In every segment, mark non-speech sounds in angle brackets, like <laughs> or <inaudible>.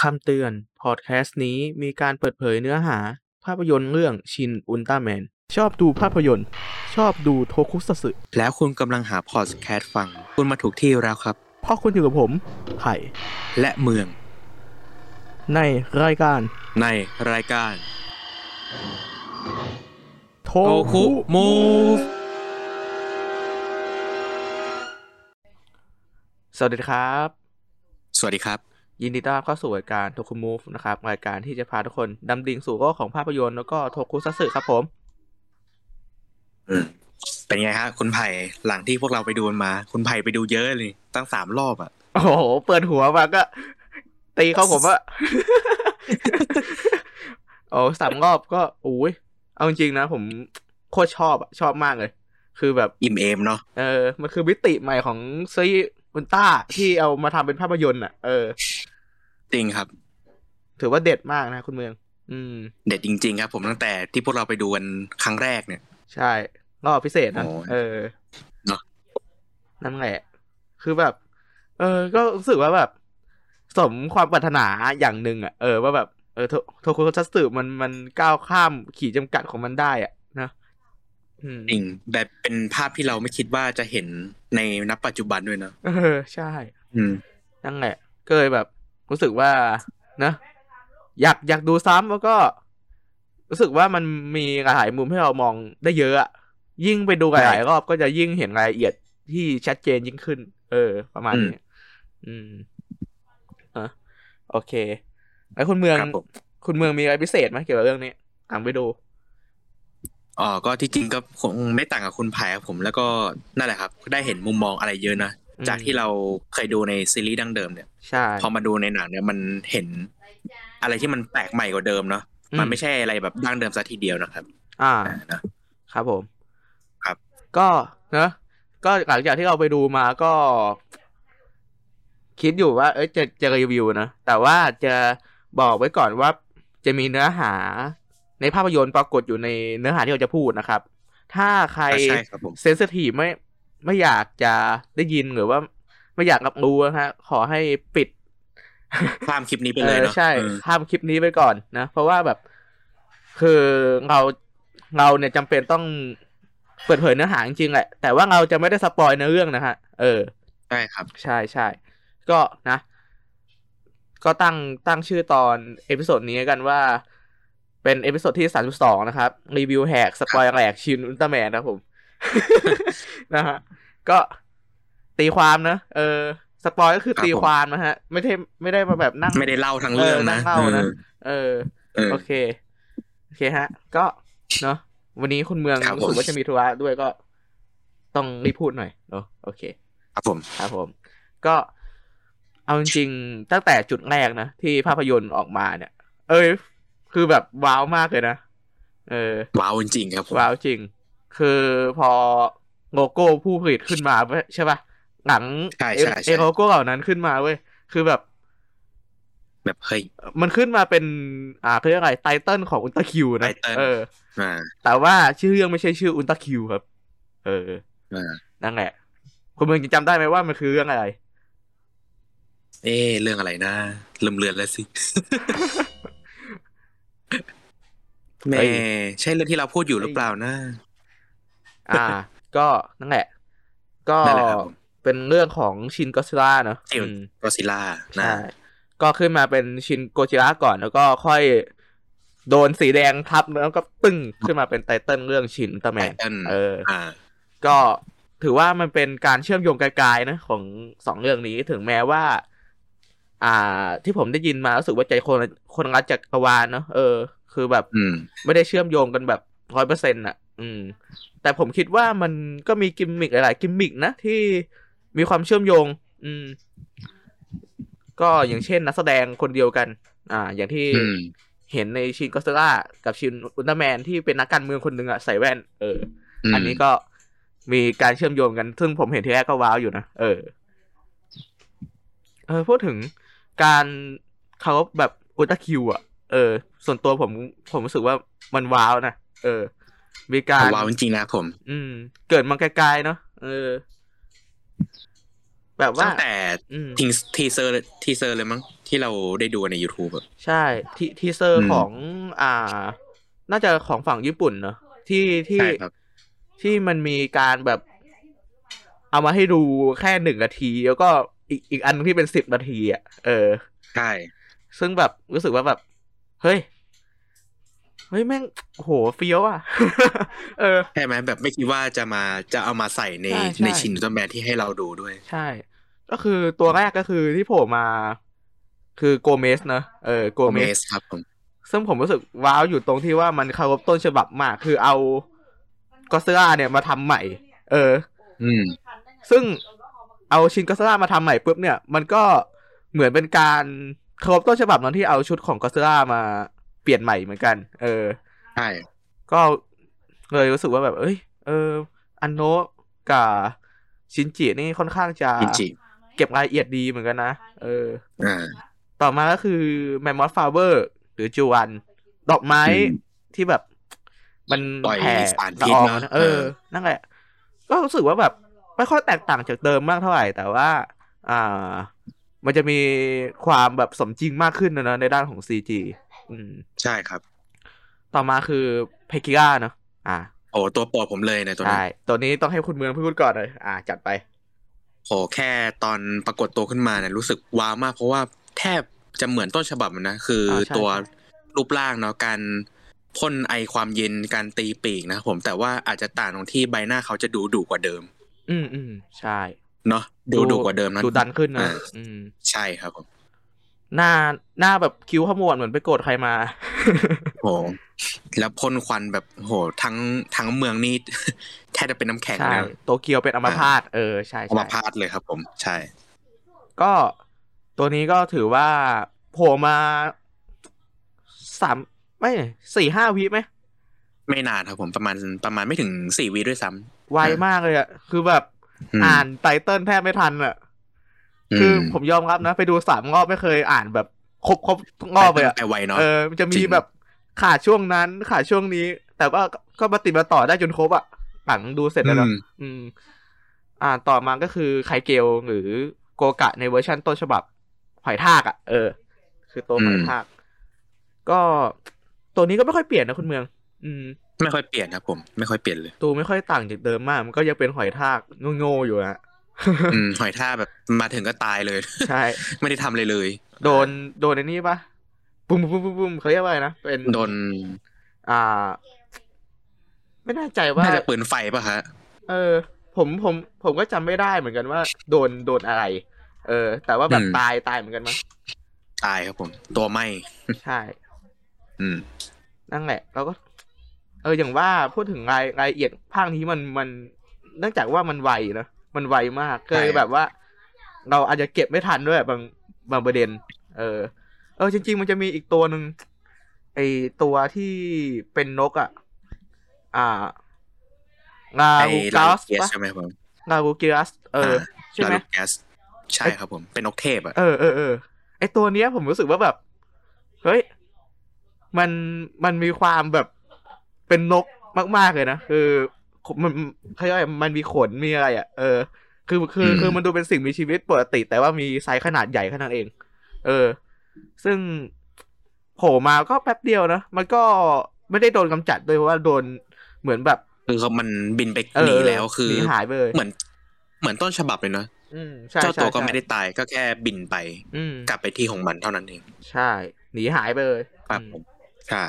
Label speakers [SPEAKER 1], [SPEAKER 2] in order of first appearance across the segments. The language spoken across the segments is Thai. [SPEAKER 1] คำเตือน พอดแคสต์นี้มีการเปิดเผยเนื้อหา ภาพยนตร์เรื่องชินอุลตร้าแมน ชอบดูภาพยนตร์ ชอบดูโทคุสัตสึ
[SPEAKER 2] แล้วคุณกำลังหาพอดแคสต์ฟัง คุณมาถูกที่แล้วครับ
[SPEAKER 1] เพราะคุณอยู่กับผม ไผ่
[SPEAKER 2] และเมือง
[SPEAKER 1] ในรายการ
[SPEAKER 2] ในรายการ
[SPEAKER 1] โท
[SPEAKER 2] โอคุมูฟ
[SPEAKER 1] สวัสดีครับ
[SPEAKER 2] สวัสดีครับ
[SPEAKER 1] ยินดีต้อนรับเข้าสู่รายการโทคุมูฟนะครับ รายการที่จะพาทุกคนดำดิ่งสู่โลกของภาพยนตร์แล้วก็โทคุสัตสึครับผม
[SPEAKER 2] อืมเป็นไงฮะคุณไผ่หลังที่พวกเราไปดูมา คุณไผ่ไปดูเยอะเลย ตั้งสามรอบอ่ะ
[SPEAKER 1] โอ้โห เปิดหัวมาก็ ตีเข้า <laughs> ผมอะ โอ้สามรอบก็อุ้ยเอาจริงๆนะ ผมโคตรชอบอะชอบมากเลย คือแบบ
[SPEAKER 2] อิ่มเอมเนาะ
[SPEAKER 1] เออ มันคือมิติใหม่ของซีรีส์อุลตร้าที่เอามาทำเป็นภาพยนตร์อะเออ
[SPEAKER 2] จริงครับ
[SPEAKER 1] ถือว่าเด็ดมากนะคุณเมือง อืม
[SPEAKER 2] เด็ดจริง ๆ ครับ ผมตั้งแต่ที่พวกเราไปดูกันครั้งแรกเนี่ย
[SPEAKER 1] ใช่ รอบพิเศษนะ
[SPEAKER 2] โอ้ย
[SPEAKER 1] เออ
[SPEAKER 2] เนอะ
[SPEAKER 1] นั่นแหละ คือแบบ เออ ก็รู้สึกว่าแบบ สมความปรารถนาอย่างหนึ่งอ่ะ เออว่าแบบ เออโทโทคุทัตสึมันมันก้าวข้ามขีดจำกัดของมันได้อ่ะนะอืม
[SPEAKER 2] จริงแบบเป็นภาพที่เราไม่คิดว่าจะเห็นในนับปัจจุบันด้วยเนาะ
[SPEAKER 1] เออ ใช่
[SPEAKER 2] อืม
[SPEAKER 1] นั่นแหละ ก็เลยแบบ รู้สึกว่า นะ อยากอยากดูซ้ำแล้วก็ รู้สึกว่ามันมีหลายมุมให้เรามองได้เยอะอะยิ่งไปดูห
[SPEAKER 2] ใช่
[SPEAKER 1] ลายๆรอบก็จะยิ่งเห็นรายละเอียดที่ชัดเจนยิ่งขึ้น เออ ประมาณ
[SPEAKER 2] อืม
[SPEAKER 1] นี้อืมอ่ะโอเค แล้วคุณเมือง
[SPEAKER 2] ครับผม
[SPEAKER 1] คุณเมืองมีอะไรพิเศษไหมเกี่ยวกับเรื่องนี้ตามไปดู
[SPEAKER 2] อ๋อก็ที่จริงก็คงไม่ต่างกับคุณไผ่ครับผมแล้วก็นั่นแหละครับ ได้เห็นมุมมองอะไรเยอะนะ
[SPEAKER 1] อืม
[SPEAKER 2] จากที่เราเคยดูในซีรีส์ดั้งเดิมเนี่ย
[SPEAKER 1] ใช่
[SPEAKER 2] พอมาดูในหนังเนี่ยมันเห็นอะไรที่มันแปลกใหม่กว่าเดิมเนาะมันไม่
[SPEAKER 1] อื
[SPEAKER 2] ใช่อะไรแบบดั้งเดิมซะทีเดียวนะครับ
[SPEAKER 1] อ่า
[SPEAKER 2] อ่านะ
[SPEAKER 1] ครับผม
[SPEAKER 2] ครับ
[SPEAKER 1] ก็เนอะก็หลังจากที่เราไปดูมาก็ คิดอยู่ว่า เอ้ยจะจะรีวิวนะ แต่ว่าจะบอกไว้ก่อนว่าจะมีเนื้อหาในภาพยนตร์ปรากฏอยู่ในเนื้อหาที่เราจะพูดนะครับ ถ้าใคร
[SPEAKER 2] อ่าใช่ครับผม
[SPEAKER 1] เซนสทีฟไม่ไม่อยากจะได้ยินหรือว่า ไม่อยากรับรู้นะฮะ ขอให้ปิด
[SPEAKER 2] ข้ามคลิปนี้ไปเลยเนาะ
[SPEAKER 1] ใช่
[SPEAKER 2] เออ
[SPEAKER 1] ข้ามคลิปนี้ไปก่อนนะ เพราะว่าแบบ คือเราเราเนี่ยจำเป็นต้องเปิดเผยเนื้อหาจริงๆแหละ แต่ว่าเราจะไม่ได้สปอยเนื้อเรื่องนะฮะ เออ
[SPEAKER 2] ใช่ครับ
[SPEAKER 1] ใช่ใช่ก็นะ ก็ตั้งตั้งชื่อตอนเอพิโซดนี้กันว่า เป็นเอพิโซดที่สามสองนะครับ รีวิวแหกสปอยแหลกชินอุลตร้าแมนนะครับผม <laughs> นะฮะก็ตีความนะเออ สปอยก็คือ
[SPEAKER 2] ครับ
[SPEAKER 1] ตีความนะฮะ ไม่ได้ไม่ได้มาแบบนั่ง
[SPEAKER 2] ไม่ได้เล่าทั้งเรื่องนะ
[SPEAKER 1] เออนั่งเล่านะ เออ
[SPEAKER 2] เออ
[SPEAKER 1] โอเค โอเคฮะ ก็ เนาะวันนี้คุณเมือง
[SPEAKER 2] ครับผ
[SPEAKER 1] รู้
[SPEAKER 2] ม
[SPEAKER 1] สึกว่าจะมีธุระด้วยก็ ต้องรีบพูดหน่อยเนาะโอเค
[SPEAKER 2] ครับผม
[SPEAKER 1] ครับผม ก็เอาจริงๆตั้งแต่จุดแรกนะ ที่ภาพยนตร์ออกมาเนี่ย เอ้ย คือแบบว้าวมากเลยนะ เออ
[SPEAKER 2] ว้าวจริงๆครับผม
[SPEAKER 1] ว้าวจริง คือพอโลโก้ผู้ผลิตขึ้นมาเว้ยใช่ปะหลัง
[SPEAKER 2] ใช่
[SPEAKER 1] เอ
[SPEAKER 2] ใช่
[SPEAKER 1] เอ
[SPEAKER 2] ใช่
[SPEAKER 1] โลโก้เหล่านั้นขึ้นมาเว้ย คือแบบ
[SPEAKER 2] แบบเฮ้ย
[SPEAKER 1] มันขึ้นมาเป็น อ่าเขาเรียกอะไรไตเติลของอุลตร้าคิวนะ
[SPEAKER 2] Title
[SPEAKER 1] เออ
[SPEAKER 2] อ่า
[SPEAKER 1] แต่ว่าชื่อเรื่องไม่ใช่ชื่ออุลตร้าคิวครับ เออ
[SPEAKER 2] อ่า
[SPEAKER 1] นั่นแหละ คุณเมืองจำได้ไหมว่ามันคือเรื่องอะไร
[SPEAKER 2] เอ๊ะเรื่องอะไรนะลืมเลือนแล้วสิ แม่
[SPEAKER 1] เฮ้ย
[SPEAKER 2] ใช่เรื่องที่เราพูดอยู่หรือเปล่านะ <laughs>
[SPEAKER 1] อ่า ก็นั่นแหละ ก็
[SPEAKER 2] นั่นแหละครับผม
[SPEAKER 1] เป็นเรื่องของชินก็ซิล่าเนอะ
[SPEAKER 2] ชิน
[SPEAKER 1] อืม
[SPEAKER 2] ก็ซิล่านะ
[SPEAKER 1] ใช่ก็ขึ้นมาเป็นชินโกจิล่าก่อนแล้วก็ค่อยโดนสีแดงทับแล้วก็ตึ้งขึ้นมาเป็นไตเติ้ลเรื่องชินตาแม
[SPEAKER 2] ไต
[SPEAKER 1] น
[SPEAKER 2] เติ้ล
[SPEAKER 1] เออ
[SPEAKER 2] อ่า
[SPEAKER 1] ก็ถือว่ามันเป็นการเชื่อมโยงไกลๆนะของสองเรื่องนี้ถึงแม้ว่า อ่า ที่ผมได้ยินมารู้สึกว่าใจคนคนรักจักรวาลเนอะเออ คือแบบ
[SPEAKER 2] อืม
[SPEAKER 1] ไม่ได้เชื่อมโยงกันแบบร้อยเปอร์เซ็นต์อ่ะ อืม แต่ผมคิดว่ามันก็มีกิมมิกหลาย ๆ กิมมิกนะที่มีความเชื่อมโยง อืม ก็อย่างเช่นนักแสดงคนเดียวกัน อ่า อย่างที่
[SPEAKER 2] อืม
[SPEAKER 1] เห็นในชินก็สล่ากับชินอุลตร้าแมนที่เป็นนักการเมืองคนหนึ่งอ่ะใส่แว่น เออ
[SPEAKER 2] ม
[SPEAKER 1] อันนี้ก็มีการเชื่อมโยงกัน ซึ่งผมเห็นทีแรกก็ว้าวอยู่นะ เออ เออ พูดถึงการเคารพแบบอุลตร้าคิวอ่ะ เออ ส่วนตัวผมผมรู้สึกว่ามันว้าวนะ เออ มีการ
[SPEAKER 2] ว้าวจริงๆนะครับผม
[SPEAKER 1] อืม เกิดมาไกลๆเนาะ เออ แบบว่า
[SPEAKER 2] ตั้งแต่
[SPEAKER 1] อืม
[SPEAKER 2] ทิ้งทีเซอร์ทีเซอร์เลยมั้งที่เราได้ดูใน YouTube อะ
[SPEAKER 1] ใช่ทีทีเซอร์
[SPEAKER 2] อืม
[SPEAKER 1] ของอ่า น่าจะของฝั่งญี่ปุ่นเนอะที่ที่
[SPEAKER 2] ใช่ครับ
[SPEAKER 1] ที่มันมีการแบบ เอามาให้ดูแค่หนึ่งนาที แล้วก็อีกอีกอันที่เป็นสิบนาทีอ่ะเออ
[SPEAKER 2] ใช่
[SPEAKER 1] ซึ่งแบบรู้สึกว่าแบบ เฮ้ย เฮ้ย แม่งโอ้โหเฟี้ยวอ่ะ <laughs> เออ
[SPEAKER 2] ใช่ไหมแบบไม่คิดว่าจะมาจะเอามาใส่ใน
[SPEAKER 1] ใช่ใช่
[SPEAKER 2] ในชิ้นตัวแมนที่ให้เราดูด้วย
[SPEAKER 1] ใช่ ก็คือตัวแรกก็คือที่โผล่มา คือโกเมสเนอะเออโก
[SPEAKER 2] โอ
[SPEAKER 1] เม
[SPEAKER 2] เม
[SPEAKER 1] ส
[SPEAKER 2] สครับผม
[SPEAKER 1] ซึ่งผมรู้สึกว้าวอยู่ตรงที่ว่ามันเคารพต้นฉบับมาก คือเอาก็ซ i ล่าเนี่ยมาทำใหม่ เออ
[SPEAKER 2] อืม
[SPEAKER 1] ซึ่งเอาชินก็ซ i ล่ามาทำใหม่ปุ๊บเนี่ย มันก็เหมือนเป็นการเคารพต้นฉบับนั้นที่เอาชุดของก็ซ i ล่ามาเปลี่ยนใหม่เหมือนกัน เออ
[SPEAKER 2] ใช่
[SPEAKER 1] ก็เลยรู้สึกว่าแบบ เอ้ย เออ อันโนะกับชินจินี่ค่อนข้างจะ
[SPEAKER 2] กินจิ
[SPEAKER 1] เก็บรายละเอียดดีเหมือนกันนะ เออ
[SPEAKER 2] อ่า
[SPEAKER 1] ต่อมาก็คือแมมมอสฟาเวอร์หรือจูวัน ดอกไม้
[SPEAKER 2] อืม
[SPEAKER 1] ที่แบบ มัน
[SPEAKER 2] ปล่อย
[SPEAKER 1] แผ่
[SPEAKER 2] สารพิ
[SPEAKER 1] ละ
[SPEAKER 2] ษ
[SPEAKER 1] ออง
[SPEAKER 2] เนอะ
[SPEAKER 1] นะเออ
[SPEAKER 2] เออ
[SPEAKER 1] นั่นแหละ ก็รู้สึกว่าแบบ ไม่ค่อยแตกต่างจากเดิมมากเท่าไหร่ แต่ว่า อ่า มันจะมีความแบบสมจริงมากขึ้นนะเนอะในด้านของซีจีอืม
[SPEAKER 2] ใช่ครับ
[SPEAKER 1] ต่อมาคือเพกิก้าเนอะอ่า
[SPEAKER 2] โอ้ตัวโปรดผมเลยในะตัว
[SPEAKER 1] ใช่
[SPEAKER 2] นี้น
[SPEAKER 1] ตัวนี้ต้องให้คุณเมืองพูดก่อนเลย อ่า จัดไป
[SPEAKER 2] โอ้แค่ตอนปรากฏตัวขึ้นมาเนี่ยรู้สึกว้าวมาก เพราะว่าแทบจะเหมือนต้นฉบับมันนะ คืออา
[SPEAKER 1] ใช่
[SPEAKER 2] ตัว
[SPEAKER 1] ใช่
[SPEAKER 2] รูปร่างเนาะการพ่นไอความเย็นการตีปีกนะครับผมแต่ว่าอาจจะต่างตรงที่ใบหน้าเขาจะดูดุกว่าเดิม
[SPEAKER 1] อืมอืมใช่
[SPEAKER 2] เนาะดูดุกว่าเดิมนั้น
[SPEAKER 1] ดูดันขึ้นนะ
[SPEAKER 2] อ่า
[SPEAKER 1] อืม
[SPEAKER 2] ใช่ครับผม
[SPEAKER 1] หน้าหน้าแบบคิ้วขมวดเหมือนไปโกรธใครมา
[SPEAKER 2] โอ้แล้วพ่นควันแบบโหทั้งทั้งเมืองนี่ <laughs> แทบจะเป็นน้ำแข็ง
[SPEAKER 1] ใช่
[SPEAKER 2] นะ
[SPEAKER 1] โตเกียวเป็นอัมพาตเออใช่
[SPEAKER 2] เอา
[SPEAKER 1] ใช่
[SPEAKER 2] มาพาดเลยครับ ผม ใช่
[SPEAKER 1] ก็ตัวนี้ก็ถือว่าโผล่มาสามไม่สี่ห้าวิไหม
[SPEAKER 2] ไม่นานครับผมประมาณประมาณไม่ถึงสี่วิด้วยซ้ำ
[SPEAKER 1] ไวมากเลยอะคือแบบ
[SPEAKER 2] ม
[SPEAKER 1] อ่านไตเติลแทบไม่ทันอะคือ
[SPEAKER 2] ม
[SPEAKER 1] ผมยอมรับนะ ไปดูสามรอบไม่เคยอ่านแบบครบครบทุกรอบเลยอะ
[SPEAKER 2] ไปไวเนาะ
[SPEAKER 1] เออมันจะ
[SPEAKER 2] จ
[SPEAKER 1] มี
[SPEAKER 2] ริง
[SPEAKER 1] แบบขาดช่วงนั้นขาดช่วงนี้ แต่ว่าก็ก็มาติดมาต่อได้จนครบอะหลังดูเสร็จแล้วเนอะ
[SPEAKER 2] ม
[SPEAKER 1] อืม อ่า ต่อมาก็คือไคเกลหรือโกกะในเวอร์ชันต้นฉบับหอยทากอะ่ะ เออ คือตัวหอยทาก ก็ตัวนี้ก็ไม่ค่อยเปลี่ยนนะคุณเมือง อืม
[SPEAKER 2] ไม่ค่อยเปลี่ยนครับผม ไม่ค่อยเปลี่ยนเลย
[SPEAKER 1] ตัวไม่ค่อยต่างจากเดิมมาก มันก็ยังเป็นหอยทากโง่ๆอยู่นะ
[SPEAKER 2] อืมหอยท่ากแบบมาถึงก็ตายเลย <laughs>
[SPEAKER 1] ใช่
[SPEAKER 2] ไม่ได้ทำเลยเลย
[SPEAKER 1] โดนโดนในนี้ปะปุ้มปุ้มปุ้มปุ้มเขาเรียกว่าอะไรนะ เป็น
[SPEAKER 2] โดน
[SPEAKER 1] อ่า ไม่แน่ใจว่า
[SPEAKER 2] น่าจะปืนไฟป่ะฮะ
[SPEAKER 1] เออ ผมผมผมก็จำไม่ได้เหมือนกันว่า โดนโดนอะไร เออ แต่ว่าแบบ
[SPEAKER 2] อืม
[SPEAKER 1] ตายตายเหมือนกันมั้ง
[SPEAKER 2] ตายครับผม ตัวไหม
[SPEAKER 1] ใช่
[SPEAKER 2] อืม
[SPEAKER 1] นั่นแหละเราก็ เอออย่างว่าพูดถึงรายรายละเอียดภาคนี้มันมันเนื่องจากว่ามันไวนะมันไวมาก
[SPEAKER 2] ใช่
[SPEAKER 1] ก็เลยแบบว่า เราอาจจะเก็บไม่ทันด้วย บางบางประเด็น เออ เออจริง ๆ มันจะมีอีกตัวหนึ่งไอตัวที่เป็นนกอ่ะอ่าลา
[SPEAKER 2] ไอ้
[SPEAKER 1] บู
[SPEAKER 2] ลา
[SPEAKER 1] กั
[SPEAKER 2] ว
[SPEAKER 1] ส
[SPEAKER 2] เกียส
[SPEAKER 1] ปะ
[SPEAKER 2] ใช่ไหมครับผม
[SPEAKER 1] ลาบูกิรัสเอออ ใช่ไหม
[SPEAKER 2] ลาลูกแกสใช่ครับผม เป็นนกเทพอ่ะ
[SPEAKER 1] เออเออเออไอตัวเนี้ยผมรู้สึกว่าแบบ เฮ้ย มันมันมีความแบบเป็นนกมาก ๆ เลยนะคือมันเขาเรียกว่ามันมีขนมีอะไรอ่ะเออ คือคือ
[SPEAKER 2] อืม
[SPEAKER 1] คือมันดูเป็นสิ่งมีชีวิตปกติ แต่ว่ามีไซส์ขนาดใหญ่ขนาดเอง เออ ซึ่งโผล่มาก็แป๊บเดียวนะมันก็ไม่ได้โดนกำจัดด้วยเพราะว่าโดนเหมือนแบบ
[SPEAKER 2] คือเขามันบินไป
[SPEAKER 1] เออ
[SPEAKER 2] หนีแล้วคือ
[SPEAKER 1] หนีหายไปเลย
[SPEAKER 2] เหมือน เหมือนต้นฉบับเลยเนาะ
[SPEAKER 1] อืมใช่
[SPEAKER 2] เจ้า
[SPEAKER 1] ใช่
[SPEAKER 2] ตัวก็
[SPEAKER 1] ใช่
[SPEAKER 2] ไม่ได้ตายก็แค่บินไป
[SPEAKER 1] อืม
[SPEAKER 2] กลับไปที่ของมันเท่านั้นเอง
[SPEAKER 1] ใช่ หนีหายไปเลย
[SPEAKER 2] ครับ
[SPEAKER 1] อืม
[SPEAKER 2] ผมใช่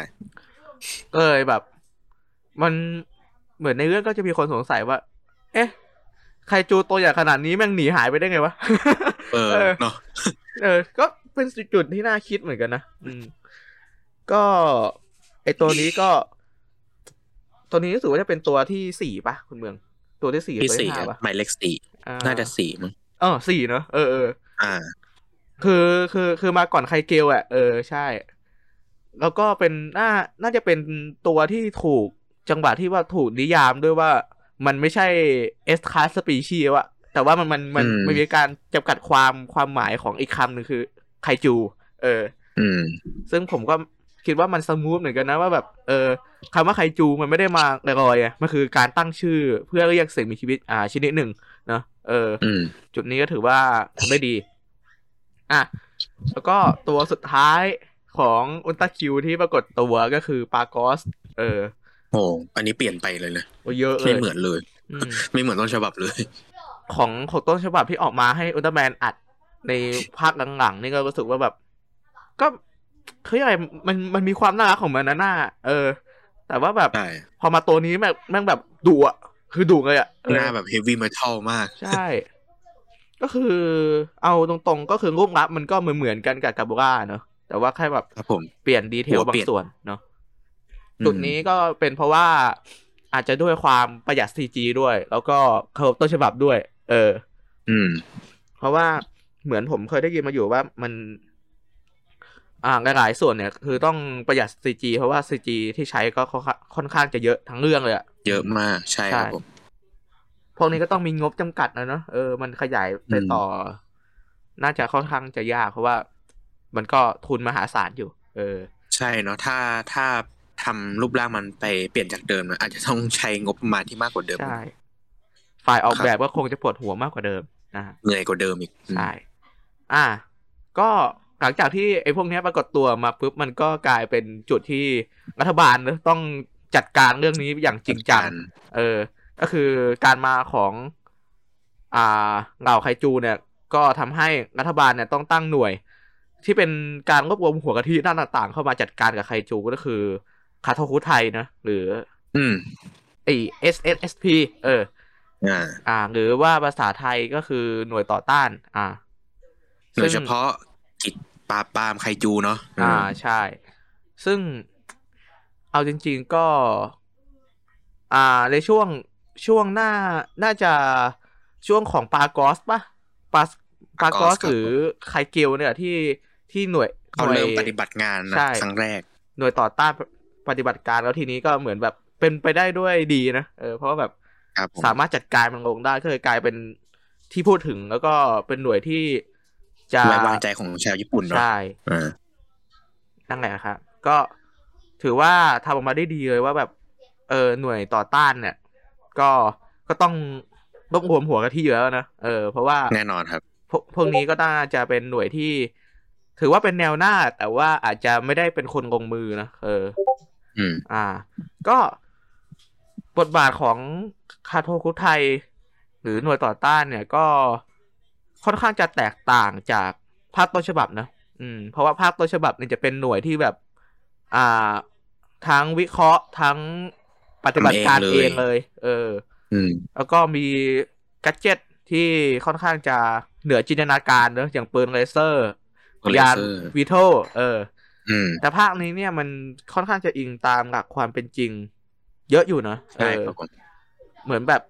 [SPEAKER 1] ก็เลยแบบ มันเหมือนในเรื่องก็จะมีคนสงสัยว่า เอ๊ะไคจูตัวใหญ่ขนาดนี้แม่งหนีหายไปได้ไงวะ <laughs>
[SPEAKER 2] เออ
[SPEAKER 1] เออ
[SPEAKER 2] เนาะ
[SPEAKER 1] เออ ก็เป็นจุดที่น่าคิดเหมือนกันนะอืม ก็ไอตัวนี้ก็ ตัวนี้รู้สึกว่าจะเป็นตัวที่สี่ปะคุณเมือง ตัวที่สี่
[SPEAKER 2] ที่
[SPEAKER 1] ตัว
[SPEAKER 2] สี่
[SPEAKER 1] ที่ห้าปะ
[SPEAKER 2] หมายเลขสี่
[SPEAKER 1] อ่
[SPEAKER 2] น่าจะสี่มั้ง
[SPEAKER 1] เออสี่เนอะเออเออ
[SPEAKER 2] อ่า
[SPEAKER 1] คือคือคือมาก่อนไคเกลอ่ะเออใช่ แล้วก็เป็นน่าน่าจะเป็นตัวที่ถูกจังหวะที่ว่าถูกนิยามด้วยว่ามันไม่ใช่เอสคาสปีชีวะแต่ว่ามันมันมัน
[SPEAKER 2] อืม
[SPEAKER 1] มันมีการจำกัดความความหมายของอีกคำหนึ่งคือไคจู เออ
[SPEAKER 2] อืม
[SPEAKER 1] ซึ่งผมก็คิดว่ามันสมูทเหมือนกันนะว่าแบบ เออคำว่าไคจูมันไม่ได้มาลอยๆอะมันคือการตั้งชื่อเพื่อเรียกสิ่งมีชีวิตอ่าชนิดหนึ่งเนาะ เออ
[SPEAKER 2] อืม
[SPEAKER 1] จุดนี้ก็ถือว่าทำได้ดี อ่ะ แล้วก็ตัวสุดท้ายของอุลตราคิวที่ปรากฏตัวก็คือปากอส เออ
[SPEAKER 2] โอ้อันนี้เปลี่ยนไปเลยเลย
[SPEAKER 1] โอ้เยอะเล
[SPEAKER 2] ไม่
[SPEAKER 1] ย
[SPEAKER 2] เหมือนเลย
[SPEAKER 1] อืม
[SPEAKER 2] ไม่เหมือนต้นฉบับเลย
[SPEAKER 1] ของของต้นฉบับที่ออกมาให้อุลตร้าแมนอัดในภาคหลังๆ นี่ก็รู้สึกว่าแบบ ก็คืออะไรมันมันมีความน่ารักของมันนะหน้า เออ แต่ว่าแบบ
[SPEAKER 2] ใช่
[SPEAKER 1] พอมาตัวนี้แม่งแม่งแบบดุอะคือดุเลยอะเออ
[SPEAKER 2] หน้าแบบเฮฟวี่เมทัลมาก
[SPEAKER 1] ใช่ ก็คือเอาตรงๆ ก็คือรูปลักษณ์มันก็เหมือนเหมือนๆกันกับกาบูร่าเนอะแต่ว่าแค่แบบ
[SPEAKER 2] ครับผม
[SPEAKER 1] เปลี่ยนดีเทล
[SPEAKER 2] หัว
[SPEAKER 1] บา
[SPEAKER 2] เปลี่
[SPEAKER 1] ง
[SPEAKER 2] ยน
[SPEAKER 1] ส่วนเนาะ
[SPEAKER 2] อืม
[SPEAKER 1] จุดนี้ก็เป็นเพราะว่าอาจจะด้วยความประหยัด CG ด้วย แล้วก็เคารพต้นฉบับด้วย เออ
[SPEAKER 2] อืม
[SPEAKER 1] เพราะว่าเหมือนผมเคยได้ยินมาอยู่ว่ามัน อ่าหลายๆส่วนเนี่ย คือต้องประหยัด CG เพราะว่า CG ที่ใช้ก็ค่อนข้างจะเยอะทั้งเรื่องเลยอะ
[SPEAKER 2] เยอะมาก ใช่ครับผม
[SPEAKER 1] พวกนี้ก็ต้องมีงบจำกัดนะเนอะเออ มันขยายไปต่ออน่าจะค่อนข้างจะยาก เพราะว่ามันก็ทุนมหาศาลอยู่ เออ
[SPEAKER 2] ใช่เนาะ ถ้า ถ้าทำรูปร่างมันไปเปลี่ยนจากเดิมเนี่ยอาจจะต้องใช้งบประมาณที่มากกว่าเดิม
[SPEAKER 1] ใช่ ฝ่ายออกแบบก็คงจะปวดหัวมากกว่าเดิมนะ
[SPEAKER 2] เหนื่อยกว่าเดิมอีก
[SPEAKER 1] ใช่ อ่ะก็หลังจากที่ไอ้พวกเนี้ยปรากฏตัวมาปุ๊บ มันก็กลายเป็นจุดที่รัฐบาลต้องจัดการเรื่องนี้อย่างจริงจัง เออ ก็คือการมาของ อ่าเหล่าไคจูเนี่ย ก็ทำให้รัฐบาลเนี่ยต้องตั้งหน่วย ที่เป็นการรวบรวมหัวกะทิด้านต่างๆ เข้ามาจัดการกับไคจูก็คือคาโทคุไทนะ หรือ
[SPEAKER 2] อืม
[SPEAKER 1] ไอ SSSP เออ
[SPEAKER 2] อ่า
[SPEAKER 1] อ่า หรือว่าภาษาไทยก็คือหน่วยต่อต้าน อ่า
[SPEAKER 2] โดยเฉ
[SPEAKER 1] ซึ่ง
[SPEAKER 2] พาะกิจปราบปรามไคจูเนาะ
[SPEAKER 1] อ่าใช่ ซึ่งเอาจริง ๆก็ อ่าในช่วงช่วงหน้าน่าจะช่วงของปากอสปะปาปากอสหรือไคเกลเนี่ยที่ที่หน่วย
[SPEAKER 2] เขา
[SPEAKER 1] หน่วย
[SPEAKER 2] เริ่มปฏิบัติงานนะ
[SPEAKER 1] ใช่
[SPEAKER 2] ครั้งแรก
[SPEAKER 1] หน่วยต่อต้านปฏิบัติการแล้วทีนี้ก็เหมือนแบบเป็นไปได้ด้วยดีนะเออเพราะว่าแบบ
[SPEAKER 2] ครับผม
[SPEAKER 1] สามารถจัดการมันลงได้ก็เลยกลายเป็นที่พูดถึงแล้วก็เป็นหน่วยที่จะ
[SPEAKER 2] ไว้วางใจของชาวญี่ปุ่นเนาะ
[SPEAKER 1] ใช่
[SPEAKER 2] อ่า
[SPEAKER 1] นั่นแหละครับ ก็ถือว่าทำออกมาได้ดีเลยว่าแบบ เออหน่วยต่อต้านเนี่ย ก็ก็ต้องรวบรวมหัวกะทิอยู่แล้วนะเออเพราะว่า
[SPEAKER 2] แน่นอนครับ
[SPEAKER 1] พวกพวกนี้ก็น่าจะเป็นหน่วยที่ ถือว่าเป็นแนวหน้า แต่ว่าอาจจะไม่ได้เป็นคนลงมือนะเออ
[SPEAKER 2] อืม
[SPEAKER 1] อ่า ก็บทบาทของคาโทคุไทย หรือหน่วยต่อต้านเนี่ยก็ค่อนข้างจะแตกต่างจากภาคต้นฉบับนะอืม เพราะว่าภาคต้นฉบับเนี่ยจะเป็นหน่วยที่แบบ อ่า ทั้งวิเคราะห์ทั้งปฏิบัติการ
[SPEAKER 2] ทำเอง
[SPEAKER 1] เอง
[SPEAKER 2] เลย
[SPEAKER 1] เลย เออ
[SPEAKER 2] อืม
[SPEAKER 1] แล้วก็มีกัจเจตที่ค่อนข้างจะเหนือจินตนาการเนอะอย่างปืนเลเซอร์
[SPEAKER 2] ปืนเลเซ
[SPEAKER 1] ยา
[SPEAKER 2] อร์
[SPEAKER 1] นวีโทเออ
[SPEAKER 2] อืม
[SPEAKER 1] แต่ภาคนี้เนี่ยมันค่อนข้างจะอิงตามหลักความเป็นจริง เยอะอยู่เนอะ
[SPEAKER 2] ใช่
[SPEAKER 1] เออ
[SPEAKER 2] ครับผม
[SPEAKER 1] เหมือนแบบ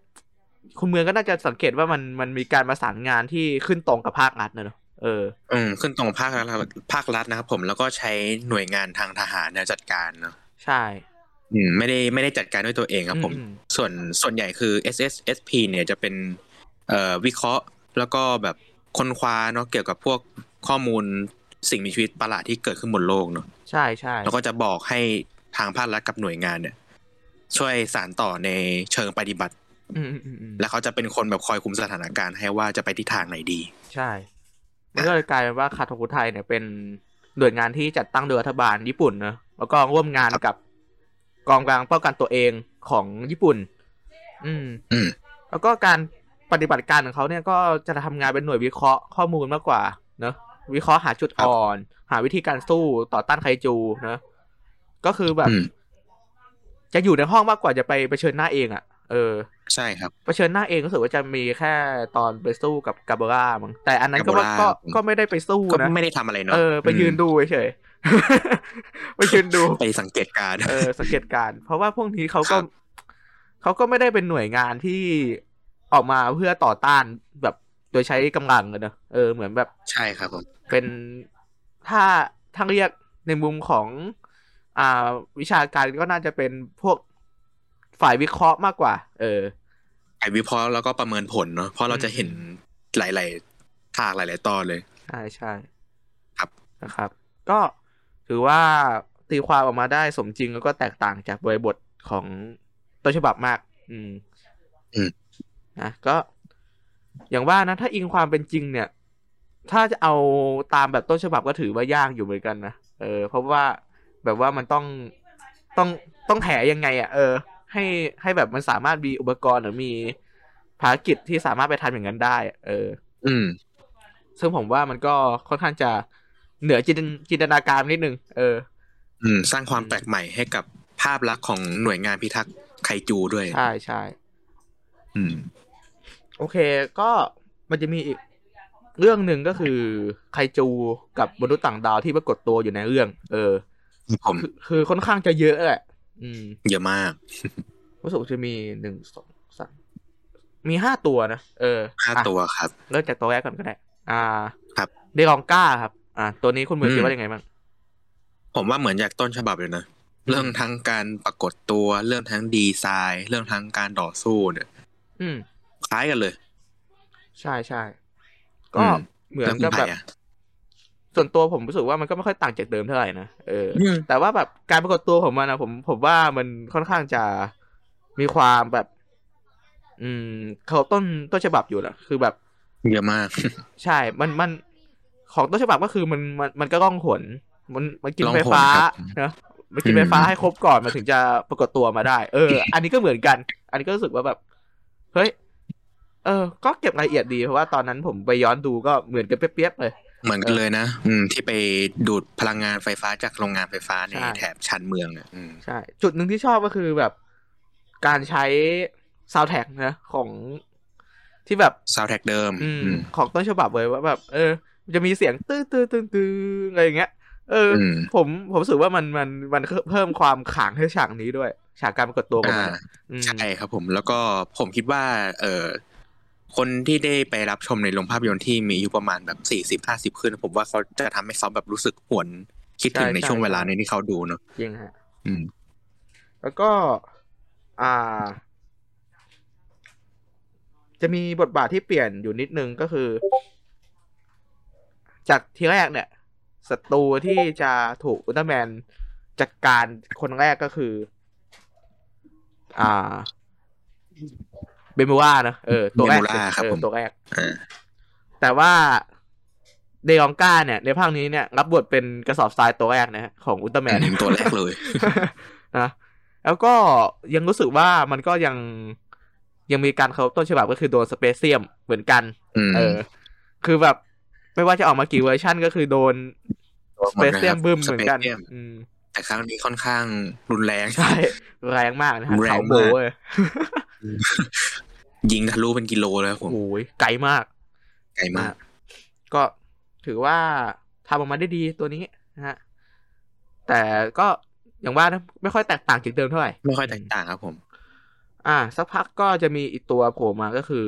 [SPEAKER 1] คุณเมืองก็น่าจะสังเกตว่ามันมันมีการประสานงานที่ขึ้นตรงกับภาครัฐนะเนอะเออ
[SPEAKER 2] อืมขึ้นตรงภาครัฐภาครัฐนะครับผมแล้วก็ใช้หน่วยงานทางทหารเนี่ยจัดการเนาะ
[SPEAKER 1] ใช่
[SPEAKER 2] อืมไม่ได้ไม่ได้จัดการด้วยตัวเองครับผม
[SPEAKER 1] อืม
[SPEAKER 2] ส่วนส่วนใหญ่คือ SSSP เนี่ยจะเป็นเอ่อวิเคราะห์แล้วก็แบบค้นคว้าเนาะเกี่ยวกับพวกข้อมูลสิ่งมีชีวิตประหลาดที่เกิดขึ้นบนโลกเนาะ
[SPEAKER 1] ใช่ใช่
[SPEAKER 2] แล้วก็จะบอกให้ทางภาครัฐกับหน่วยงานเนี่ย ช่วยสานต่อในเชิงปฏิบัติ
[SPEAKER 1] อืมอืมอืมอืม
[SPEAKER 2] แล้วเขาจะเป็นคนแบบคอยคุมสถานการณ์ให้ว่าจะไปทิศทางไหนดี
[SPEAKER 1] ใช่มันก็เลยกลายเป็นว่าคาโทคุไทยเนี่ยเป็นหน่วยงานที่จัดตั้งโดยรัฐบาลญี่ปุ่นเนอะแล้วก็ร่วมงานกับกองกลางป้องกันตัวเองของญี่ปุ่น อืม
[SPEAKER 2] อืม
[SPEAKER 1] แล้วก็การปฏิบัติการของเขาเนี่ยก็จะทำงานเป็นหน่วยวิเคราะห์ข้อมูลมากกว่าเนอะวิเคราะห์หาจุดอ่อน หาวิธีการสู้ต่อต้านไคจูนะก็คือแบบ
[SPEAKER 2] อืม
[SPEAKER 1] จะอยู่ในห้องมากกว่าจะไปเผชิญหน้าเองอะ่ะ เออ
[SPEAKER 2] ใช่ครับ
[SPEAKER 1] เผชิญหน้าเองก็รู้สึกว่าจะมีแค่ตอนไปสู้กับกาเบร่ามั้งแต่อันนั้นก็ว่าก็
[SPEAKER 2] Gabora
[SPEAKER 1] ก็ไม่ได้ไปสู้
[SPEAKER 2] ก็
[SPEAKER 1] นะ
[SPEAKER 2] ไม่ได้ทำอะไรเนาะ
[SPEAKER 1] เออ ไปยืนดูเฉย <laughs> ๆ ไปยืนดู
[SPEAKER 2] ไปสังเกตการณ์
[SPEAKER 1] เออสังเกตการณ์เพราะว่าพวกนี้เขาก็
[SPEAKER 2] ครับ
[SPEAKER 1] เขาก็ไม่ได้เป็นหน่วยงานที่ออกมาเพื่อต่อต้านแบบโดยใช้กำลังกันเนอะเออเหมือนแบบ
[SPEAKER 2] ใช่ครับผม
[SPEAKER 1] เป็นถ้าทั้งเรียกในมุมของ อ่าวิชาการก็น่าจะเป็นพวกฝ่ายวิเคราะห์มากกว่า เออ
[SPEAKER 2] ไอวิเคราะห์แล้วก็ประเมินผลเนาะเพราะเราจะเห็นหลายๆทางหลาย ๆ ตอนเลย
[SPEAKER 1] ใช่ใช่
[SPEAKER 2] ครับ
[SPEAKER 1] นะครับ ก็ถือว่าตีความออกมาได้สมจริงแล้วก็แตกต่างจากบริบทของต้นฉบับมาก อืม
[SPEAKER 2] อืม
[SPEAKER 1] นะก็ อย่างว่านะถ้าอิงความเป็นจริงเนี่ย ถ้าจะเอาตามแบบต้นฉบับก็ถือว่ายากอยู่เหมือนกันนะเออ เพราะว่าแบบว่ามันต้องต้องต้องแถยังไงอะ่ะ เออ ให้ให้แบบมันสามารถมีอุปกรณ์หรือมีภารกิจที่สามารถไปทำอย่างนั้นได้อะเออ
[SPEAKER 2] อืม
[SPEAKER 1] ซึ่งผมว่ามันก็ค่อนข้างจะเหนือจินตนจินตนาการนิดนึงเออ
[SPEAKER 2] อืม สร้างความแปลกใหม่ให้กับภาพลักษณ์ของหน่วยงานพิทักษ์ไคจูด้วย
[SPEAKER 1] ใช่ใช่
[SPEAKER 2] อืม
[SPEAKER 1] โอเค ก็มันจะมีอีกเรื่องหนึ่งก็คือไคจูกับมนุษย์ต่างดาวที่ปรากฏตัวอยู่ในเรื่อง เออ
[SPEAKER 2] ผม
[SPEAKER 1] คือคือค่อนข้างจะเยอะแหละอืม
[SPEAKER 2] เยอะมาก
[SPEAKER 1] รู้สึกว่าจะมีหนึ่งสองสามมีห้าตัวนะเออ
[SPEAKER 2] ห้า
[SPEAKER 1] อ่ะ
[SPEAKER 2] ตัวครับ
[SPEAKER 1] เริ่มจากตัวแรกก่อนก็ได้ อ่า
[SPEAKER 2] ครับ
[SPEAKER 1] เดกองก้าครับ อ่า ตัวนี้คุณมือ
[SPEAKER 2] ม
[SPEAKER 1] คิดว่ายังไงบ้าง
[SPEAKER 2] ผมว่าเหมือนจากต้นฉบับเลยนะ เรื่องทั้งการปรากฏตัว เรื่องทั้งดีไซน์ เรื่องทั้งการต่อสู้เนี่ย
[SPEAKER 1] อืม
[SPEAKER 2] คล้ายกันเลย
[SPEAKER 1] ใช่ใช่ก็
[SPEAKER 2] อืม
[SPEAKER 1] เหมือน
[SPEAKER 2] แล้วคุ
[SPEAKER 1] กับ
[SPEAKER 2] ณไผ่
[SPEAKER 1] แบบ
[SPEAKER 2] อะ
[SPEAKER 1] ส่วนตัวผมรู้สึกว่ามันก็ไม่ค่อยต่างจากเดิมเท่าไหร่นะเอออ
[SPEAKER 2] อืม
[SPEAKER 1] แต่ว่าแบบการปรากฏตัวของมันนะผมผมว่ามันค่อนข้างจะมีความแบบ อืม เขาต้นต้นฉบับอยู่แหละคือแบบ
[SPEAKER 2] เยอะมาก
[SPEAKER 1] ใช่ มันมันของต้นฉบับก็คือมันมันมันก็ร่องหนมันมันกิน
[SPEAKER 2] ร่อง
[SPEAKER 1] ไฟ
[SPEAKER 2] หน
[SPEAKER 1] ฟ้า
[SPEAKER 2] ครับ
[SPEAKER 1] เนอะมันกินไฟฟ้า
[SPEAKER 2] อืม
[SPEAKER 1] ให้ครบก่อนมันถึงจะปรากฏตัวมาได้ เอ
[SPEAKER 2] <coughs>
[SPEAKER 1] อ อันนี้ก็เหมือนกัน อันนี้ก็รู้สึกว่าแบบ เฮ้ย เออ ก็เก็บรายละเอียดดีเพราะว่าตอนนั้นผมไปย้อนดูก็เหมือนกันเปียบๆเลย
[SPEAKER 2] เหมือนกันเลยนะ อืม ที่ไปดูดพลังงานไฟฟ้าจากโรงงานไฟฟ้าใน
[SPEAKER 1] ใช่
[SPEAKER 2] แถบชานเมืองอ่ะอืม
[SPEAKER 1] ใช่ จุดหนึ่งที่ชอบก็คือแบบการใช้ซาวแท็กนะของที่แบบ
[SPEAKER 2] ซาวแท็กเดิม
[SPEAKER 1] อืม
[SPEAKER 2] อืม
[SPEAKER 1] ของต้นฉบับเลยว่าแบบ เออ จะมีเสียงตื้อตื้อตื้อตื้ออะไรอย่างเงี้ย เอออ
[SPEAKER 2] ม
[SPEAKER 1] ผมผมรู้สึกว่ามันมันมันเพิ่มความขลังให้ฉากนี้ด้วย ฉากการปรากฏตัวของมั
[SPEAKER 2] อ่า
[SPEAKER 1] นอะอืม
[SPEAKER 2] ใช่ครับผมแล้วก็ผมคิดว่า เออคนที่ได้ไปรับชมในโรงภาพยนตร์ที่มีอายุประมาณแบบสี่สิบห้าสิบขึ้น ผมว่าเขาจะทำให้เขาแบบรู้สึกหวนคิดถึงในช่วงเวลาในที่เขาดูเนอะ
[SPEAKER 1] จริงฮะ
[SPEAKER 2] อืม
[SPEAKER 1] แล้วก็ อ่า จะมีบทบาทที่เปลี่ยนอยู่นิดนึงก็คือ จากทีแรกเนี่ยศัตรูที่จะถูกอุลตร้าแมนจัดการคนแรกก็คือ อ่า เบมูว่านะเออตัวแรก
[SPEAKER 2] เบมูว่าครับ
[SPEAKER 1] เออ
[SPEAKER 2] ผม
[SPEAKER 1] ตัวแรก
[SPEAKER 2] อ่า
[SPEAKER 1] แต่ว่าเดยองก้าเนี่ย ในภาคนี้เนี่ย รับบทเป็นกระสอบทรายตัวแรกนะฮะของอุลตร้าแมน
[SPEAKER 2] ตัวแรกเลย
[SPEAKER 1] <laughs> นะแล้วก็ยังรู้สึกว่ามันก็ยังยังมีการเคารพต้นฉบับก็คือโดนสเปเซียมเหมือนกัน
[SPEAKER 2] อืม
[SPEAKER 1] เออ คือแบบไม่ว่าจะออกมากี่เวอร์ชั่นก็คือโดนสเปเซียมบึ้มเหมือนกัน
[SPEAKER 2] สปซีย
[SPEAKER 1] อืม
[SPEAKER 2] แต่ครั้งนี้ค่อนข้างรุนแรง
[SPEAKER 1] ใช่แรงมากนะฮะ
[SPEAKER 2] แรงมาก
[SPEAKER 1] เขาโบเว้ย
[SPEAKER 2] ยิงทะลุเป็นกิโลแล้วผม
[SPEAKER 1] โอ้ยไกลมาก
[SPEAKER 2] ไกลมาก
[SPEAKER 1] ก็ถือว่าทำออกมาได้ดีตัวนี้นะฮะแต่ก็อย่างว่านะไม่ค่อยแตกต่างจากเดิมเท่าไหร่
[SPEAKER 2] ไม่ค่อยแตกต่างครับผม
[SPEAKER 1] อ่า สักพักก็จะมีอีกตัวโผล่มาก็คือ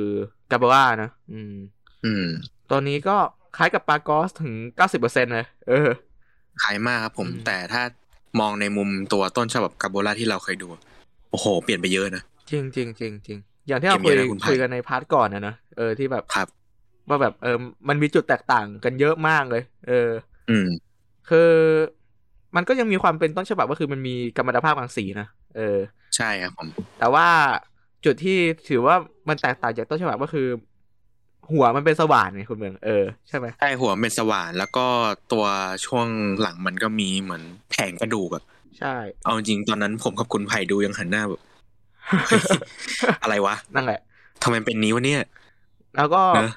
[SPEAKER 1] กาเบร่านะอืม
[SPEAKER 2] อืม
[SPEAKER 1] ตอนนี้ก็คล้ายกับปลากอสถึง 90%เลยเออ
[SPEAKER 2] ขายมากครับผม
[SPEAKER 1] อืม
[SPEAKER 2] แต่ถ้ามองในมุมตัวต้นฉบับกาโบล่าที่เราเคยดู โอ้โห เปลี่ยนไปเยอะนะ
[SPEAKER 1] จริงจริงจริงจริงอย่างที่เราคุย
[SPEAKER 2] เกมเยอะนะคุณไผ่
[SPEAKER 1] คุยกันในพาร์ทก่อนนะเนอะเออที่แบบ
[SPEAKER 2] ครับ
[SPEAKER 1] ว่าแบบเออมันมีจุดแตกต่างกันเยอะมากเลย เออ
[SPEAKER 2] อืม
[SPEAKER 1] คือมันก็ยังมีความเป็นต้นฉบับก็คือมันมีกรรมนตภาพบางสีนะเออ
[SPEAKER 2] ใช่ครับผม
[SPEAKER 1] แต่ว่าจุดที่ถือว่ามันแตกต่างจากต้นฉบับก็คือ หัวมันเป็นสว่านไงคุณเมืองเออใช่ไหม
[SPEAKER 2] ใช่หัวเป็นสว่านแล้วก็ตัวช่วงหลังมันก็มีเหมือนแผงกระดูกอะ
[SPEAKER 1] ใช่ <laughs>
[SPEAKER 2] เอาจริงๆตอนนั้นผมกับคุณไผ่ดูยังหันหน้าแบบ <laughs> เฮ้ยอะไรวะ
[SPEAKER 1] นั่นแหละ
[SPEAKER 2] ทำไมเป็นนี้วะเนี่ย
[SPEAKER 1] แล้วก็
[SPEAKER 2] นะ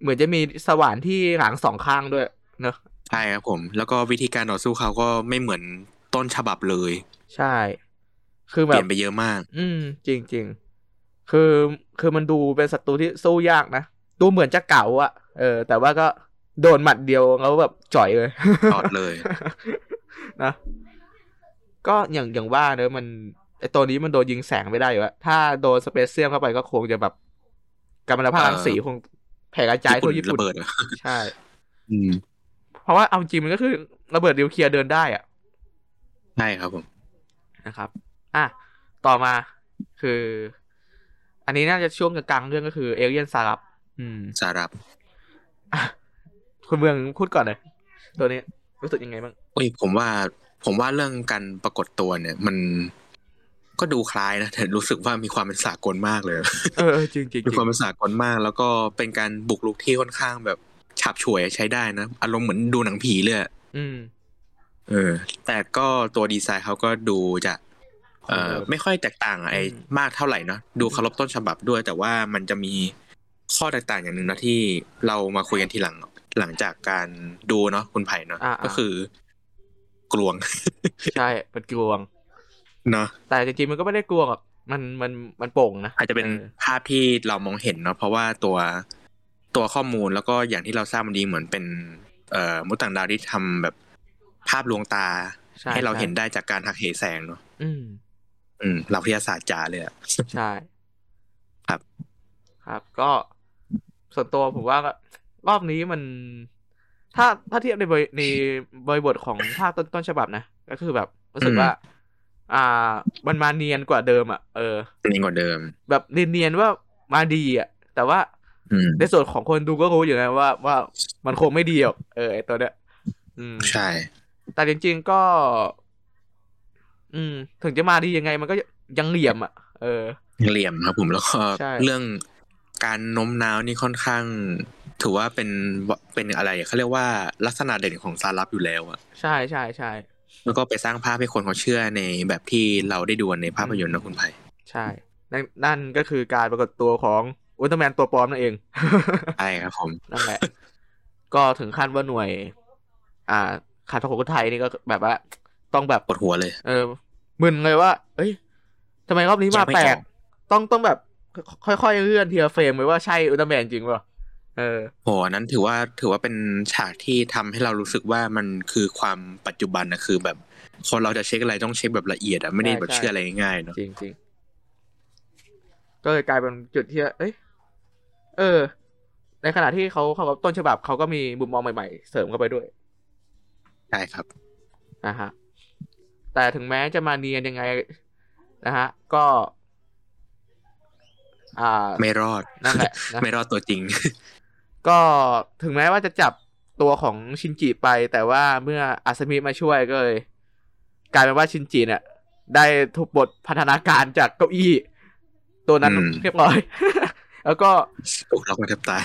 [SPEAKER 1] เหมือนจะมีสว่านที่หลังสองข้างด้วยเนอะ
[SPEAKER 2] ใช่ครับผม แล้วก็วิธีการต่อสู้เขาก็ไม่เหมือนต้นฉบับเลย
[SPEAKER 1] ใช่ คือ
[SPEAKER 2] เป
[SPEAKER 1] แบ
[SPEAKER 2] ลี่
[SPEAKER 1] บ
[SPEAKER 2] ยนไปเยอะมาก
[SPEAKER 1] อืม จริงจริงๆคือ คือมันดูเป็นศัตรูที่สู้ยากนะ ดูเหมือนจะเก่าอะเออ แต่ว่าก็โดนหมัดเดียวแล้วแบบจ่อยเลย <laughs>
[SPEAKER 2] ตอดเลย
[SPEAKER 1] นะ ก็อย่างอย่างว่าเนอะมันไอตัวนี้มันโดนยิงแสงไม่ได้อยู่แล้วถ้าโดนสเปเซียมเข้าไปก็คงจะแบบกำมมันตภาพรังสีคงแผ่กระจายทั่วญี่ปุ่
[SPEAKER 2] ระ
[SPEAKER 1] น
[SPEAKER 2] เบิดเหรอ
[SPEAKER 1] ใช่
[SPEAKER 2] อืม
[SPEAKER 1] เพราะว่าเอาจริงมันก็คือระเบิดนิวเคลียร์เดินได้อะ
[SPEAKER 2] ใช่ครับผม
[SPEAKER 1] นะครับ อ่ะ ต่อมาคือ อันนี้น่าจะช่วงกลางๆเรื่องก็คือเอเลียนซารับอืม
[SPEAKER 2] สารับ
[SPEAKER 1] อ่ะคุณเมืองพูดก่อนเลย ตัวนี้รู้สึกยังไงบ้าง
[SPEAKER 2] อุ้ยผมว่า ผมว่าเรื่องการปรากฏตัวเนี่ย มัน ก็ดูคล้ายนะแต่รู้สึกว่ามีความเป็นสากลมากเลย <laughs>
[SPEAKER 1] เออจริงจริง
[SPEAKER 2] มีความเป็นสากลมาก แล้วก็เป็นการบุกลุกที่ค่อนข้างแบบฉาบฉวยใช้ได้นะอารมณ์เหมือนดูหนังผีเลยอะ
[SPEAKER 1] อืม
[SPEAKER 2] เออ แต่ก็ตัวดีไซน์เขาก็ดูจะเอ่อไม่ค่อยแตกต่างไอ้
[SPEAKER 1] อืม
[SPEAKER 2] มากเท่าไหร่เนาะดูเคารพต้นฉบับด้วย แต่ว่ามันจะมีข้อแตกต่างอย่างหนึ่งนะที่เรามาคุยกันทีหลังหลังจากการดูเนาะคุณไผ่เนาะ
[SPEAKER 1] อ่าๆ
[SPEAKER 2] ก็คือกลวง
[SPEAKER 1] ใช่มันกลวง
[SPEAKER 2] เนาะ
[SPEAKER 1] แต่จริงๆมันก็ไม่ได้กลวงหรอกมันมันมันโป่งนะ
[SPEAKER 2] อาจจะเป็น
[SPEAKER 1] ออ
[SPEAKER 2] ภาพที่เรามองเห็นเนาะเพราะว่าตัวตัวข้อมูลแล้วก็อย่างที่เราทราบมันดีเหมือนเป็น เอ่อมนุษย์ต่างดาวที่ทำแบบภาพลวงตา
[SPEAKER 1] ใช่
[SPEAKER 2] ให้เรา
[SPEAKER 1] ใช่
[SPEAKER 2] เห็นได้จากการหักเหแสงเนาะ
[SPEAKER 1] อืม
[SPEAKER 2] อืมหลักวิทยาศาสตร์จ๋าเลยอะ
[SPEAKER 1] ใช่
[SPEAKER 2] ครับ
[SPEAKER 1] ครับก็ส่วนตัวผมว่าก็รอบนี้มัน ถ้าถ้าเทียบในบริในบริบทของภาคต้นต้นฉบับนะ ก็คือแบบรู้สึกว่า อ่า มันมาเนียนกว่าเดิมอ่ะเออ
[SPEAKER 2] นี่กว่าเดิม
[SPEAKER 1] แบบเนียนๆว่ามาดีอ่ะ แต่ว่า
[SPEAKER 2] อืม
[SPEAKER 1] ในส่วนของคนดูก็รู้อยู่แล้วว่าว่ามันคงไม่ดีหรอกเออไอตัวเนี้ยอืม
[SPEAKER 2] ใช่
[SPEAKER 1] แต่จริงๆก็ อืม ถึงจะมาดียังไงมันก็ยังเหลี่ยมอ่ะ เออ
[SPEAKER 2] เหลี่ยมครับผมแล้วก็
[SPEAKER 1] ใช่
[SPEAKER 2] เรื่องการโน้มน้าวนี่ค่อนข้าง ถือว่าเป็นเป็นอะไรเขาเรียกว่าลักษณะเด่นของซารับอยู่แล้วอะ
[SPEAKER 1] ใช่ใช่ใช่
[SPEAKER 2] แล้วก็ไปสร้างภาพให้คนเขาเชื่อในแบบที่เราได้ดูในภาพยนตร์นะคุณไผ่
[SPEAKER 1] ใช่นั่นนั่นก็คือการปรากฏตัวของอุลตร้าแมนตัวปลอมนั่นเอง <laughs>
[SPEAKER 2] ใช่ครับผม
[SPEAKER 1] นั่นแหละ ก็ถึงขั้นว่าหน่วย อ่าขาดทองคนไทยนี่ก็แบบว่า ต้องแบบ
[SPEAKER 2] ปวดหัวเลย
[SPEAKER 1] เออมึนเลยว่า เอ้ยทำไมรอบนี้มา
[SPEAKER 2] จะไม่
[SPEAKER 1] แปล
[SPEAKER 2] ออก ก
[SPEAKER 1] ต้องต้องแบบ ค่อยๆเลื่อนเทียเฟรมไปว่าใช่อุลตร้าแมนจริงเปล่ะเออ
[SPEAKER 2] โหอันนั้นถือว่าถือว่าเป็นฉากที่ทำให้เรารู้สึกว่ามันคือความปัจจุบันนะคือแบบคนเราจะเช็คอะไรต้องเช็คแบบละเอียดอะไม่ได้
[SPEAKER 1] ใช่
[SPEAKER 2] แบบ
[SPEAKER 1] ใช่
[SPEAKER 2] เชื่ออะไรง่ายๆเนาะ
[SPEAKER 1] จริงจริงๆก็เลยกลายเป็นจุดที่เอ้ยเออ ในขณะที่เขาเขากับต้นฉบับเขาก็มีมุมมองใหม่ๆ เสริมเข้าไปด้วย
[SPEAKER 2] ใช่ครับ
[SPEAKER 1] นะฮะ แต่ถึงแม้จะมาเนียนยังไงนะฮะ ก็ อ่า
[SPEAKER 2] ไม่รอด
[SPEAKER 1] นั่นแหละนะ
[SPEAKER 2] ไม่รอดตัวจริง <laughs>
[SPEAKER 1] ก็ถึงแม้ว่าจะจับตัวของชินจิไป แต่ว่าเมื่ออาสมิมาช่วยก็เลยกลายเป็นว่าชินจิเนี่ย ได้ถูกบทพัฒนาการจากเก้าอี้ ตัวนั้น
[SPEAKER 2] อืม
[SPEAKER 1] เรียบร้อย <laughs> แล้วก็
[SPEAKER 2] ถูกล็อกมาแทบตาย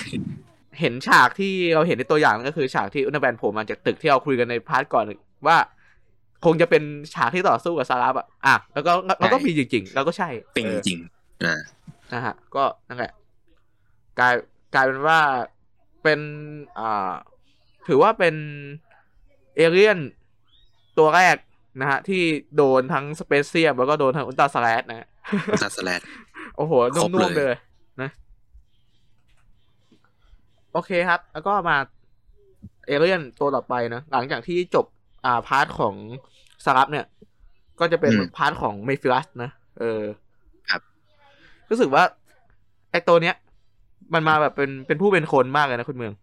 [SPEAKER 1] เห็นฉากที่เราเห็นในตัวอย่างก็คือฉากที่อุนแบนโผล่มาจากตึกที่เราคุยกันในพาร์ทก่อนว่า คงจะเป็นฉากที่ต่อสู้กับซารับอะอ่ะแล้วก็แล้วก็มีจริงๆ แล้วก็ใช่
[SPEAKER 2] เป็น
[SPEAKER 1] อ
[SPEAKER 2] จ
[SPEAKER 1] อ <laughs>
[SPEAKER 2] ริงๆอ่า
[SPEAKER 1] นะฮะก็นั่นแหละกลายกลายเป็นว่าเป็นอ่าถือว่าเป็นเอเลี่ยนตัวแรกนะฮะ ที่โดนทั้งสเปเซียมแล้วก็โดนทั้งอุลตราสแลชนะฮะ
[SPEAKER 2] ซาสแลด
[SPEAKER 1] โอ้โห
[SPEAKER 2] ครบเลย
[SPEAKER 1] นุ่มๆเลยนะ โอเคครับ แล้วก็มาเอเลี่ยนตัวต่อไปนะ หลังจากที่จบอ่าพาร์ทของสลับเนี่ย ก็จะเป็น
[SPEAKER 2] อืม
[SPEAKER 1] พาร์ทของเมฟิลัสนะ เออ
[SPEAKER 2] ครับ
[SPEAKER 1] รู้สึกว่า ไอตัวเนี้ย มันมาแบบเป็นเป็นผู้เป็นคนมากเลยนะคุณเมือง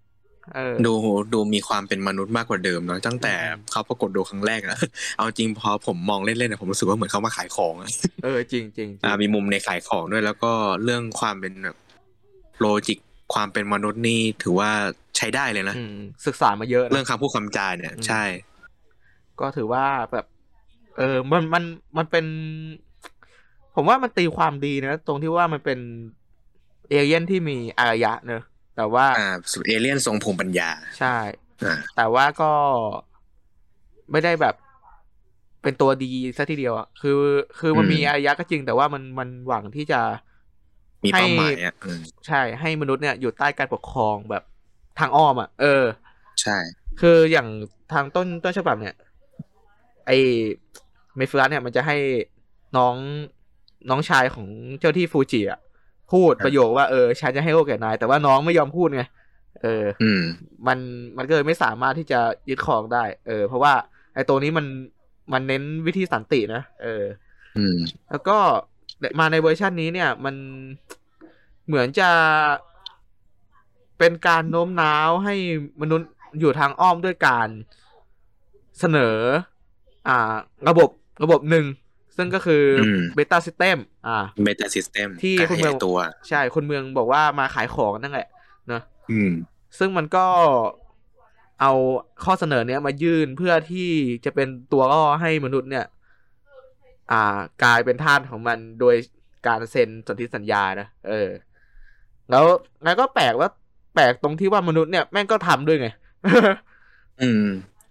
[SPEAKER 1] เออ
[SPEAKER 2] ดูดูมีความเป็นมนุษย์มากกว่าเดิมเนาะตั้งแต่
[SPEAKER 1] อืม
[SPEAKER 2] เขาปรากฏดูครั้งแรกอะ <laughs> เอาจริงพอผมมองเล่นๆนะผมรู้สึกว่าเหมือนเขามาขายของอะ
[SPEAKER 1] เออจริงจริงจริ
[SPEAKER 2] อ่าง มีมุมในขายของด้วยแล้วก็เรื่องความเป็นแบบโลจิกความเป็นมนุษย์นี่ถือว่าใช้ได้เลยนะ
[SPEAKER 1] อืมศึกษามาเยอะนะ
[SPEAKER 2] เรื่องคำพูดคำจาเนี่ย
[SPEAKER 1] อืม
[SPEAKER 2] ใช่
[SPEAKER 1] ก็ถือว่าแบบ เออ มันมันมันเป็น ผมว่ามันตีความดีนะ ตรงที่ว่ามันเป็นเอเลี่ยนที่มีอารยะเนอะแต่ว่า
[SPEAKER 2] อ่าสุดเอเลี่ยนทรงภูมิปัญญา
[SPEAKER 1] ใช่
[SPEAKER 2] อ่า
[SPEAKER 1] แต่ว่าก็ไม่ได้แบบ เป็นตัวดีซะทีเดียวอะคือ คือมันมีอารยะก็จริง แต่ว่ามันมันหวังที่จะ
[SPEAKER 2] มีเป้าหมาย
[SPEAKER 1] ให้
[SPEAKER 2] อ่ะอืม
[SPEAKER 1] ใช่ ให้มนุษย์เนี่ยอยู่ใต้การปกครองแบบทางอ้อมอะเออ
[SPEAKER 2] ใช่
[SPEAKER 1] คืออย่างทางต้นต้นฉบับเนี่ย ไอเมฟิลัสเนี่ยมันจะให้น้องน้องชายของเจ้าที่ฟูจิอะพูดประโยคว่าเออฉันจะให้โอกาสแก่นาย แต่ว่าน้องไม่ยอมพูดไงเออ
[SPEAKER 2] อืม
[SPEAKER 1] มันมันก็เลยไม่สามารถที่จะยึดครองได้ เออ เพราะว่าไอตัวนี้มันมันเน้นวิธีสันตินะเออ
[SPEAKER 2] อืม
[SPEAKER 1] แล้วก็มาในเวอร์ชันนี้เนี่ย มันเหมือนจะเป็นการโน้มน้าวให้มนุษย์อยู่ทางอ้อมด้วยการเสนอ อ่า ระบบระบบหนึ่ง ซึ่งก็คืออ
[SPEAKER 2] ม
[SPEAKER 1] เบต้าซิสเต็มอ่า
[SPEAKER 2] เมตาซิสเต็ม
[SPEAKER 1] ที่
[SPEAKER 2] การ
[SPEAKER 1] คุณเมือย
[SPEAKER 2] ขาง ยตัว
[SPEAKER 1] ใช่คนเมืองบอกว่ามาขายของนั่นแหละ
[SPEAKER 2] อืม
[SPEAKER 1] ซึ่งมันก็เอาข้อเสนอเนี้ยมายื่นเพื่อที่จะเป็นตัวล่อให้มนุษย์เนี่ย อ่า กลายเป็นท่านของมันโดยการเซ็นสนธิสัญญานะเออ แล้วงั้นก็แปลกว่าแปลกตรงที่ว่ามนุษย์เนี่ยแม่งก็ทำด้วยไง <laughs>
[SPEAKER 2] อืม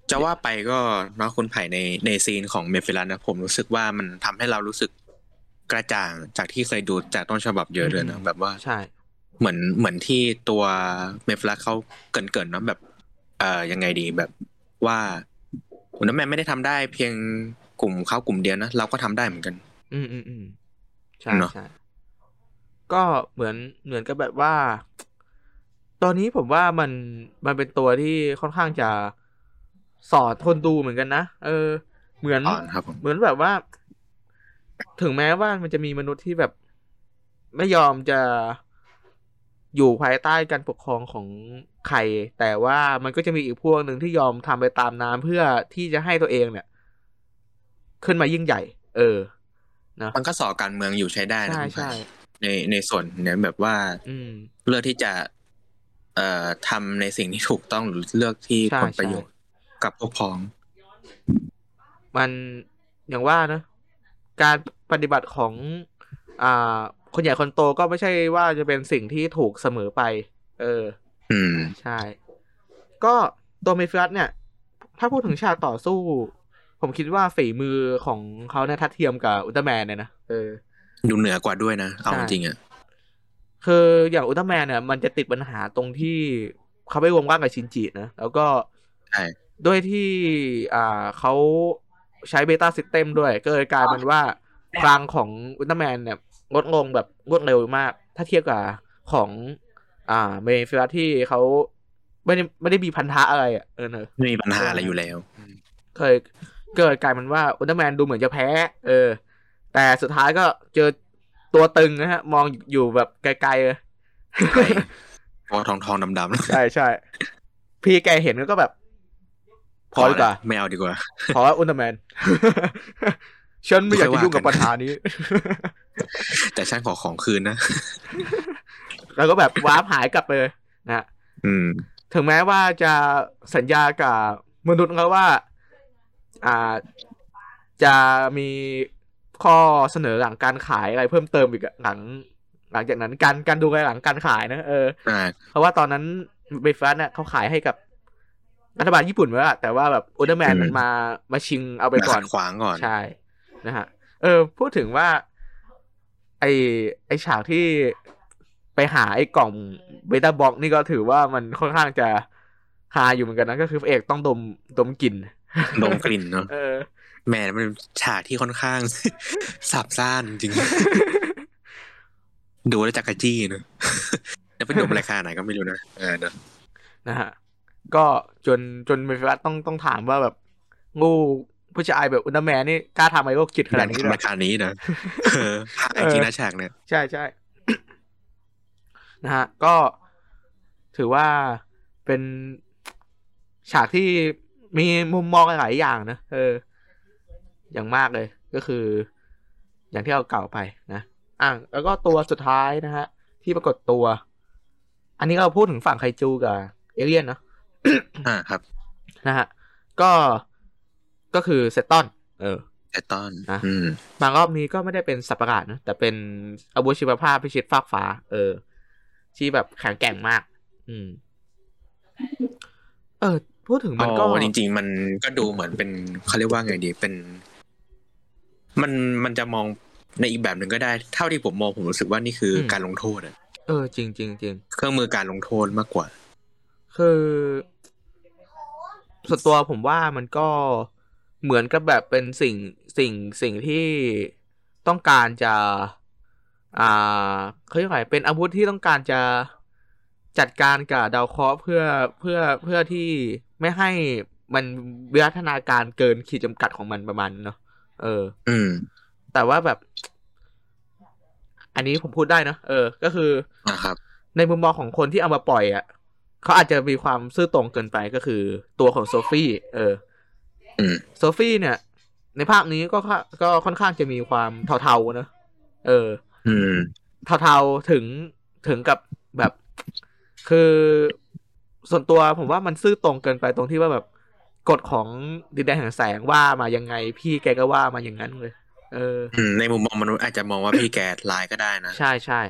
[SPEAKER 2] จะว่าไปก็เนาะคุณไผ่ในในซีนของเมฟิลันนะผมรู้สึกว่ามันทำให้เรารู้สึกกระจ่างจากที่เคยดูจากต้นฉบับเยอะเลยนะ
[SPEAKER 1] อืม
[SPEAKER 2] แบบว่า
[SPEAKER 1] ใช่
[SPEAKER 2] เหมือนเหมือนที่ตัวเมฟิลันเขาเกรินเกินๆเนาะแบบ เอ่อยังไงดีแบบว่าอุลตร้าแมนไม่ได้ทำได้เพียงกลุ่มเขากลุ่มเดียวนะเราก็ทำได้เหมือนกัน
[SPEAKER 1] อืมอืมอืมใช่
[SPEAKER 2] เนอะ
[SPEAKER 1] ใช่ก็เหมือนเหมือนกับแบบว่า ตอนนี้ผมว่ามันมันเป็นตัวที่ค่อนข้างจะสอดคนดูเหมือนกันนะเออ เหมือน
[SPEAKER 2] อ่อนครับผม
[SPEAKER 1] เหมือนแบบว่า ถึงแม้ว่ามันจะมีมนุษย์ที่แบบ ไม่ยอมจะอยู่ภายใต้การปกครองของใคร แต่ว่ามันก็จะมีอีกพวกหนึ่งที่ยอมทำไปตามน้ำเพื่อที่จะให้ตัวเองเนี่ย ขึ้นมายิ่งใหญ่ เออ นะ
[SPEAKER 2] มันก็สอการเมืองอยู่ใช้ได้นะ
[SPEAKER 1] ใช่
[SPEAKER 2] คุณไผ่
[SPEAKER 1] ใช่
[SPEAKER 2] ในในส่วนเนี่ยแบบว่า
[SPEAKER 1] อืม
[SPEAKER 2] เลือกที่จะ เอ่อทำในสิ่งที่ถูกต้องหรือเลือกที่
[SPEAKER 1] ใช่
[SPEAKER 2] ผลประโยชน์กับพวกพ้อง
[SPEAKER 1] มันอย่างว่านะ การปฏิบัติของ อ่า คนใหญ่คนโตก็ไม่ใช่ว่าจะเป็นสิ่งที่ถูกเสมอไป เออ
[SPEAKER 2] อืม
[SPEAKER 1] ใช่ ก็ตัวเมฟิลัสเนี่ย ถ้าพูดถึงฉากต่อสู้ ผมคิดว่าฝีมือของเขาเนี่ยทัดเทียมกับอุลตร้าแมนเลยนะ เออ
[SPEAKER 2] ดูเหนือกว่าด้วยนะ เอา
[SPEAKER 1] ใช่
[SPEAKER 2] จริงๆอ่ะ
[SPEAKER 1] คืออย่างอุลตร้าแมนเนี่ย มันจะติดปัญหาตรงที่เขาไปวงว่างกับชินจินะ แล้วก็
[SPEAKER 2] ใช่
[SPEAKER 1] ด้วยที่ อ่าเขาใช้เบต้าซิสเต็มด้วย ก็เลยกลายเป็นว่าพลังของอุลตร้าแมนเนี่ยลดลงแบบรวดเร็วมาก ถ้าเทียบกับของ อ่า เมฟิลัสที่เขาไม่ได้ไม่ได้มีพันธะอะไรอะเออเนอะ
[SPEAKER 2] ไม่มีปัญหาอะไรอยู่แล้ว
[SPEAKER 1] เคยเกิดกลายเป็นว่าอุลตร้าแมนดูเหมือนจะแพ้ เออ แต่สุดท้ายก็เจอตัวตึงนะฮะ มองอยู่แบบไกลๆเลย
[SPEAKER 2] ตัวทองทองๆดำ
[SPEAKER 1] ใช่ใช่พี่แกเห็นก็แบบ
[SPEAKER 2] ๆ
[SPEAKER 1] พอดีกว่า
[SPEAKER 2] แล้วไม่เอาดีกว่า
[SPEAKER 1] ขออุลตร้าแมน <laughs> ฉันไม่อยากจะยุ่งกับปัญหานี้
[SPEAKER 2] แต่ฉันขอของคืนนะ
[SPEAKER 1] แล้วก็แบบว้าร์ปหายกลับไปเลยนะฮะ
[SPEAKER 2] อืม
[SPEAKER 1] ถึงแม้ว่าจะสัญญากับมนุษย์แล้วว่า อ่า จะมีข้อเสนอหลังการขายอะไรเพิ่มเติมอีกอะหลัง หลังจากนั้นการการดูแลหลังการขายนะเออ
[SPEAKER 2] อ่า
[SPEAKER 1] เพราะว่าตอนนั้นเบรฟัสเนี่ยเขาขายให้กับรัฐบาลญี่ปุ่นไว้ละแต่ว่าแบบอุลตร้าแมน
[SPEAKER 2] อืม
[SPEAKER 1] มันมามาชิงเอาไปก่อน
[SPEAKER 2] ขัดขวางก่อน
[SPEAKER 1] ใช่นะฮะ เออ พูดถึงว่า ไอไอฉากที่ไปหาไอกล่องเบต้าบ็อกนี่ก็ถือว่ามันค่อนข้างจะหาอยู่เหมือนกันนะ ก็คือพระเอกต้องดมดมกลิ่น
[SPEAKER 2] ดมกลิ่นเนาะ
[SPEAKER 1] เออ
[SPEAKER 2] แหม่มันเป็นฉากที่ค่อนข้าง <laughs> สับซ่านจริงๆ ดูแล้วจักรจี้เนอะแล้วไปดมราคาไหนก็ไม่รู้นะเออเนอะ
[SPEAKER 1] นะฮะ ก็จนจนเมฟิลัสต้องต้องถามว่าแบบงูผู้ชายแบบอุลตร้าแมนนี่กล้าทำอะไรก็คิดขนาดนี้เลยเหร
[SPEAKER 2] รา
[SPEAKER 1] อ
[SPEAKER 2] คานี้นะเออหาจริงนะฉากเนี่ย
[SPEAKER 1] ใช่ใช่ นะฮะ ก็ถือว่าเป็นฉากที่มีมุมมองหลายๆอย่างนะเออ อย่างมากเลย ก็คือ อย่างที่เราเกล่าวไปนะอ่ะแล้วก็ตัวสุดท้ายนะฮะ ที่ปรากฏตัว อันนี้เราพูดถึงฝั่งไคจูกับเอเลี่ยนเนาะ
[SPEAKER 2] อ่าครับ
[SPEAKER 1] นะฮะ ก็ก็คือเซตตอน เออ
[SPEAKER 2] แอตตอน
[SPEAKER 1] นะ
[SPEAKER 2] อืม
[SPEAKER 1] มารอบนี้ก็ไม่ได้เป็นสัตว์ประหลาดนะ แต่เป็นอาวุธชีวภาพพิชิตฟากฟ้า เออ ที่แบบแข็งแกร่งมาก อืม เออ พูดถึงมันก็
[SPEAKER 2] อ๋อจริง ๆ มันก็ดูเหมือนเป็นเขาเรียกว่าไงดีเป็น มันมันจะมองในอีกแบบหนึ่งก็ได้ เท่าที่ผมมองผมรู้สึกว่านี่คืออ
[SPEAKER 1] ม
[SPEAKER 2] การลงโทษอะ
[SPEAKER 1] เออ จริงจริงจริง
[SPEAKER 2] เครื่องมือการลงโทษมากกว่า
[SPEAKER 1] คือส่วนตัวผมว่ามันก็เหมือนกับแบบเป็นสิ่งสิ่งสิ่งที่ต้องการจะ อ่าเขาเรียกว่าไงเป็นอาวุธที่ต้องการจะจัดการกับดาวเคราะห์เพื่อเพื่อเพื่อที่ไม่ให้มันวิวัฒนาการเกินขีดจำกัดของมันประมาณนั้นเนาะเออ
[SPEAKER 2] อืม
[SPEAKER 1] แต่ว่าแบบ อันนี้ผมพูดได้เนาะเออ ก็คือ
[SPEAKER 2] นะครับ
[SPEAKER 1] ในมุมมองของคนที่เอามาปล่อยอะ่ะเขาอาจจะมีความซื่อตรงเกินไปก็คือตัวของโซฟี่เออ
[SPEAKER 2] อืม
[SPEAKER 1] โซฟี่เนี่ย ในภาคนี้ก็ค่ก็ค่อนข้างจะมีความเทาๆนะเออ
[SPEAKER 2] อืม
[SPEAKER 1] เทาๆถึงถึงกับแบบ คือส่วนตัวผมว่ามันซื่อตรงเกินไปตรงที่ว่าแบบกฎของดินแดนแห่งแสงว่ามายังไง พี่แกก็ว่ามาอย่างนั้นเลย เออ
[SPEAKER 2] อืมในมุมมองมนุษย์อาจจะมองว่าพี่แกร้ายก็ได้นะ
[SPEAKER 1] ใช่ใช่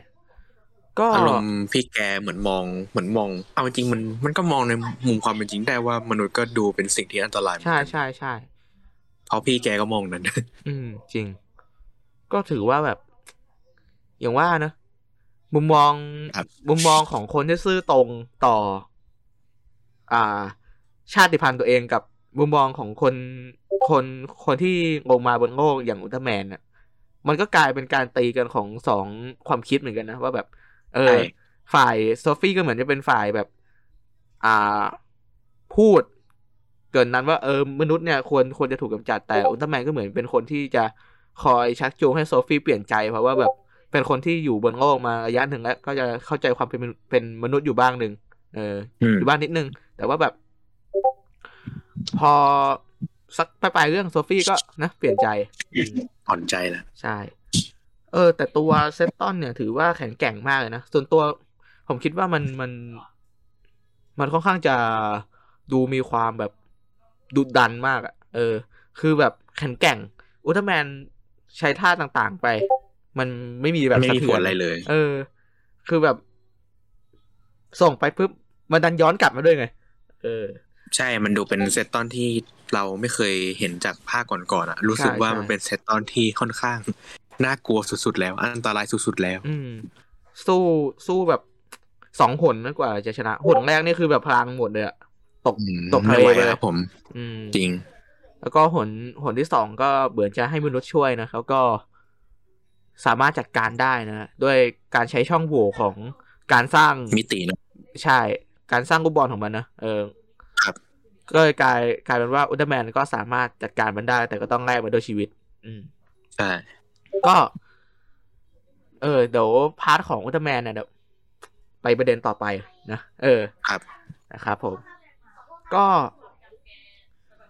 [SPEAKER 1] ก็
[SPEAKER 2] อารมณ์พี่แกเหมือนมองเหมือนมอง เอาจริงมันมันก็มองในมุมความเป็นจริงได้ว่ามนุษย์ก็ดูเป็นสิ่งที่อันตรายเหมือน
[SPEAKER 1] ใช่
[SPEAKER 2] กัน
[SPEAKER 1] ใช่ใช่
[SPEAKER 2] เพราะพี่แกก็มองนั้น
[SPEAKER 1] อืม จริง ก็ถือว่าแบบ อย่างว่านะมุมมอง
[SPEAKER 2] ครับ
[SPEAKER 1] มุมมองของคนที่ซื่อตรงต่อ อ่า ชาติพันธุ์ตัวเองกับมุมมองของคนคนคนที่ลงมาบนโลกอย่างอุลตร้าแมนน่ะ มันก็กลายเป็นการตีกันของสองความคิดเหมือนกันนะ ว่าแบบ เออ
[SPEAKER 2] ใช่
[SPEAKER 1] ฝ่ายโซฟี่ก็เหมือนจะเป็นฝ่ายแบบ อ่า พูด เกินนั้นว่าเออมนุษย์เนี่ยควรควรจะถูกกำจัดแต่อุลตร้าแมนก็เหมือนเป็นคนที่จะคอยชักจูงให้โซฟี่เปลี่ยนใจเพราะว่าแบบเป็นคนที่อยู่บนโลกมาระยะหนึ่งแล้ว ก็จะเข้าใจความเป็นมนุษย์เป็นมนุษย์อยู่บ้างหนึ่งเออ
[SPEAKER 2] อืม
[SPEAKER 1] อยู่บ้านนิดนึง แต่ว่าแบบ พอสักปลายๆเรื่องโซฟี่ก็นะเปลี่ยนใจอืม
[SPEAKER 2] อ่อนใจแล้ว
[SPEAKER 1] ใช่ เออ แต่ตัวเซตตันเนี่ย ถือว่าแข็งแกร่งมากเลยนะ ส่วนตัวผมคิดว่ามันมัน มันค่อนข้างจะดูมีความแบบดุดันมากอะเออ คือแบบแข็งแกร่ง อุลตร้าแมนใช้ท่าต่างๆไป มันไม่มีแบบ
[SPEAKER 2] ไม่
[SPEAKER 1] สะ
[SPEAKER 2] มี
[SPEAKER 1] เทื
[SPEAKER 2] ผ
[SPEAKER 1] อ
[SPEAKER 2] ล
[SPEAKER 1] น
[SPEAKER 2] อะไรเลย
[SPEAKER 1] เออ คือแบบ ส่งไปปุ๊บมันดันย้อนกลับมาด้วยไง เออ
[SPEAKER 2] ใช่มันดูเป็นเซตตอนที่เราไม่เคยเห็นจากภาคก่อนๆอ่ะ รู้สึก
[SPEAKER 1] ใช่
[SPEAKER 2] ว่า
[SPEAKER 1] ใช่
[SPEAKER 2] มันเป็นเซตตอนที่ค่อนข้าง น่ากลัวสุดๆแล้ว อันตรายสุดๆแล้ว
[SPEAKER 1] อืม สู้สู้แบบสองหนมากกว่าจะชนะหนแรกนี่คือแบบพลังหมดเลยอะตก
[SPEAKER 2] อืม
[SPEAKER 1] ตกทะ
[SPEAKER 2] ไม่
[SPEAKER 1] เล
[SPEAKER 2] ไหว
[SPEAKER 1] ไปเล
[SPEAKER 2] แล้
[SPEAKER 1] ยว
[SPEAKER 2] ผม
[SPEAKER 1] อืม
[SPEAKER 2] จริง
[SPEAKER 1] แล้วก็หนหนที่สองก็เบือนจะให้มนุษย์ช่วยนะแล้วก็สามารถจัดการได้นะด้วยการใช้ช่องโหว่ของการสร้าง
[SPEAKER 2] มิติเนอะ
[SPEAKER 1] ใช่ การสร้างลูกบอลของมันนะ เออ
[SPEAKER 2] ครับ
[SPEAKER 1] ก็เลยกลายกลายเป็นว่าอุลตร้าแมนก็สามารถจัดการมันได้ แต่ก็ต้องแลกมาด้วยชีวิต อืม
[SPEAKER 2] ใช่
[SPEAKER 1] ก็ เออ เดี๋ยวพาร์ทของอุลตร้าแมนเนี่ยเดี๋ยวไปประเด็นต่อไปนะ เออ
[SPEAKER 2] ครับ
[SPEAKER 1] นะครับผม ก็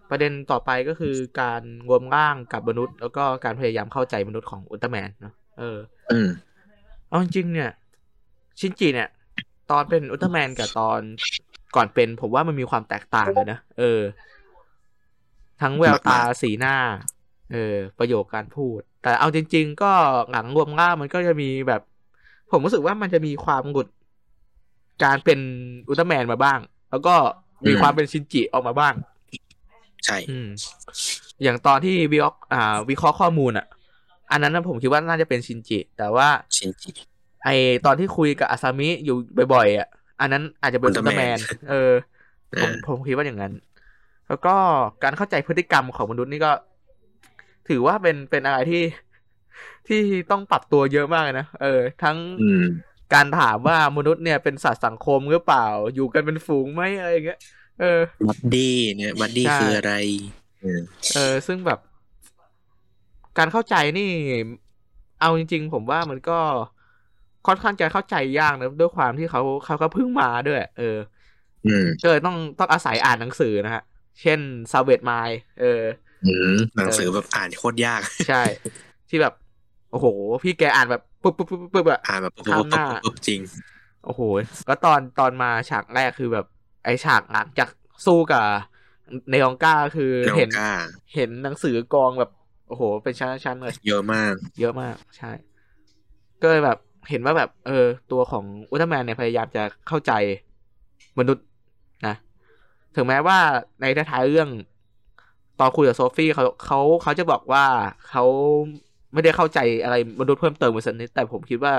[SPEAKER 1] ประเด็นต่อไปก็คือการรวมร่างกับมนุษย์ แล้วก็การพยายามเข้าใจมนุษย์ของอุลตร้าแมนเนาะ เออ
[SPEAKER 2] อืม
[SPEAKER 1] เอาจริงๆเนี่ย ชินจิเนี่ย ตอนเป็นอุลตร้าแมนกับตอนก่อนเป็น ผมว่ามันมีความแตกต่างเลยนะเออ ทั้งแววตาสีหน้า เออ ประโยคการพูด แต่เอาจริง ๆ ก็หลังรวมง่ามมันก็จะมีแบบ ผมรู้สึกว่ามันจะมีความหงุดการเป็นอุลตร้าแมนมาบ้าง แล้วก็มี
[SPEAKER 2] อืม
[SPEAKER 1] ความเป็นชินจิออกมาบ้าง
[SPEAKER 2] ใช่
[SPEAKER 1] อืม อย่างตอนที่วิเคราะห์อ่า วิเคราะห์ข้อมูลอ่ะ อันนั้นนะผมคิดว่าน่าจะเป็นชินจิ แต่ว่า
[SPEAKER 2] ชินจิ
[SPEAKER 1] ไอตอนที่คุยกับอาซามิอยู่บ่อยๆอ่ะ อันนั้นอาจจะเป็นอุลตร้าแมน
[SPEAKER 2] Ultraman
[SPEAKER 1] เออ ผ
[SPEAKER 2] อ่าม
[SPEAKER 1] ผมคิดว่าอย่างนั้น แล้วก็การเข้าใจพฤติกรรมของมนุษย์นี่ก็ ถือว่าเป็นเป็นอะไรที่ที่ต้องปรับตัวเยอะมากเลยนะเออ ทั้ง
[SPEAKER 2] อืม
[SPEAKER 1] การถามว่ามนุษย์เนี่ยเป็นสัตว์สังคมหรือเปล่า อยู่กันเป็นฝูงไหมอะไรอย่างเงี้ยเออ
[SPEAKER 2] บัดดี้เนี่ยบัดดี้
[SPEAKER 1] ใช่
[SPEAKER 2] คืออะไรเออ
[SPEAKER 1] เออซึ่งแบบ การเข้าใจนี่ เอาจริง ๆ ผมว่ามันก็ค่อนข้างจะเข้าใจยากนะด้วยความที่เขาเขาก็เพิ่งมาด้วย เออ
[SPEAKER 2] อืม
[SPEAKER 1] ก็เลยต้องต้องอาศัยอ่านหนังสือนะฮะ เช่นซาเวตไมเออ
[SPEAKER 2] อืมหนังสือแบบอ่านโคตรยาก
[SPEAKER 1] ใช่ ที่แบบ โอ้โห พี่แกอ่านแบบปุ๊บปุ๊บปุ๊บปุ๊บอะ
[SPEAKER 2] อ่านแบบปุ๊บ
[SPEAKER 1] ข้าง
[SPEAKER 2] ปุ๊บ
[SPEAKER 1] หน้า
[SPEAKER 2] ปุ๊บปุ๊บจริง
[SPEAKER 1] โอ้โห ก็ตอนตอนมาฉากแรกคือแบบ ไอฉากหลังจากสู้กับในองก้าคือ
[SPEAKER 2] เน
[SPEAKER 1] เห็น
[SPEAKER 2] โก้า
[SPEAKER 1] เห็นหนังสือกองแบบ โอ้โห เป็นชั้นๆเลย
[SPEAKER 2] เยอะมาก
[SPEAKER 1] เยอะมากใช่ ก็เลยแบบเห็นว่าแบบ เออ ตัวของอุลตร้าแมนเนี่ยพยายามจะเข้าใจมนุษย์นะถึงแม้ว่าในท้ายๆเรื่อง ตอนคุยกับโซฟี่เขาเขาเขาจะบอกว่าเขาไม่ได้เข้าใจอะไรมนุษย์เพิ่มเติมเหมือนสันนิดแต่ผมคิดว่า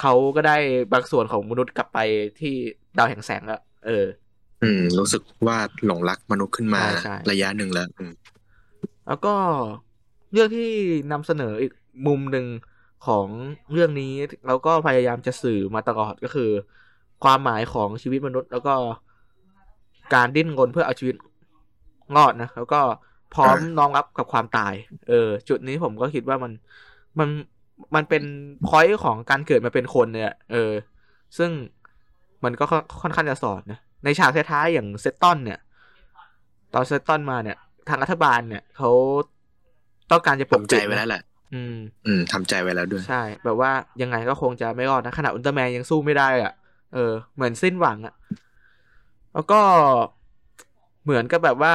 [SPEAKER 1] เขาก็ได้บางส่วนของมนุษย์กลับไปที่ดาวแห่งแสงแล้วเออ
[SPEAKER 2] อืม รู้สึกว่าหลงรักมนุษย์ขึ้นมา
[SPEAKER 1] ใช่ใช่
[SPEAKER 2] ระยะหนึ่งแล้วอืม
[SPEAKER 1] แล้วก็เรื่องที่นำเสนออีกมุมหนึ่งของเรื่องนี้เราก็พยายามจะสื่อมาตลอดก็คือ ความหมายของชีวิตมนุษย์ แล้วก็การดิ้นรนเพื่อเอาชีวิตรอดนะแล้วก็พร้อมน้อมรับกับความตาย เออ จุดนี้ผมก็คิดว่ามันมันมันเป็นพอยต์ของการเกิดมาเป็นคนเนี่ย เออ ซึ่งมันก็ค่อนค่อนข้างจะสอนนะ ในฉากท้ายๆอย่างเซตตอนเนี่ย ตอนเซตตอนมาเนี่ย ทางรัฐบาลเนี่ยเขาต้องการจะปก
[SPEAKER 2] ทำใจ
[SPEAKER 1] ปิดนะ
[SPEAKER 2] ไว้แล้วแหละ
[SPEAKER 1] อืม
[SPEAKER 2] อืมทำใจไว้แล้วด้วย
[SPEAKER 1] ใช่ แบบว่ายังไงก็คงจะไม่รอดนะขนาดอุลตร้าแมนยังสู้ไม่ได้อะ่ะ เออ เหมือนสิ้นหวังอะ่ะ แล้วก็เหมือนกับแบบว่า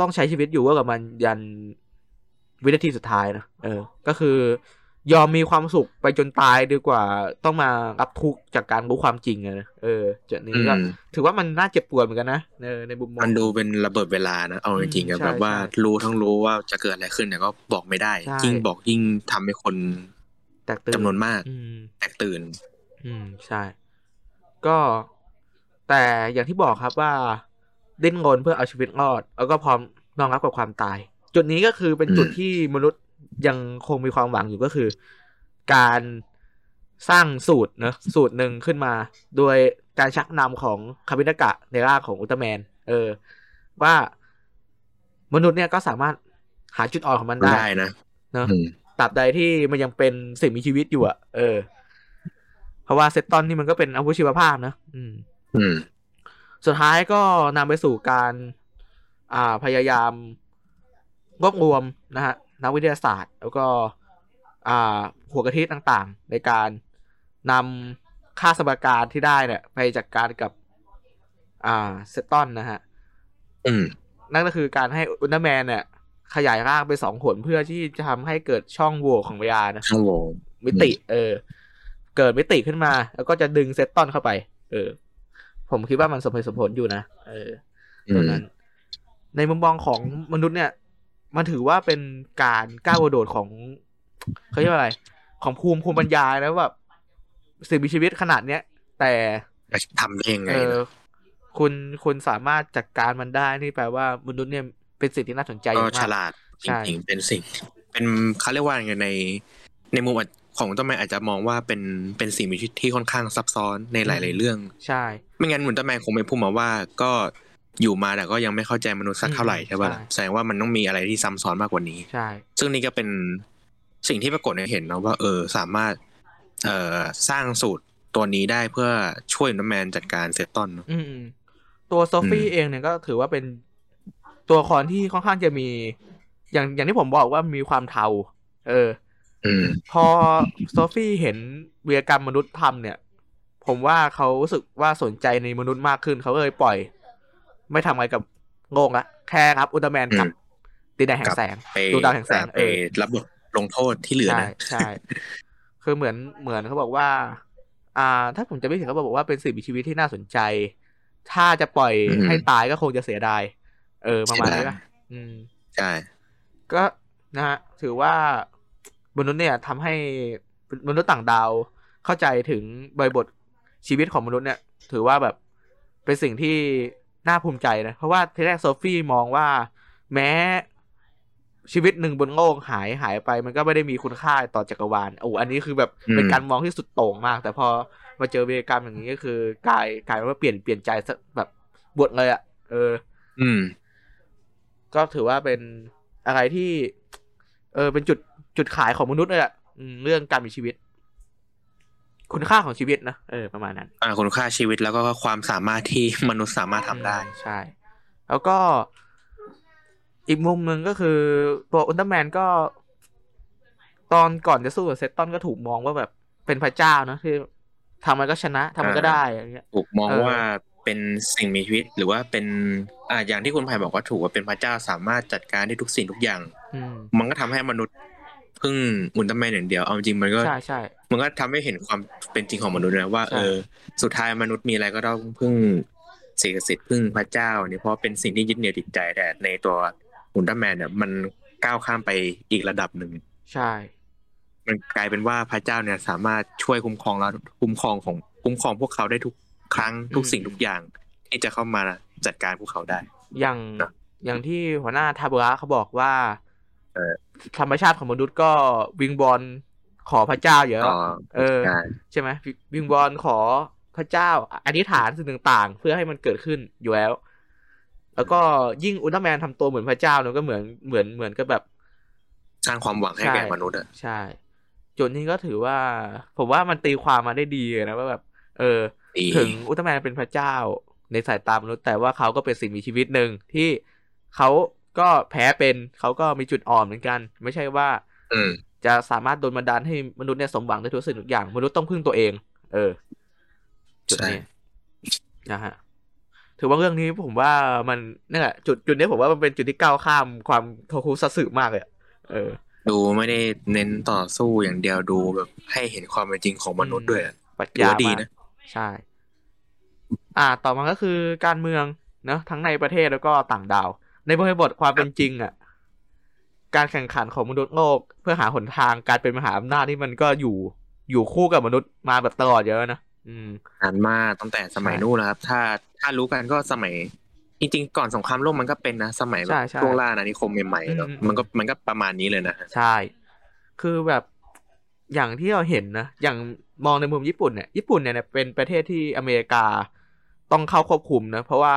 [SPEAKER 1] ต้องใช้ชีวิตอยู่ว่ากับมันยัน วินาทีสุดท้ายนะเออ ก็คือยอมมีความสุขไปจนตายดีกว่าต้องมารับทุกข์จากการรู้ความจริงอะนะเออจุดนี้
[SPEAKER 2] อื
[SPEAKER 1] ก็
[SPEAKER 2] ม
[SPEAKER 1] ถือว่ามันน่าเจ็บปวดเหมือนกันนะเออในมุมมอง
[SPEAKER 2] มันดูเป็นระเบิดเวลานะ เอาจริงๆอะ
[SPEAKER 1] ใช่
[SPEAKER 2] แบบว่า
[SPEAKER 1] ใช่
[SPEAKER 2] รู้ทั้งรู้ว่าจะเกิดอะไรขึ้นแต่ก็บอกไม่ได้
[SPEAKER 1] ใช่
[SPEAKER 2] ยิ่งบอกยิ่งทำให้คน
[SPEAKER 1] แตกตื่น
[SPEAKER 2] จำนวนมาก
[SPEAKER 1] อืม
[SPEAKER 2] แตกตื่น
[SPEAKER 1] อืมใช่ ก็แต่อย่างที่บอกครับว่าดิ้นรนเพื่อเอาชีวิตรอด แล้วก็พร้อมรองรับกับความตาย จุดนี้ก็คือเป็น
[SPEAKER 2] อืม
[SPEAKER 1] จุดที่มนุษย์ยังคงมีความหวังอยู่ก็คือ การสร้างสูตรเนอะสูตรหนึ่งขึ้นมา โดยการชักนำของคาบินากะในร่างของอุลตร้าแมน เออ ว่ามนุษย์เนี่ยก็สามารถหาจุดอ่อนของมันได้
[SPEAKER 2] ได้นะ
[SPEAKER 1] เนอะ
[SPEAKER 2] อืม
[SPEAKER 1] ตราบใดที่มันยังเป็นสิ่งมีชีวิตอยู่อะเออ เพราะว่าเซตตอนนี่มันก็เป็นอาวุธชีวภาพนะอืม
[SPEAKER 2] อืม
[SPEAKER 1] สุดท้ายก็นำไปสู่การ อ่าพยายามรวบรวมนะฮะนักวิทยาศาสตร์ แล้วก็ อ่าหัวกะทิต่างๆ ในการนำค่าสมการที่ได้เนี่ย ไปจัดการกับ อ่าเซตตอนนะฮะ
[SPEAKER 2] อืม
[SPEAKER 1] นั่นก็คือการให้อุลตร้าแมนเนี่ย ขยายร่างไปสองหนเพื่อที่จะทำให้เกิดช่องโหว่ของเวลานะ
[SPEAKER 2] ช่องโหว่
[SPEAKER 1] มิติ เออ เกิดมิติขึ้นมา แล้วก็จะดึงเซตตอนเข้าไป เออ ผมคิดว่ามันสมเหตุสมผลอยู่นะ เออตรงนั้น ในมุมมองของมนุษย์เนี่ย มันถือว่าเป็นการก้าวกระโดดของ เขาเรียกว่าอะไร ของภูมิภูมิปัญญาแล้วแบบสิ่งมีชีวิตขนาดเนี้ย แต่
[SPEAKER 2] จะทำได้ยังไง
[SPEAKER 1] เออ
[SPEAKER 2] นะ
[SPEAKER 1] คุณคุณสามารถจัดการมันได้นี่แปลว่ามนุษย์เนี่ยเป็นสิ่งที่น่าสนใจอ
[SPEAKER 2] ก็
[SPEAKER 1] ยู่
[SPEAKER 2] ฉ
[SPEAKER 1] มาก
[SPEAKER 2] ลาดจ
[SPEAKER 1] ใช่
[SPEAKER 2] ริงๆ เป็นสิ่ง เป็นเขาเรียกว่าไงใน ในมุมอาจของต้นไม้อาจจะมองว่าเป็นเป็นสิ่งมีชีวิตที่ค่อนข้างซับซ้อนในหลาย ๆ เรื่อง
[SPEAKER 1] ใช่
[SPEAKER 2] ไม่งั้นมุนต้นไม้คงไม่พูดมาว่าก็อยู่มาแต่ก็ยังไม่เข้าใจมนุษย์สักเท่าไหร่ใช่ป่ะ
[SPEAKER 1] ใช่
[SPEAKER 2] แสดงว่ามันต้องมีอะไรที่ซับซ้อนมากกว่านี้
[SPEAKER 1] ใช่
[SPEAKER 2] ซึ่งนี่ก็เป็นสิ่งที่ปรากฏให้เห็นเนาะว่า เออสามารถ เอ่อสร้างสูตรตัวนี้ได้เพื่อช่วยน้ำแมนจัดการเซตตอนเนอะ
[SPEAKER 1] อืมๆตัวโซฟี่
[SPEAKER 2] อืม
[SPEAKER 1] เองเนี่ยก็ถือว่าเป็นตัวละครที่ค่อนข้างจะมี อย่างอย่างที่ผมบอกว่ามีความเทา เออ
[SPEAKER 2] อืม
[SPEAKER 1] พอโซฟี่เห็นเวียกรรมมนุษย์ทำเนี่ย ผมว่าเขารู้สึกว่าสนใจในมนุษย์มากขึ้นเขาก็เลยปล่อย ไม่ทำอะไรกับโงงละแค่ครับอุลตร้าแมนกับ
[SPEAKER 2] อืม
[SPEAKER 1] ดินแดนแห่งแสง
[SPEAKER 2] ไป
[SPEAKER 1] ดูดาวแห่งแสง
[SPEAKER 2] ไป
[SPEAKER 1] เออ
[SPEAKER 2] รับบทลงโทษที่เหลือ
[SPEAKER 1] ใช่
[SPEAKER 2] นะ
[SPEAKER 1] ใช่ คือเหมือนเหมือนเขาบอกว่า อ่า ถ้าผมจะไม่ผิดเขาบอกว่าเป็นสิ่งมีชีวิตที่น่าสนใจ ถ้าจะปล่อย
[SPEAKER 2] อืม
[SPEAKER 1] ให้ตายก็คงจะเสียดาย เออ ประมาณนี้
[SPEAKER 2] เสียดาย
[SPEAKER 1] ป่ะอืม
[SPEAKER 2] ใช่
[SPEAKER 1] ก็นะฮะถือว่ามนุษย์เนี่ยทำให้มนุษย์ต่างดาวเข้าใจถึงบริบทชีวิตของมนุษย์เนี่ย ถือว่าแบบเป็นสิ่งที่น่าภูมิใจนะ เพราะว่าทีแรกโซฟี่มองว่าแม้ชีวิตหนึ่งบนโลกหายหายไป มันก็ไม่ได้มีคุณค่าต่อจักรวาลโอ้อันนี้คือแบบ
[SPEAKER 2] อืม
[SPEAKER 1] เป็นการมองที่สุดโต่งมาก แต่พอมาเจอเวรกรรมอย่างนี้ก็คือกลายกลายเป็นว่าเปลี่ยนเปลี่ยนใจซะแบบบวชเลยอะ่ะเออ
[SPEAKER 2] อืม
[SPEAKER 1] ก็ถือว่าเป็นอะไรที่ เออเป็นจุดจุดขายของมนุษย์เลยอะอืมเรื่องการมีชีวิต คุณค่าของชีวิตนะเออประมาณนั้น
[SPEAKER 2] อ่าคุณค่าชีวิตแล้วก็ความสามารถที่มนุษย์สามารถทำได้
[SPEAKER 1] ใช่ แล้วก็อีกมุมหนึ่งก็คือ ตัวอุลตร้าแมนก็ ตอนก่อนจะสู้กับเซตตอนก็ถูกมองว่าแบบเป็นพระเจ้านะที่ทำอะไรก็ชนะทำอะไรก็ได้อะไรเงี้ย
[SPEAKER 2] ถูกมอง
[SPEAKER 1] เออ
[SPEAKER 2] ว่าเป็นสิ่งมีชีวิต หรือว่าเป็นอ่าอย่างที่คุณไผ่บอกว่าถูกว่าเป็นพระเจ้าสามารถจัดการได้ทุกสิ่งทุกอย่าง
[SPEAKER 1] อืม
[SPEAKER 2] มันก็ทำให้มนุษย์พึ่งอุลตร้าแมนอย่างเดียวเอาจริงมันก็
[SPEAKER 1] ใช่ใช่
[SPEAKER 2] มันก็ทำให้เห็นความเป็นจริงของมนุษย์นะว่า
[SPEAKER 1] ใช่
[SPEAKER 2] เออสุดท้ายมนุษย์มีอะไรก็ต้องพึ่งสิ่งศักดิ์สิทธิ์พึ่งพระเจ้าเนี่ยเพราะเป็นสิ่งที่ยึดเหนี่ยวจิตใจแต่ในตัวอุลตร้าแมนเนี่ยมันก้าวข้ามไปอีกระดับหนึ่ง
[SPEAKER 1] ใช่
[SPEAKER 2] มันกลายเป็นว่าพระเจ้าเนี่ยสามารถช่วยคุ้มครองเราคุ้มครองของคุ้มครองพวกเขาได้ทุกครั้งทุกสิ่งทุกอย่าง ที่จะเข้ามาจัดการพวกเขาได้
[SPEAKER 1] อย่าง
[SPEAKER 2] นะ
[SPEAKER 1] อย่างที่หัวหน้าทาบุระเขาบอกว่า
[SPEAKER 2] เออ
[SPEAKER 1] ธรรมชาติของมนุษย์ก็วิงบอลขอพระเจ้าเยอะ
[SPEAKER 2] ก็
[SPEAKER 1] เออ
[SPEAKER 2] ได้
[SPEAKER 1] ใช่ไหมวิวิงบอลขอพระเจ้าอธิษฐานสิ่งต่างๆ เพื่อให้มันเกิดขึ้นอยู่แล้ว แล้วก็ยิ่งอุลตร้าแมนทำตัวเหมือนพระเจ้าเนี่ยก็เหมือนเหมือนเหมือนกับแบบ
[SPEAKER 2] สร้างความหวังให้
[SPEAKER 1] ใช่
[SPEAKER 2] แก่มนุษย์อะ
[SPEAKER 1] ใช่จุดนี้ก็ถือว่า ผมว่ามันตีความมาได้ดีนะว่าแบบ เออ
[SPEAKER 2] ดี
[SPEAKER 1] ถึงอุลตร้าแมนเป็นพระเจ้าในสายตามนุษย์แต่ว่าเขาก็เป็นสิ่งมีชีวิตหนึ่งที่เขาก็แพ้เป็นเขาก็มีจุดอ่อนเหมือนกัน ไม่ใช่ว่า
[SPEAKER 2] อืม
[SPEAKER 1] จะสามารถโดนบันดาลให้มนุษย์เนี่ยสมหวังได้ทุกสิ่งทุกอย่าง มนุษย์ต้องพึ่งตัวเอง เออ จุด
[SPEAKER 2] ใช่
[SPEAKER 1] นี้นะฮะถือว่าเรื่องนี้ผมว่ามันนี่นแหละจุดจุดนี้ผมว่ามันเป็นจุดที่ก้าวข้ามความโทคุซัตสึมากเลยอะ เออ
[SPEAKER 2] ดูไม่ได้เน้นต่อสู้อย่างเดียวดูแบบให้เห็นความเป็นจริงของมนุษย์ด้วยอะ
[SPEAKER 1] ปรัช
[SPEAKER 2] ถือ
[SPEAKER 1] ญา
[SPEAKER 2] ว่าดี
[SPEAKER 1] มาก
[SPEAKER 2] นะ
[SPEAKER 1] ใช่ อ่า ต่อมาก็คือการเมืองเนอะทั้งในประเทศแล้วก็ต่างดาว ในบริบทความเป็นจริงอะ่ะ การแข่งขันของมนุษย์โลก เพื่อหาหนทางการเป็นมหาอำนาจที่มันก็อยู่อยู่คู่กับมนุษย์มาแบบตลอดเยอะนะอืม
[SPEAKER 2] นานมากตั้งแต่สมัย
[SPEAKER 1] ใช่
[SPEAKER 2] นู้นแล้วครับ ถ้าถ้ารู้กันก็สมัย จริงๆ ก่อนสงครามโลกมันก็เป็นนะ สมัยแบ
[SPEAKER 1] ใช่
[SPEAKER 2] บ
[SPEAKER 1] ใช่
[SPEAKER 2] ช่วงล่าอาณานิคมใหม่ๆเนอะ
[SPEAKER 1] อืมอืม
[SPEAKER 2] มันก็มันก็ประมาณนี้เลยนะฮะ
[SPEAKER 1] ใช่ คือแบบอย่างที่เราเห็นนะ อย่างมองในมุมญี่ปุ่นเนี่ย ญี่ปุ่นเนี่ยเป็นประเทศที่อเมริกาต้องเข้าควบคุมนะ เพราะว่า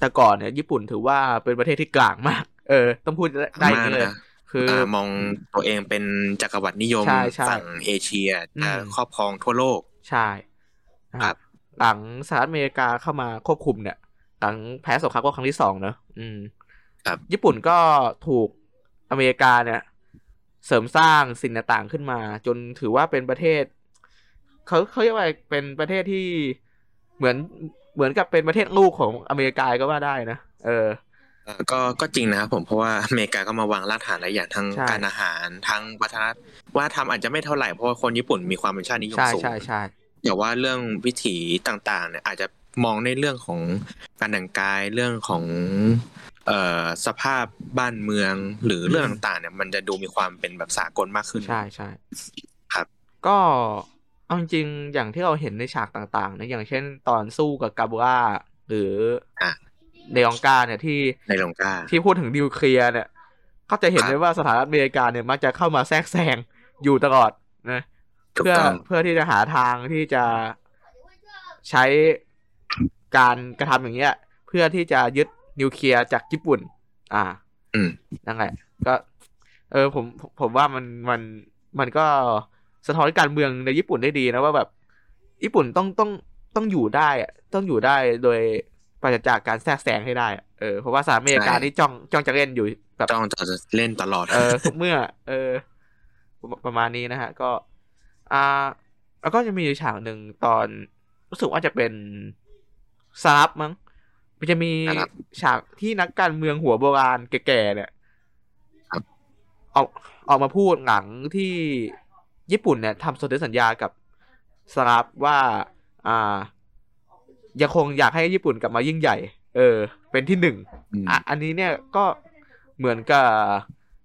[SPEAKER 1] แต่ก่อนเนี่ย ญี่ปุ่นถือว่าเป็นประเทศที่กลางมาก เออ ต้องพูดได้อย่างนี้เลย
[SPEAKER 2] มากนะ
[SPEAKER 1] คือ
[SPEAKER 2] อ่ามองตัวเองเป็นจักรวรรดินิยม
[SPEAKER 1] ใช่ใช่
[SPEAKER 2] ฝั่งเอเชีย
[SPEAKER 1] อืม
[SPEAKER 2] แต่ครอบครองทั่วโลก
[SPEAKER 1] ใช่นะค
[SPEAKER 2] ครั
[SPEAKER 1] รับบ หลังสหรัฐอเมริกาเข้ามาควบคุมเนี่ย หลังแพ้สงครามโลกครั้งที่สองเนอะอืม
[SPEAKER 2] ครับ
[SPEAKER 1] ญี่ปุ่นก็ถูกอเมริกาเนี่ย เสริมสร้างสิ่งต่างๆขึ้นมา จนถือว่าเป็นประเทศเขาเขาเรียกว่าอะไรเป็นประเทศที่เหมือนเหมือนกับเป็นประเทศลูกของอเมริกาก็ว่าได้นะเออ
[SPEAKER 2] เอ่อก็ก็จริงนะครับผมเพราะว่าอเมริกาก็มาวางรากฐานหลายอย่างทั้ง
[SPEAKER 1] ใช่
[SPEAKER 2] การอาหารทั้งวัฒนธรรมวัฒนธรรมอาจจะไม่เท่าไหร่เพราะว่าคนญี่ปุ่นมีความเป็นชาตินิยม
[SPEAKER 1] ใช่
[SPEAKER 2] สูง
[SPEAKER 1] ใช่ใช่
[SPEAKER 2] แต่ว่าเรื่องวิถีต่างๆ เนี่ย อาจจะมองในเรื่องของการแต่งกายเรื่องของเอ่อสภาพบ้านเมืองหรือเรื่องต่างๆ เนี่ย มันจะดูมีความเป็นแบบสากลมากขึ้น
[SPEAKER 1] ใช่ใช่
[SPEAKER 2] ครับ
[SPEAKER 1] ก็เอาจริงๆอย่างที่เราเห็นในฉากต่างๆนะอย่างเช่นตอนสู้กับกาบูราหรืออะ เดยองกาเนี่ยที่
[SPEAKER 2] ในลงกล้า
[SPEAKER 1] ที่พูดถึงนิวเคลียร์เนี่ย ก็จะเห็น
[SPEAKER 2] ครับ
[SPEAKER 1] ได้ว่าสหรัฐอเมริกาเนี่ยมักจะเข้ามาแทรกแซงอยู่ตลอดนะ
[SPEAKER 2] ถูก
[SPEAKER 1] เพื่อ
[SPEAKER 2] ต้อง
[SPEAKER 1] เพื่อที่จะหาทางที่จะใช้การกระทำอย่างเงี้ย เพื่อที่จะยึดนิวเคลียร์จากญี่ปุ่น อ่า
[SPEAKER 2] อืม
[SPEAKER 1] นั่นแหละก็ เออผมผมผมว่ามันมันมันก็สะท้อนการเมืองในญี่ปุ่นได้ดีนะว่าแบบ ญี่ปุ่นต้องต้องต้องอยู่ได้อะต้องอยู่ได้โดยปราศจากการแทรกแซงให้ได้อะเออเพราะว่าสหรัฐอเมริกา
[SPEAKER 2] ใช่
[SPEAKER 1] นี่จ้องจ้องจะเล่นอยู่แบบ
[SPEAKER 2] ต้องจะเล่นตลอด
[SPEAKER 1] เออทุกเมื่อ เออประประมาณนี้นะฮะ ก็ อ่า แล้วก็จะมีอยู่ฉากหนึ่งตอนรู้สึกว่าจะเป็นสลับมั้งมันจะมี
[SPEAKER 2] สลับ
[SPEAKER 1] ฉากที่นักการเมืองหัวโบราณแก่ๆเนี่ย
[SPEAKER 2] ครับ
[SPEAKER 1] ออกออกมาพูดหลังที่ญี่ปุ่นเนี่ยทำสนธิสัญญากับสลับว่า อ่า ยังคงอยากให้ญี่ปุ่นกลับมายิ่งใหญ่ เออ เป็นที่หนึ่ง
[SPEAKER 2] ม
[SPEAKER 1] อ่ะอันนี้เนี่ยก็เหมือนกับ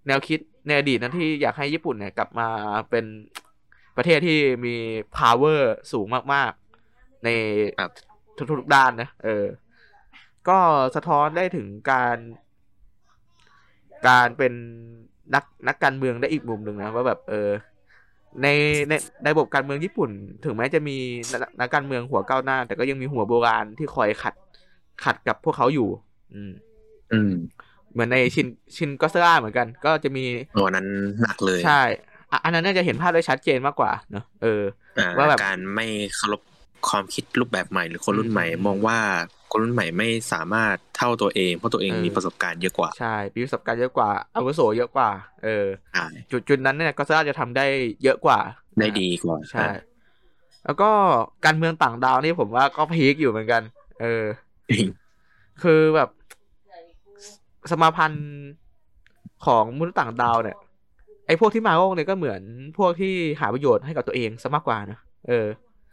[SPEAKER 1] แนวคิดในอดีตนะที่อยากให้ญี่ปุ่นเนี่ยกลับมาเป็นประเทศที่มี power สูงมาก ๆ ใน
[SPEAKER 2] ครับ
[SPEAKER 1] ทุกๆด้านนะเออ ก็สะท้อนได้ถึงการ การเป็นนักนักการเมืองได้อีกมุมหนึ่งนะว่าแบบ เออ ในในในระบบการเมืองญี่ปุ่น ถึงแม้จะมีนักนักการเมืองหัวก้าวหน้า แต่ก็ยังมีหัวโบราณที่คอยขัด ขัดกับพวกเขาอยู่ อืม
[SPEAKER 2] อืม
[SPEAKER 1] เหมือนในชินชินก็เซล่าเหมือนกัน ก็จะมี
[SPEAKER 2] ตัวนั้นหนักเลย
[SPEAKER 1] ใช่อ่ะอันนั้นน่าจะเห็นภาพได้ชัดเจนมากกว่าเนอะเออ
[SPEAKER 2] อ่า
[SPEAKER 1] ว่าแบบ
[SPEAKER 2] การไม่เคารพความคิดรูปแบบใหม่ หรือคนรุ่นใหม่
[SPEAKER 1] อืม
[SPEAKER 2] มองว่าคนรุ่นใหม่ไม่สามารถเท่าตัวเอง เพราะตัวเอง
[SPEAKER 1] เออ
[SPEAKER 2] มีประสบการณ์เยอะกว่า
[SPEAKER 1] ใช่ปีประสบการณ์เยอะกว่าอาวุโสเยอะกว่า เออ
[SPEAKER 2] อ่า
[SPEAKER 1] จุดจุดนั้นเนี่ยก็เซล่าจะทำได้เยอะกว่า
[SPEAKER 2] ได้ดีกว่า
[SPEAKER 1] ใช่ แล้วก็การเมืองต่างดาวนี่ผมว่าก็พีคอยู่เหมือนกัน เออ
[SPEAKER 2] จริง
[SPEAKER 1] คือแบบสมาพันธ์ของมนุษย์ต่างดาวเนี่ย ไอ้พวกที่มาโลกเนี่ยก็เหมือนพวกที่หาประโยชน์ให้กับตัวเองซะมากกว่านะเออ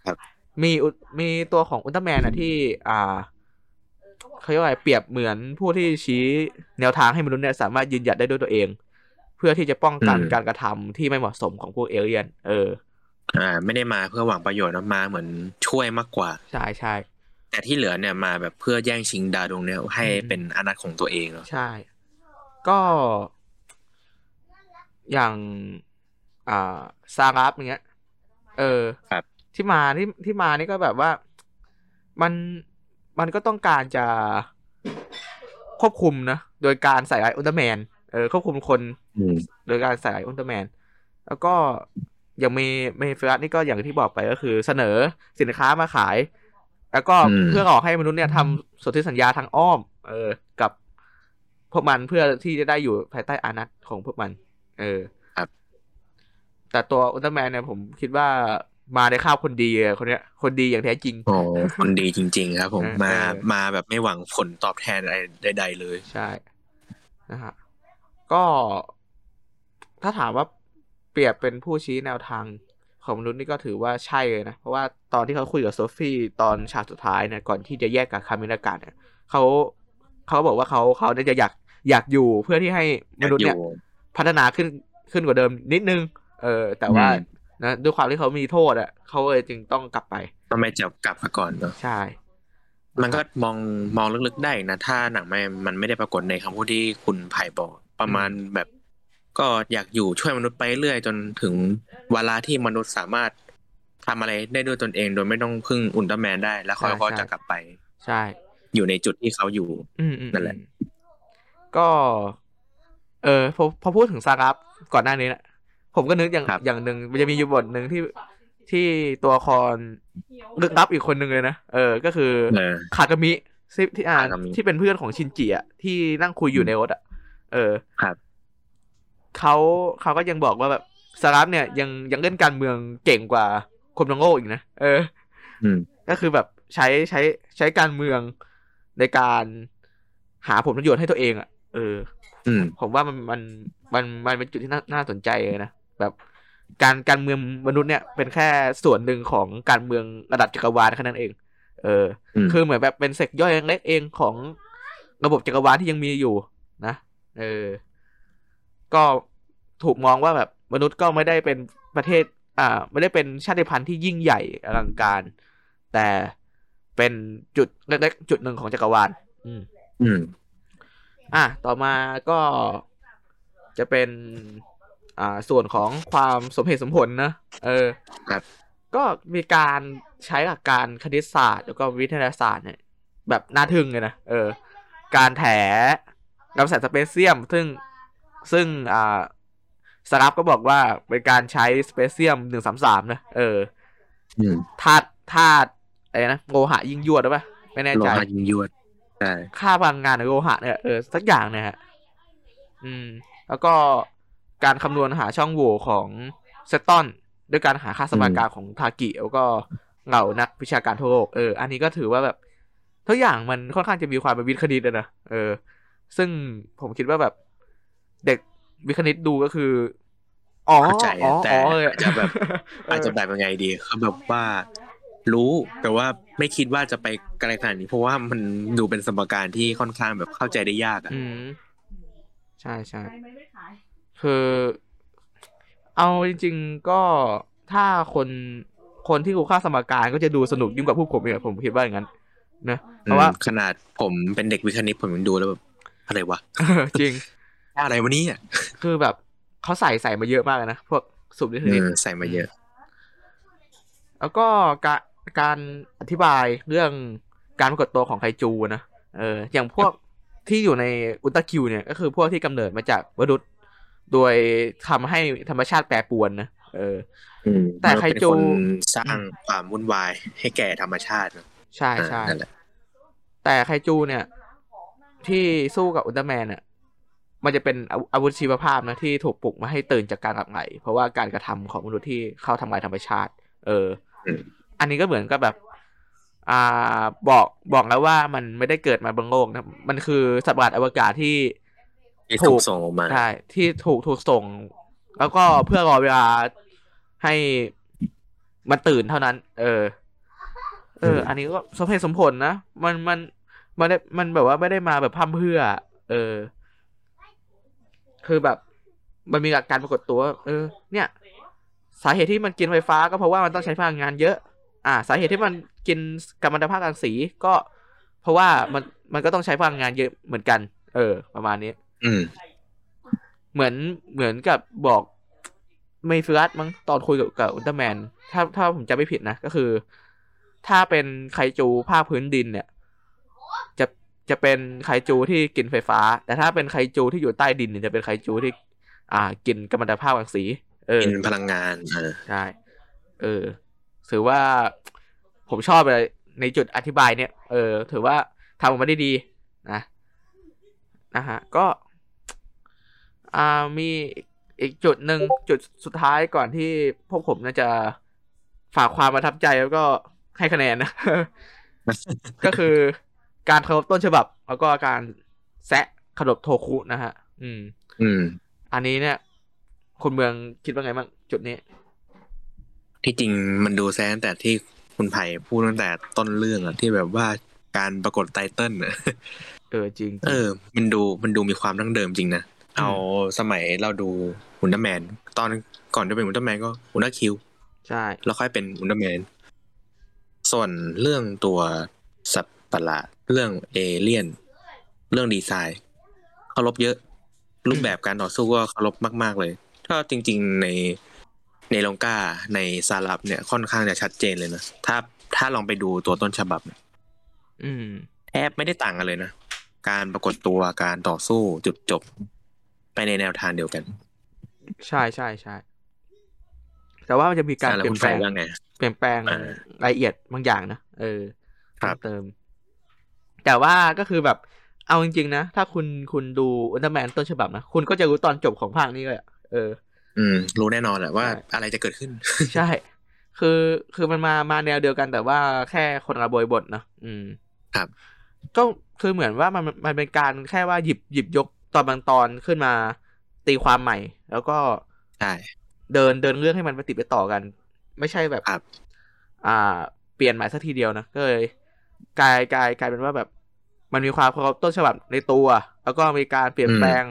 [SPEAKER 2] ครับ
[SPEAKER 1] มีอุมีตัวของอุลตร้าแมนนะที่ อ่าเขาเรียกว่าอะไรเปรียบเหมือนผู้ที่ชี้แนวทางให้มนุษย์เนี่ยสามารถยืนหยัดได้ด้วยตัวเอง เพื่อที่จะป้องกันการกระทำที่ไม่เหมาะสมของพวกเอเลี่ยน เออ
[SPEAKER 2] อ่าไม่ได้มาเพื่อหวังประโยชน์นะมาเหมือนช่วยมากกว่า
[SPEAKER 1] ใช่ใช่
[SPEAKER 2] แต่ที่เหลือเนี่ยมาแบบเพื่อแย่งชิงดาวดวงเนี้ยให้
[SPEAKER 1] อืม
[SPEAKER 2] เป็นอาณาของตัวเองเนาะ
[SPEAKER 1] ใช่ ก็ อย่าง อ่าซารับอย่างเงี้ย เออ
[SPEAKER 2] ครับ
[SPEAKER 1] ที่มาที่ที่มานี่ก็แบบว่า มันมันก็ต้องการจะควบคุมนะโดยการใส่ไออุลตร้าแมนเออควบคุมคน
[SPEAKER 2] อืม
[SPEAKER 1] โดยการใส่ไออุลตร้าแมนแล้วก็อย่างเมเมเฟรัสนี่ก็อย่างที่บอกไปก็คือเสนอสินค้ามาขาย แล้วก็
[SPEAKER 2] อืม
[SPEAKER 1] เพื่อหลอกให้มนุษย์เนี่ยทำสนธิสัญญาทางอ้อม เออ กับพวกมันเพื่อที่จะได้อยู่ภายใต้อานัตของพวกมัน เออ แต่ตัวอุลตร้าแมนเนี่ยผมคิดว่ามาในข้าวคนดีอะคนเนี้ย คนดีอย่างแท้จริง
[SPEAKER 2] โอ้คนดีจริง ๆ ครับ ผม
[SPEAKER 1] เออ
[SPEAKER 2] มา
[SPEAKER 1] เออ
[SPEAKER 2] มาแบบไม่หวังผลตอบแทนอะไรใด ๆ เลย
[SPEAKER 1] ใช่นะฮะก็ ถ้าถามว่าเปรียบเป็นผู้ชี้แนวทางของมนุษย์นี่ก็ถือว่าใช่เลยนะ เพราะว่าตอนที่เขาคุยกับโซฟี่ตอนฉากสุดท้ายเนี่ยก่อนที่จะแยกกับคามินากาเนี่ยเขาเขาบอกว่าเขาเขาเนี่ยจะอยากอยากอยู่เพื่อที่ให้มนุษย์เนี่ย พัฒนาขึ้นขึ้นกว่าเดิมนิดนึง เออ แต่ว่า
[SPEAKER 2] อืม
[SPEAKER 1] นะด้วยความที่เขามีโทษอ่ะเขาเลยจึงต้องกลับไป
[SPEAKER 2] ทำไมจะกลับมาก่อนเนาะ
[SPEAKER 1] ใช่
[SPEAKER 2] มันก็มองมองลึกๆได้นะ ถ้าหนังไม่มันไม่ได้ปรากฏในคำพูดที่คุณไผ่บอก ประมาณแบบ ก็อยากอยู่ช่วยมนุษย์ไปเรื่อยจนถึงเวลาที่มนุษย์สามารถทำอะไรได้ด้วยตนเอง โดยไม่ต้องพึ่งอุลตร้าแมนได้ แล้วเขา
[SPEAKER 1] ใช่
[SPEAKER 2] ก็
[SPEAKER 1] ใช่
[SPEAKER 2] จะกลับไป
[SPEAKER 1] ใช่
[SPEAKER 2] อยู่ในจุดที่เขาอยู่
[SPEAKER 1] อืมอืม
[SPEAKER 2] นั่นแหละ
[SPEAKER 1] อืมก็ เออพอพอพูดถึงซารับก่อนหน้านี้นะผมก็นึกอย่าง
[SPEAKER 2] ครับ
[SPEAKER 1] อย่างหนึ่งมันจะมีอยู่บทหนึ่งที่ที่ตัวละครลึกลับอีกคนหนึ่งเลยนะเออ ก็คือ
[SPEAKER 2] เออ
[SPEAKER 1] คากามิซิที่อ่า
[SPEAKER 2] คากามิ
[SPEAKER 1] ที่เป็นเพื่อนของชินจิอ่ะที่นั่งคุยอยู่ในรถอ่ะเออ
[SPEAKER 2] ครับ
[SPEAKER 1] เขาเขาก็ยังบอกว่าแบบซารับเนี่ยยังยังเล่นการเมืองเก่งกว่าคนทั้งโลกอีกนะเออ
[SPEAKER 2] อืม
[SPEAKER 1] ก็คือแบบใช้ใช้ใช้การเมืองในการหาผลประโยชน์ให้ตัวเองอะ่ะ เออ
[SPEAKER 2] อืม
[SPEAKER 1] ผมว่ามันมันมันมันเป็นจุดที่น่าน่าสนใจเลยนะแบบการการเมืองมนุษย์เนี่ย เป็นแค่ส่วนหนึ่งของการเมืองระดับจักรวาลแค่นั้นเอง เออ
[SPEAKER 2] อืม
[SPEAKER 1] คือเหมือนแบบเป็นเซกย่อยเล็กเองของระบบจักรวาลที่ยังมีอยู่นะ เออ ก็ถูกมองว่าแบบมนุษย์ก็ไม่ได้เป็นประเทศ อ่า ไม่ได้เป็นชาติพันธุ์ที่ยิ่งใหญ่อลังการ แต่เป็นจุดเล็กๆจุดหนึ่งของจักรวาล อืม
[SPEAKER 2] อืม
[SPEAKER 1] อ่ะ ต่อมาก็จะเป็น อ่า ส่วนของความสมเหตุสมผลนะ เออ
[SPEAKER 2] ครับ
[SPEAKER 1] ก็มีการใช้หลักการคณิตศาสตร์ แล้วก็วิทยาศาสตร์เนี่ย แบบน่าทึ่งเลยนะ เออ การแถกำแสงสเปเซียม ซึ่ง ซึ่ง อ่าสรับก็บอกว่าเป็นการใช้สเปเซียมหนึ่งสามสามนะ เออ
[SPEAKER 2] อืม
[SPEAKER 1] ธาตุ ธาตุ อะไรนะ โลหะยิ่งยวดหรือเปล่า ไม่แน่
[SPEAKER 2] โล
[SPEAKER 1] ใจ
[SPEAKER 2] หะยิงยวดใช่
[SPEAKER 1] ค่าพลังงานหรือโลหะเนี่ยเออสักอย่างเนี่ยฮะอืม แล้วก็การคำนวณหาช่องโหว่ของเซตตอนด้วยการหาค่าสมการของทากิแล้วก็เหล่านักวิชาการทั่วโลกเอออันนี้ก็ถือว่าแบบทุกอย่างมันค่อนข้างจะมีความเป็นวิทย์คณิตอะนะเออ ซึ่งผมคิดว่าแบบเด็กวิทย์คณิตดูก็คืออ๋อ
[SPEAKER 2] เข้าใจ
[SPEAKER 1] อ๋อ
[SPEAKER 2] แต่
[SPEAKER 1] อ๋อเลย
[SPEAKER 2] อาจจะแบบ
[SPEAKER 1] เ
[SPEAKER 2] อาจจะแบบยังไงดีคือแบบว่า รู้แต่ว่าไม่คิดว่าจะไปไกลขนาดนี้เพราะว่ามันดูเป็นสมการที่ค่อนข้างแบบเข้าใจได้ยากอะ
[SPEAKER 1] อืม ใช่ใช่ คือเอาจริง ๆก็ถ้าคนคนที่รู้ค่าสมการก็จะดูสนุกยิ่งกว่าพวกผมอีกอะผมคิดว่าอย่างนั้น นะ เพราะว่า <laughs>
[SPEAKER 2] อืมขนาดผมเป็นเด็กวิทย์คณิตผมยังดูแล้วแบบอะไรวะ
[SPEAKER 1] จริง
[SPEAKER 2] อะไรวะเนี่ย
[SPEAKER 1] คือแบบเขาใส่ใส่มาเยอะมากเลยนะ พวกสูบนิ
[SPEAKER 2] เอ
[SPEAKER 1] เทศ
[SPEAKER 2] อใส่มาเยอะ
[SPEAKER 1] แล้วก็การการอธิบายเรื่องการปรากฏตัวของไคจูนะ เออ อย่างพวกที่อยู่ในอุลตราคิวเนี่ย ก็คือพวกที่กำเนิดมาจากมนุษย์โดยทำให้ธรรมชาติแปรปรวนนะ เออ
[SPEAKER 2] อืม
[SPEAKER 1] แต่ไคจู
[SPEAKER 2] มันเป็นนสร้างความวุ่นวายให้แก่ธรรมชาตินะ
[SPEAKER 1] ใช่ใช่
[SPEAKER 2] นั่นแหละ
[SPEAKER 1] แต่ไคจูเนี่ย ที่สู้กับอุลตร้าแมนอ่ะมันจะเป็นอาวุอาวุธชีวภาพนะที่ถูกปลุกมาให้ตื่นจากการหลับไหลเพราะว่าการกระทำของมนุษย์ที่เข้าทำลายธรรมชาติ เออ อันนี้ก็เหมือนกับแบบ อ่าบอกบอกแล้วว่ามันไม่ได้เกิดมาบนโลกนะมันคือสัตว์ประหลาดอวกาศที่
[SPEAKER 2] ที่
[SPEAKER 1] ถู
[SPEAKER 2] ถู
[SPEAKER 1] ก
[SPEAKER 2] กส่งออกมา
[SPEAKER 1] ใช่ที่ถูกถูกส่ง แล้วก็เพื่อรอเวลาให้มันตื่นเท่านั้น เออ เออ
[SPEAKER 2] อืม
[SPEAKER 1] อันนี้ก็สมเหตุสมผลนะมันมันมันได้มันแบบว่าไม่ได้มาแบบพร่ำเพรื่อ เออ คือแบบ มันมีหลักการปรากฏตัวว่าเออ เนี่ย สาเหตุที่มันกินไฟฟ้าก็เพราะว่ามันต้องใช้พลังงานเยอะ อ่า สาเหตุที่มันกินกัมมันตภาพรังสีก็ เพราะว่ามันมันก็ต้องใช้พลังงานเยอะเหมือนกัน เออ ประมาณนี้
[SPEAKER 2] อืม
[SPEAKER 1] เหมือนเหมือนกับบอกเมฟิลัสมั้งตอนคุยกับกับอุลตร้าแมน ถ้าถ้าผมจำไม่ผิดนะ ก็คือ ถ้าเป็นไคจูภาคพื้นดินเนี่ย จะจะเป็นไคจูที่กินไฟฟ้า แต่ถ้าเป็นไคจูที่อยู่ใต้ดินเนี่ยจะเป็นไคจูที่ อ่า กินกัมมันตภาพรังสีเออ
[SPEAKER 2] กินพลังงานเออ
[SPEAKER 1] ใช่ เออ ถือว่าผมชอบเลยในจุดอธิบายเนี่ย เออ ถือว่าทำออกมาได้ดีนะ นะฮะ ก็ อ่า มีอีกจุดหนึ่งจุดสุดท้ายก่อนที่พวกผมน่าจะฝากความประทับใจแล้วก็ให้คะแนนนะ <laughs> ก็คือการเคารพต้นฉบับ แล้วก็การแซะขนบโทคุนะฮะ อืม
[SPEAKER 2] อืม
[SPEAKER 1] อันนี้เนี่ย คนเมืองคิดว่าไงบ้างจุดนี้
[SPEAKER 2] ที่จริงมันดูแซะตั้งแต่ที่คุณไผ่พูดตั้งแต่ต้นเรื่องอะที่แบบว่าการปรากฏไตเติ้ลอะ
[SPEAKER 1] เออจริง
[SPEAKER 2] เออ มันดู มันดูมีความดั้งเดิมจริงนะ
[SPEAKER 1] อืม
[SPEAKER 2] เอาสมัยเราดูอุลตร้าแมน ตอนก่อนจะเป็นอุลตร้าแมนก็อุลตร้าคิว
[SPEAKER 1] ใช่
[SPEAKER 2] แล้วค่อยเป็นอุลตร้าแมน ส่วนเรื่องตัวสัตว์ประหลาด เรื่องเอเลี่ยน เรื่องดีไซน์เคารพเยอะ รูปแบบการต่อสู้ก็เคารพมาก ๆ เลย ถ้าจริง ๆ ในในลงกาในซาลับเนี่ยค่อนข้างจะชัดเจนเลยนะ ถ้าถ้าลองไปดูตัวต้นฉบับ
[SPEAKER 1] อืม
[SPEAKER 2] แทบไม่ได้ต่างกันเลยนะ การปรากฏตัวการต่อสู้จุดจบ ไปในแนวทางเดียวกัน
[SPEAKER 1] ใช่ใช่ใช่แต่ว่ามันจะมีการ
[SPEAKER 2] อ่ะแล้ว
[SPEAKER 1] เปลี่ย
[SPEAKER 2] คุ
[SPEAKER 1] น
[SPEAKER 2] ณ
[SPEAKER 1] แปล
[SPEAKER 2] ฝ่าย
[SPEAKER 1] ง
[SPEAKER 2] ว่าไง
[SPEAKER 1] เปลี่ยนแปลง
[SPEAKER 2] อ่าร
[SPEAKER 1] ายละเอียดบางอย่างนะเออ
[SPEAKER 2] ครั
[SPEAKER 1] เพิ่
[SPEAKER 2] บ
[SPEAKER 1] มเติม แต่ว่าก็คือแบบเอาจริง ๆ นะ ถ้าคุณคุณดูอุลตร้าแมนต้นฉบับนะ คุณก็จะรู้ตอนจบของภาคนี้เลยอะเออ
[SPEAKER 2] อืม รู้แน่นอนแหละว่า
[SPEAKER 1] ใช่
[SPEAKER 2] อะไรจะเกิดขึ้น
[SPEAKER 1] ใช่
[SPEAKER 2] <laughs>
[SPEAKER 1] คือคือมันมามาแนวเดียวกันแต่ว่าแค่คนละบริบทเนอะอืม
[SPEAKER 2] ครับ
[SPEAKER 1] ก็คือเหมือนว่ามันมันเป็นการแค่ว่าหยิบหยิบยกตอนบางตอนขึ้นมาตีความใหม่ แล้วก็
[SPEAKER 2] ใช่
[SPEAKER 1] เดินเดินเรื่องให้มันไปติดไปต่อกัน ไม่ใช่แบบ
[SPEAKER 2] ครับ
[SPEAKER 1] อ่า เปลี่ยนใหม่สักทีเดียวนะก็เลยกลายกลายกลายเป็นว่าแบบ มันมีความเคารพต้นฉบับในตัว แล้วก็มีการเปลี่ยนแปลง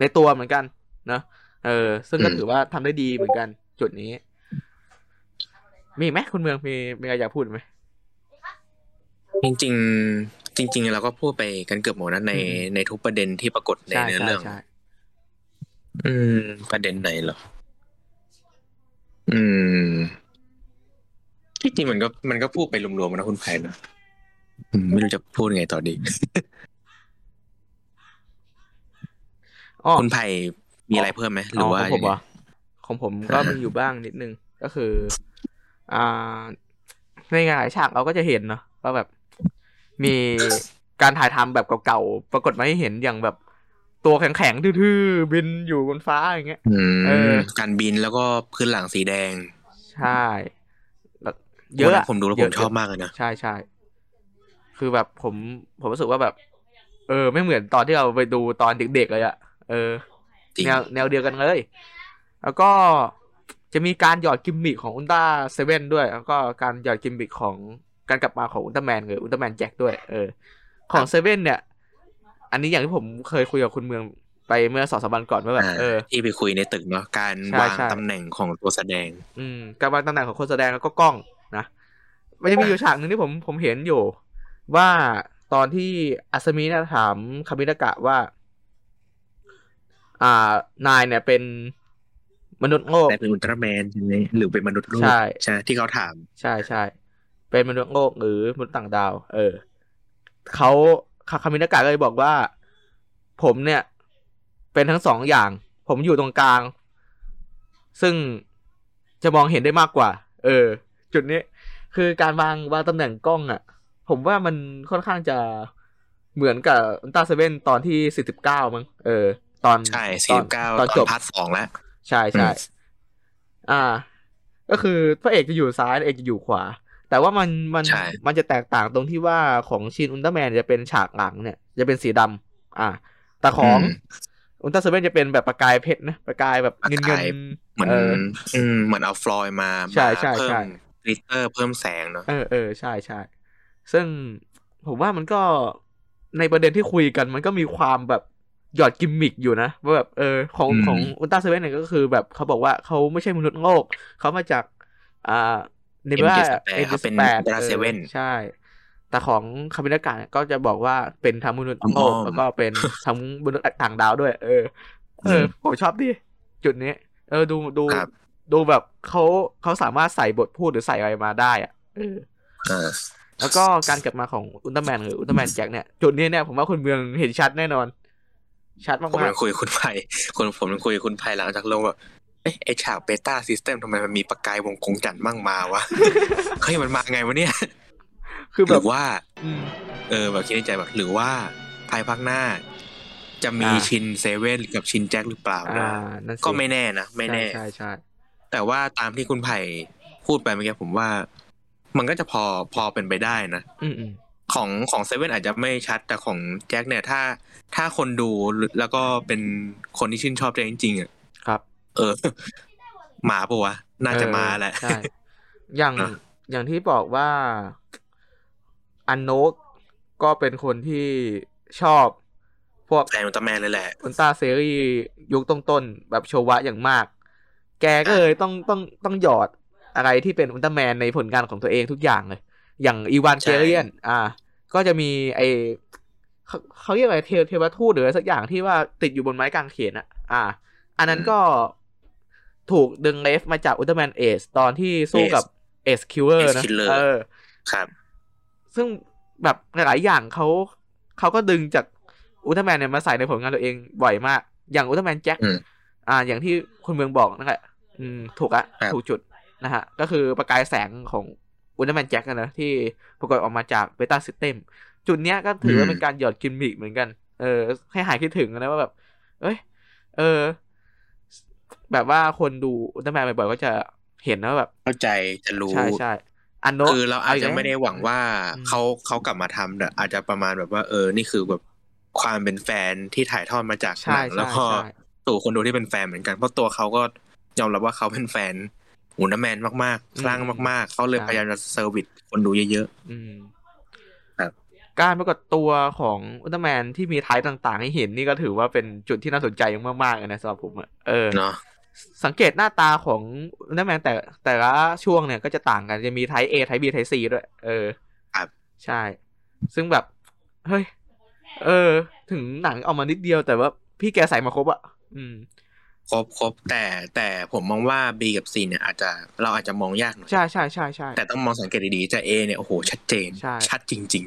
[SPEAKER 1] ในตัวเหมือนกันนะเออ ซึ่งก็
[SPEAKER 2] อืม
[SPEAKER 1] ถือว่าทำได้ดีเหมือนกัน จุดนี้ มีอีกไหมคุณเมืองมีมีอะไรอยากพูดไหม
[SPEAKER 2] จริง ๆ จริง ๆ เราก็พูดไปกันเกือบหมดนะใน
[SPEAKER 1] อืม
[SPEAKER 2] ในทุกประเด็นที่ปรากฏใน
[SPEAKER 1] ใช่
[SPEAKER 2] เนื้อ
[SPEAKER 1] ใช่
[SPEAKER 2] เรื่อง
[SPEAKER 1] ใช่
[SPEAKER 2] อืม ประเด็นไหนเหรอ อืม ที่จริงมันก็มันก็พูดไปรวมๆนะคุณไผ่นะอืมไม่รู้จะพูดไงต่อดี
[SPEAKER 1] อ๋อ
[SPEAKER 2] คุณไผ่มีอะไรเพิ่มไหมหรือว่า
[SPEAKER 1] ของผม
[SPEAKER 2] ยังไง
[SPEAKER 1] เหรอของผมก็มีอยู่บ้างนิดนึง <laughs> ก็คือ อ่า ในหลายฉากเราก็จะเห็นเนาะว่าแบบ มีการถ่ายทำแบบเก่าๆ ปรากฏมาให้เห็นอย่างแบบ ตัวแข็งๆทื่อๆ บินอยู่บนฟ้าอย่างเงี้ย
[SPEAKER 2] อืม
[SPEAKER 1] เออ
[SPEAKER 2] การบินแล้วก็พื้นหลังสีแดง
[SPEAKER 1] ใช่แล้วเยอะ
[SPEAKER 2] วัน
[SPEAKER 1] อะ
[SPEAKER 2] นั้นผมดูแล้ว
[SPEAKER 1] เย
[SPEAKER 2] ผ
[SPEAKER 1] อะ
[SPEAKER 2] มชอบมากเลยนะ
[SPEAKER 1] ใช่ใช่ คือแบบผม ผมรู้สึกว่าแบบ เออ ไม่เหมือนตอนที่เราไปดูตอนเด็กๆเลยอะเออ
[SPEAKER 2] จริง
[SPEAKER 1] แนวแนวเดียวกันเลย แล้วก็จะมีการหยอดกิมมิคของอุลตร้าเซเว่นด้วย แล้วก็การหยอดกิมมิคของการกลับมาของอุลตร้าแมนหรืออุลตร้าแมนแจ็คด้วย เออ ของเซเว่นเนี่ย อันนี้อย่างที่ผมเคยคุยกับคุณเมืองไปเมื่อสองสามวันก่อนว่าแบบ
[SPEAKER 2] อ่า
[SPEAKER 1] เออ
[SPEAKER 2] ที่ไปคุยในตึกเนาะการ
[SPEAKER 1] ใช่
[SPEAKER 2] วาง
[SPEAKER 1] ใช่
[SPEAKER 2] ตำแหน่งของตัวแสดง
[SPEAKER 1] อืมการวางตำแหน่งของคนแสดงแล้วก็กล้องนะมันจะมีอยู่ฉากหนึ่งที่ผมผมเห็นอยู่ ว่าตอนที่อัศมิเนยถามคามิดากะว่า อ่านายเนี่ยเป็นมนุษย์โลก
[SPEAKER 2] แต่เป็นอุลตร้าแมนใช่ไหมหรือเป็นมนุษย์โลก
[SPEAKER 1] ใช่
[SPEAKER 2] ใช่ที่เขาถาม
[SPEAKER 1] ใช่ใช่ เป็นมนุษย์โลกหรือมนุษย์ต่างดาว เออเขาคาคามินากะก็เลยบอกว่า ผมเนี่ย เป็นทั้งสองอย่าง ผมอยู่ตรงกลาง ซึ่งจะมองเห็นได้มากกว่า เออ จุดนี้ คือการวางวางตำแหน่งกล้องอะ่ะ ผมว่ามันค่อนข้างจะเหมือนกับอุลตราเซเว่นตอนที่สี่สิบเก้ามั้งเออ ตอน
[SPEAKER 2] ใช่
[SPEAKER 1] ต
[SPEAKER 2] สี่
[SPEAKER 1] อน
[SPEAKER 2] เก้า
[SPEAKER 1] ตอนจบ
[SPEAKER 2] พาร์ทสองแล้ว
[SPEAKER 1] ใช่ใช่
[SPEAKER 2] อืม
[SPEAKER 1] อ่า ก็คือพระเอกจะอยู่ซ้ายพระเอกจะอยู่ขวา แต่ว่ามันมัน
[SPEAKER 2] ใช่
[SPEAKER 1] มันจะแตกต่างตรงที่ว่าของชินอุลตร้าแมนจะเป็นฉากหลังเนี่ย จะเป็นสีดำอ่า แต่ของอุลตร้าเซเว่นจะเป็นแบบประกายเพชรนะประกายแบบเงินเงินๆ
[SPEAKER 2] เหมือน
[SPEAKER 1] เออ
[SPEAKER 2] อืมเหมือนเอาฟลอยด์มา
[SPEAKER 1] ใช่
[SPEAKER 2] มา
[SPEAKER 1] ใช่
[SPEAKER 2] เพิ่
[SPEAKER 1] ใช่
[SPEAKER 2] มกลิตเตอร์เพิ่มแสงเนาะ
[SPEAKER 1] เออเออใช่ใช่ซึ่งผมว่ามันก็ในประเด็นที่คุยกัน มันก็มีความแบบหยอดกิมมิกอยู่นะว่าแบบเออของของอุลตร้าเซเว่นเนี่ยก็คือแบบเขาบอกว่าเขาไม่ใช่มนุษย์โลก เขามาจาก อ่าเน
[SPEAKER 2] เอ็ม
[SPEAKER 1] บ้า
[SPEAKER 2] เจสแปร์เขาเป็นอุลตร้าเซเว่น
[SPEAKER 1] ใช่ แต่ของคาบินากาก็จะบอกว่าเป็นทั้งมนุษย์โลก
[SPEAKER 2] อ้อม
[SPEAKER 1] แล้วก็เป็นทั้งมนุษย์ต่างดาวด้วย เออ เออ
[SPEAKER 2] ม
[SPEAKER 1] ผมชอบดิจุดนี้ เออดูดู
[SPEAKER 2] ครับ
[SPEAKER 1] ดูแบบเขาเขาสามารถใส่บทพูดหรือใส่อะไรมาได้อะเออ
[SPEAKER 2] เออ
[SPEAKER 1] แล้วก็การกลับมาของอุลตร้าแมนหรืออุลตร้าแมนแจ็คเนี่ยจุดนี้เนี่ยผมว่าคุณเมืองเห็นชัดแน่นอน ชัดมา
[SPEAKER 2] ผม
[SPEAKER 1] ก
[SPEAKER 2] ยังคุยกับคุณไผ่ <laughs> คนผมยังคุยกับคุณไผ่หลังจากลงแบบเอ๊ะไอฉากเบต้าซิสเต็มทำไมมันมีประกายวงกงจันทร์มั่งมาวะ <laughs> เฮ้ยมันมาไงวะเนี่ย
[SPEAKER 1] ๆ คือ
[SPEAKER 2] ห
[SPEAKER 1] แบ
[SPEAKER 2] รื
[SPEAKER 1] บ
[SPEAKER 2] อว่า
[SPEAKER 1] อืม
[SPEAKER 2] เออแบบคิดในใจแบบหรือว่าภายภาคหน้า จะมี
[SPEAKER 1] อ่า
[SPEAKER 2] ชินเซเว่นกับชินแจ็คหรือเปล่า
[SPEAKER 1] อ่า
[SPEAKER 2] นะ
[SPEAKER 1] นั่นสิ
[SPEAKER 2] ก็ไม่แน่นะไม่แน่
[SPEAKER 1] ใช่ใช่
[SPEAKER 2] แต่ว่าตามที่คุณไผ่พูดไปเมื่อกี้ผมว่า มันก็จะพอพอเป็นไปได้นะ
[SPEAKER 1] อืมอืม
[SPEAKER 2] ของของเซเว่นอาจจะไม่ชัดแต่ของแจ็คเนี่ยถ้าถ้าคนดูแล้วก็เป็นคนที่ชื่นชอบแจ็คจริงๆอ่ะ
[SPEAKER 1] ครับ
[SPEAKER 2] เออ <laughs> หมาปะวะ น่าจะมาแหละ
[SPEAKER 1] ใช่ อย่าง
[SPEAKER 2] อ่ะ
[SPEAKER 1] อย่างที่บอกว่าอันโนกก็เป็นคนที่ชอบ พวก
[SPEAKER 2] แต่อุลตร้าแมนเลยแหละ
[SPEAKER 1] อุลตร้าเซรียุคต้นๆแบบโชวะอย่างมาก แกก็เลยต้องต้องต้องหยอดอะไรที่เป็นอุลตร้าแมนในผลงานของตัวเองทุกอย่างเลย อย่างอีวานเกเรียน อ่า ก็จะมีไอเขาเขาเรียกอะไรเทวเทวทูตหรืออะไรสักอย่างที่ว่าติดอยู่บนไม้กางเขนอะอ่า อันนั้นก็ถูกดึงเลฟมาจากอุลตร้าแมนเอสตอนที่สู้กับเอสคิวเวอร์
[SPEAKER 2] Ace
[SPEAKER 1] นะ
[SPEAKER 2] Killer
[SPEAKER 1] เออ
[SPEAKER 2] ครับ
[SPEAKER 1] ซึ่งแบบหลายๆอย่างเขาเขาก็ดึงจากอุลตร้าแมนเนี่ยมาใส่ในผลงานตัวเองบ่อยมาก อย่างอุลตร้าแมนแจ็ค
[SPEAKER 2] อืม
[SPEAKER 1] อ่า อย่างที่คนเมืองบอกนั่นแหละอืม ถูกอะ
[SPEAKER 2] ครับ
[SPEAKER 1] ถูกจุดนะฮะ ก็คือประกายแสงของอุลตร้าแมนแจ็คนะที่ปรากฏออกมาจากเบต้าซิสเต็มจุดเนี้ยก็ถือว่าเป็นการหยอดกิมมิกเหมือนกัน เออ ให้หายคิดถึงนะว่าแบบ เอ้ย เออ แบบว่าคนดูอุลตร้าแมนบ่อยๆก็จะเห็นนะว่าแบบ
[SPEAKER 2] เข้าใจจะรู้
[SPEAKER 1] ใช่ใช่อันโน
[SPEAKER 2] คือเราอาจจะไม่ได้หวังว่า
[SPEAKER 1] อืม
[SPEAKER 2] เขาเขากลับมาทำแต่อาจจะประมาณแบบว่า เออ นี่คือแบบความเป็นแฟนที่ถ่ายทอดมาจากห
[SPEAKER 1] ใช่
[SPEAKER 2] นังแล้
[SPEAKER 1] ใช่
[SPEAKER 2] วก็
[SPEAKER 1] ใช่
[SPEAKER 2] ตู่คนดูที่เป็นแฟนเหมือนกัน เพราะตัวเขาก็ยอมรับว่าเขาเป็นแฟนอุลตร้าแมนมาก
[SPEAKER 1] อืม
[SPEAKER 2] ๆคลั่งมาก ๆ เขาเลย
[SPEAKER 1] ใช่
[SPEAKER 2] พยายามจะเซอร์วิสคนดูเยอะ
[SPEAKER 1] อืม
[SPEAKER 2] ครับ
[SPEAKER 1] การปรากฏตัวของอุลตร้าแมนที่มีไทป์ต่างๆ ให้เห็นนี่ก็ถือว่าเป็นจุดที่น่าสนใจอย่างมากๆเลยนะสำหรับผมอะเออ
[SPEAKER 2] ๆเนาะ
[SPEAKER 1] สังเกตหน้าตาของอุลตร้าแมนแต่แต่ละช่วงเนี่ยก็จะต่างกันจะมีไทป์ A ไทป์ B ไทป์ C ด้วย เออ
[SPEAKER 2] ครับ
[SPEAKER 1] ใช่ ซึ่งแบบ เฮ้ย เออ ถึงหนังออกมานิดเดียวแต่ว่าพี่แกใส่มาครบอะอืม
[SPEAKER 2] ครบครบแต่แต่ผมมองว่า B กับ C เนี่ยอาจจะเราอาจจะมองยากหน่อย
[SPEAKER 1] ใช่ใช่ใช่ใช่
[SPEAKER 2] แต่ต้องมองสังเกตดีๆจะ A เนี่ยโอ้โหชัดเจน
[SPEAKER 1] ใช่
[SPEAKER 2] ชัดจริง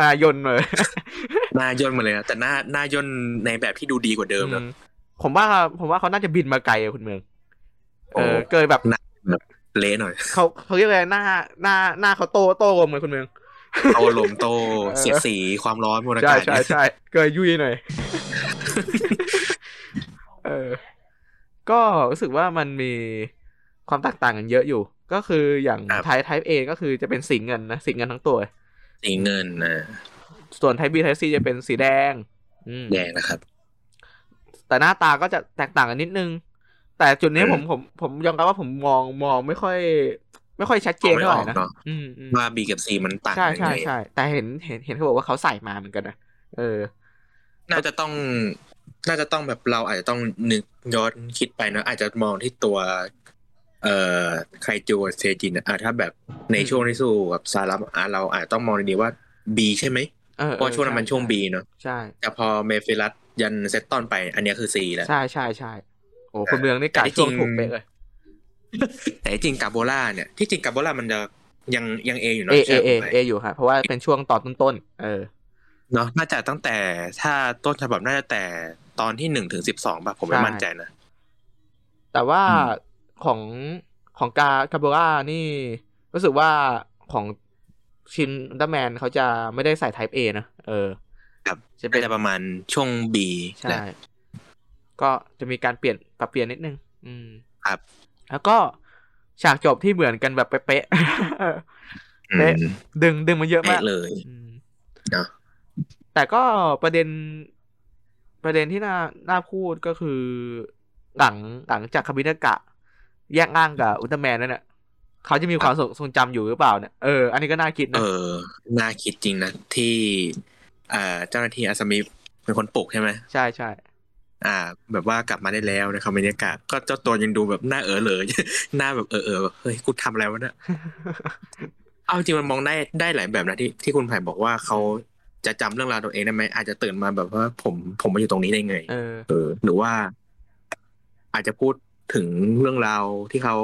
[SPEAKER 1] นายนเลย
[SPEAKER 2] ๆ หน้าย่นมาเลยนะแต่หน้าหน้าย่นในแบบที่ดูดีกว่าเดิมนะ
[SPEAKER 1] อืมผมว่าผมว่าเขาน่าจะบินมาไกลอะคุณเมือง เออ
[SPEAKER 2] โอ้
[SPEAKER 1] เกิดแบบ
[SPEAKER 2] เละหน่อย
[SPEAKER 1] เขาเขาเรียกอะไรหน้าหน้าหน้าเขาโตโตกลมเลยคุณเมือง
[SPEAKER 2] เอาลมโต
[SPEAKER 1] เออ
[SPEAKER 2] เสีย
[SPEAKER 1] <laughs>
[SPEAKER 2] ดสีความร้อนมวลอา
[SPEAKER 1] ใช่
[SPEAKER 2] กาศ
[SPEAKER 1] ใช่ใช่เกยยุยหน่อย เออ ก็รู้สึกว่ามันมีความแตกต่างกันเยอะอยู่ ก็คืออย่างไทป์ไทป์เอก็คือจะเป็นสีเงินนะสีเงินทั้งตัว
[SPEAKER 2] สีเงินนะ
[SPEAKER 1] ส่วนไทป์บีไทป์ซีจะเป็นสีแดง อืม
[SPEAKER 2] แดงนะครับ
[SPEAKER 1] แต่หน้าตาก็จะแตกต่างกันนิดนึง แต่จุดนี้
[SPEAKER 2] อืม
[SPEAKER 1] ผมผมผมยอมรับว่าผมมองมองไม่ค่อย ไม่ค่อยชัดเจน
[SPEAKER 2] ไม่
[SPEAKER 1] เท่า
[SPEAKER 2] อ
[SPEAKER 1] ไหร่
[SPEAKER 2] อก
[SPEAKER 1] นะ
[SPEAKER 2] เนาะ
[SPEAKER 1] อืมอืม
[SPEAKER 2] ว่า B กับ C มันต่าง
[SPEAKER 1] ใช่
[SPEAKER 2] ยัง
[SPEAKER 1] ใช่
[SPEAKER 2] ไง
[SPEAKER 1] ใช่แต่เห็นเห็นเห็นเขาบอกว่าเขาใส่มาเหมือนกันนะเออ
[SPEAKER 2] น่าจะต้อง น่าจะต้องแบบเราอาจจะต้องนึกย้อนคิดไปเนอะอาจจะมองที่ตัว เอ่อไคจูกับเซจินอะอ่ะถ้าแบบใน
[SPEAKER 1] อืม
[SPEAKER 2] ช่วงที่สู้กับซารัมอ่ะเราอาจจะต้องมองดีๆว่า B ใช่ไหม
[SPEAKER 1] เออ
[SPEAKER 2] เพราะช่วงนั้นมันช่วง B เนาะ
[SPEAKER 1] ใช่
[SPEAKER 2] แต่พอเมฟิลัสยันเซตตอนไป อันเนี้ยคือ C แล้ว
[SPEAKER 1] ใช่ใช่ใช่โอ้คนเมืองนี่กา
[SPEAKER 2] แต่ที่
[SPEAKER 1] ช่วง
[SPEAKER 2] จริง
[SPEAKER 1] ถูกเป๊ะเลย
[SPEAKER 2] แต่จริงกาโบล่าเนี่ยที่จริงกาโบล่ามันจะยังยังเออยู่
[SPEAKER 1] เอ
[SPEAKER 2] เนาะ
[SPEAKER 1] เอ
[SPEAKER 2] ใช่
[SPEAKER 1] เอ
[SPEAKER 2] ไหม
[SPEAKER 1] เออยู่ครับเพราะว่าเป็นช่วงตอนต้นๆเออ
[SPEAKER 2] เนาะน่าจะตั้งแต่ถ้าต้นฉบับน่าจะแต่ตอนที่หนึ่งถึงสิบสองป่ะผมไม่
[SPEAKER 1] ใช่
[SPEAKER 2] มั่นใจนะ
[SPEAKER 1] แต่ว่า
[SPEAKER 2] อืม
[SPEAKER 1] ของของกาคาโบรานี่รู้สึกว่าของชินดัมแมนเขาจะไม่ได้ใส่ type A นะเออ
[SPEAKER 2] ครับ
[SPEAKER 1] จะเป็
[SPEAKER 2] น่าน จะประมาณช่วงบี
[SPEAKER 1] ใช่
[SPEAKER 2] นะ
[SPEAKER 1] ก็จะมีการเปลี่ยนปรับเปลี่ยนนิดนึง อืม
[SPEAKER 2] ครับ
[SPEAKER 1] แล้วก็ฉากจบที่เหมือนกันแบบเป๊ะๆ
[SPEAKER 2] อื
[SPEAKER 1] เป๊ะ
[SPEAKER 2] ม
[SPEAKER 1] <laughs> ดึงดึงมาเยอะมาก
[SPEAKER 2] เป๊ะเลย
[SPEAKER 1] อืม
[SPEAKER 2] เนอะ
[SPEAKER 1] แต่ก็ประเด็น ประเด็นที่น่าน่าพูดก็คือ หลังหลังจากคาบินากะ แยกร่างกับอุลตร้าแมนนั่นแหละเขาจะมีความทรงทรงจำอยู่หรือเปล่าเนี่ยเอออันนี้ก็น่าคิด
[SPEAKER 2] เอ
[SPEAKER 1] นะ
[SPEAKER 2] อ น่าคิดจริงนะ ที่อ่าเจ้าหน้าที่อาสมิเป็นคนปลุกใช่ไหม
[SPEAKER 1] ใช่ใช่ <laughs>
[SPEAKER 2] อ่า แบบว่ากลับมาได้แล้วนะครับบรรยากาศก็เจ้าตัวยังดูแบบหน้าเออเลย <laughs> หน้าแบบเออเออแบบเฮ้ยกูทำอะไรวะเนี่ยเอาจริงมันมองได้ได้หลายแบบนะที่ที่คุณไผ่บอกว่าเขาจะจำเรื่องราวตัวเองได้ไหมอาจจะตื่นมาแบบว่าผมผมมาอยู่ตรงนี้ได้ไง
[SPEAKER 1] เออ
[SPEAKER 2] เออหรือว่า อาจจะพูดถึงเรื่องราวที่เขา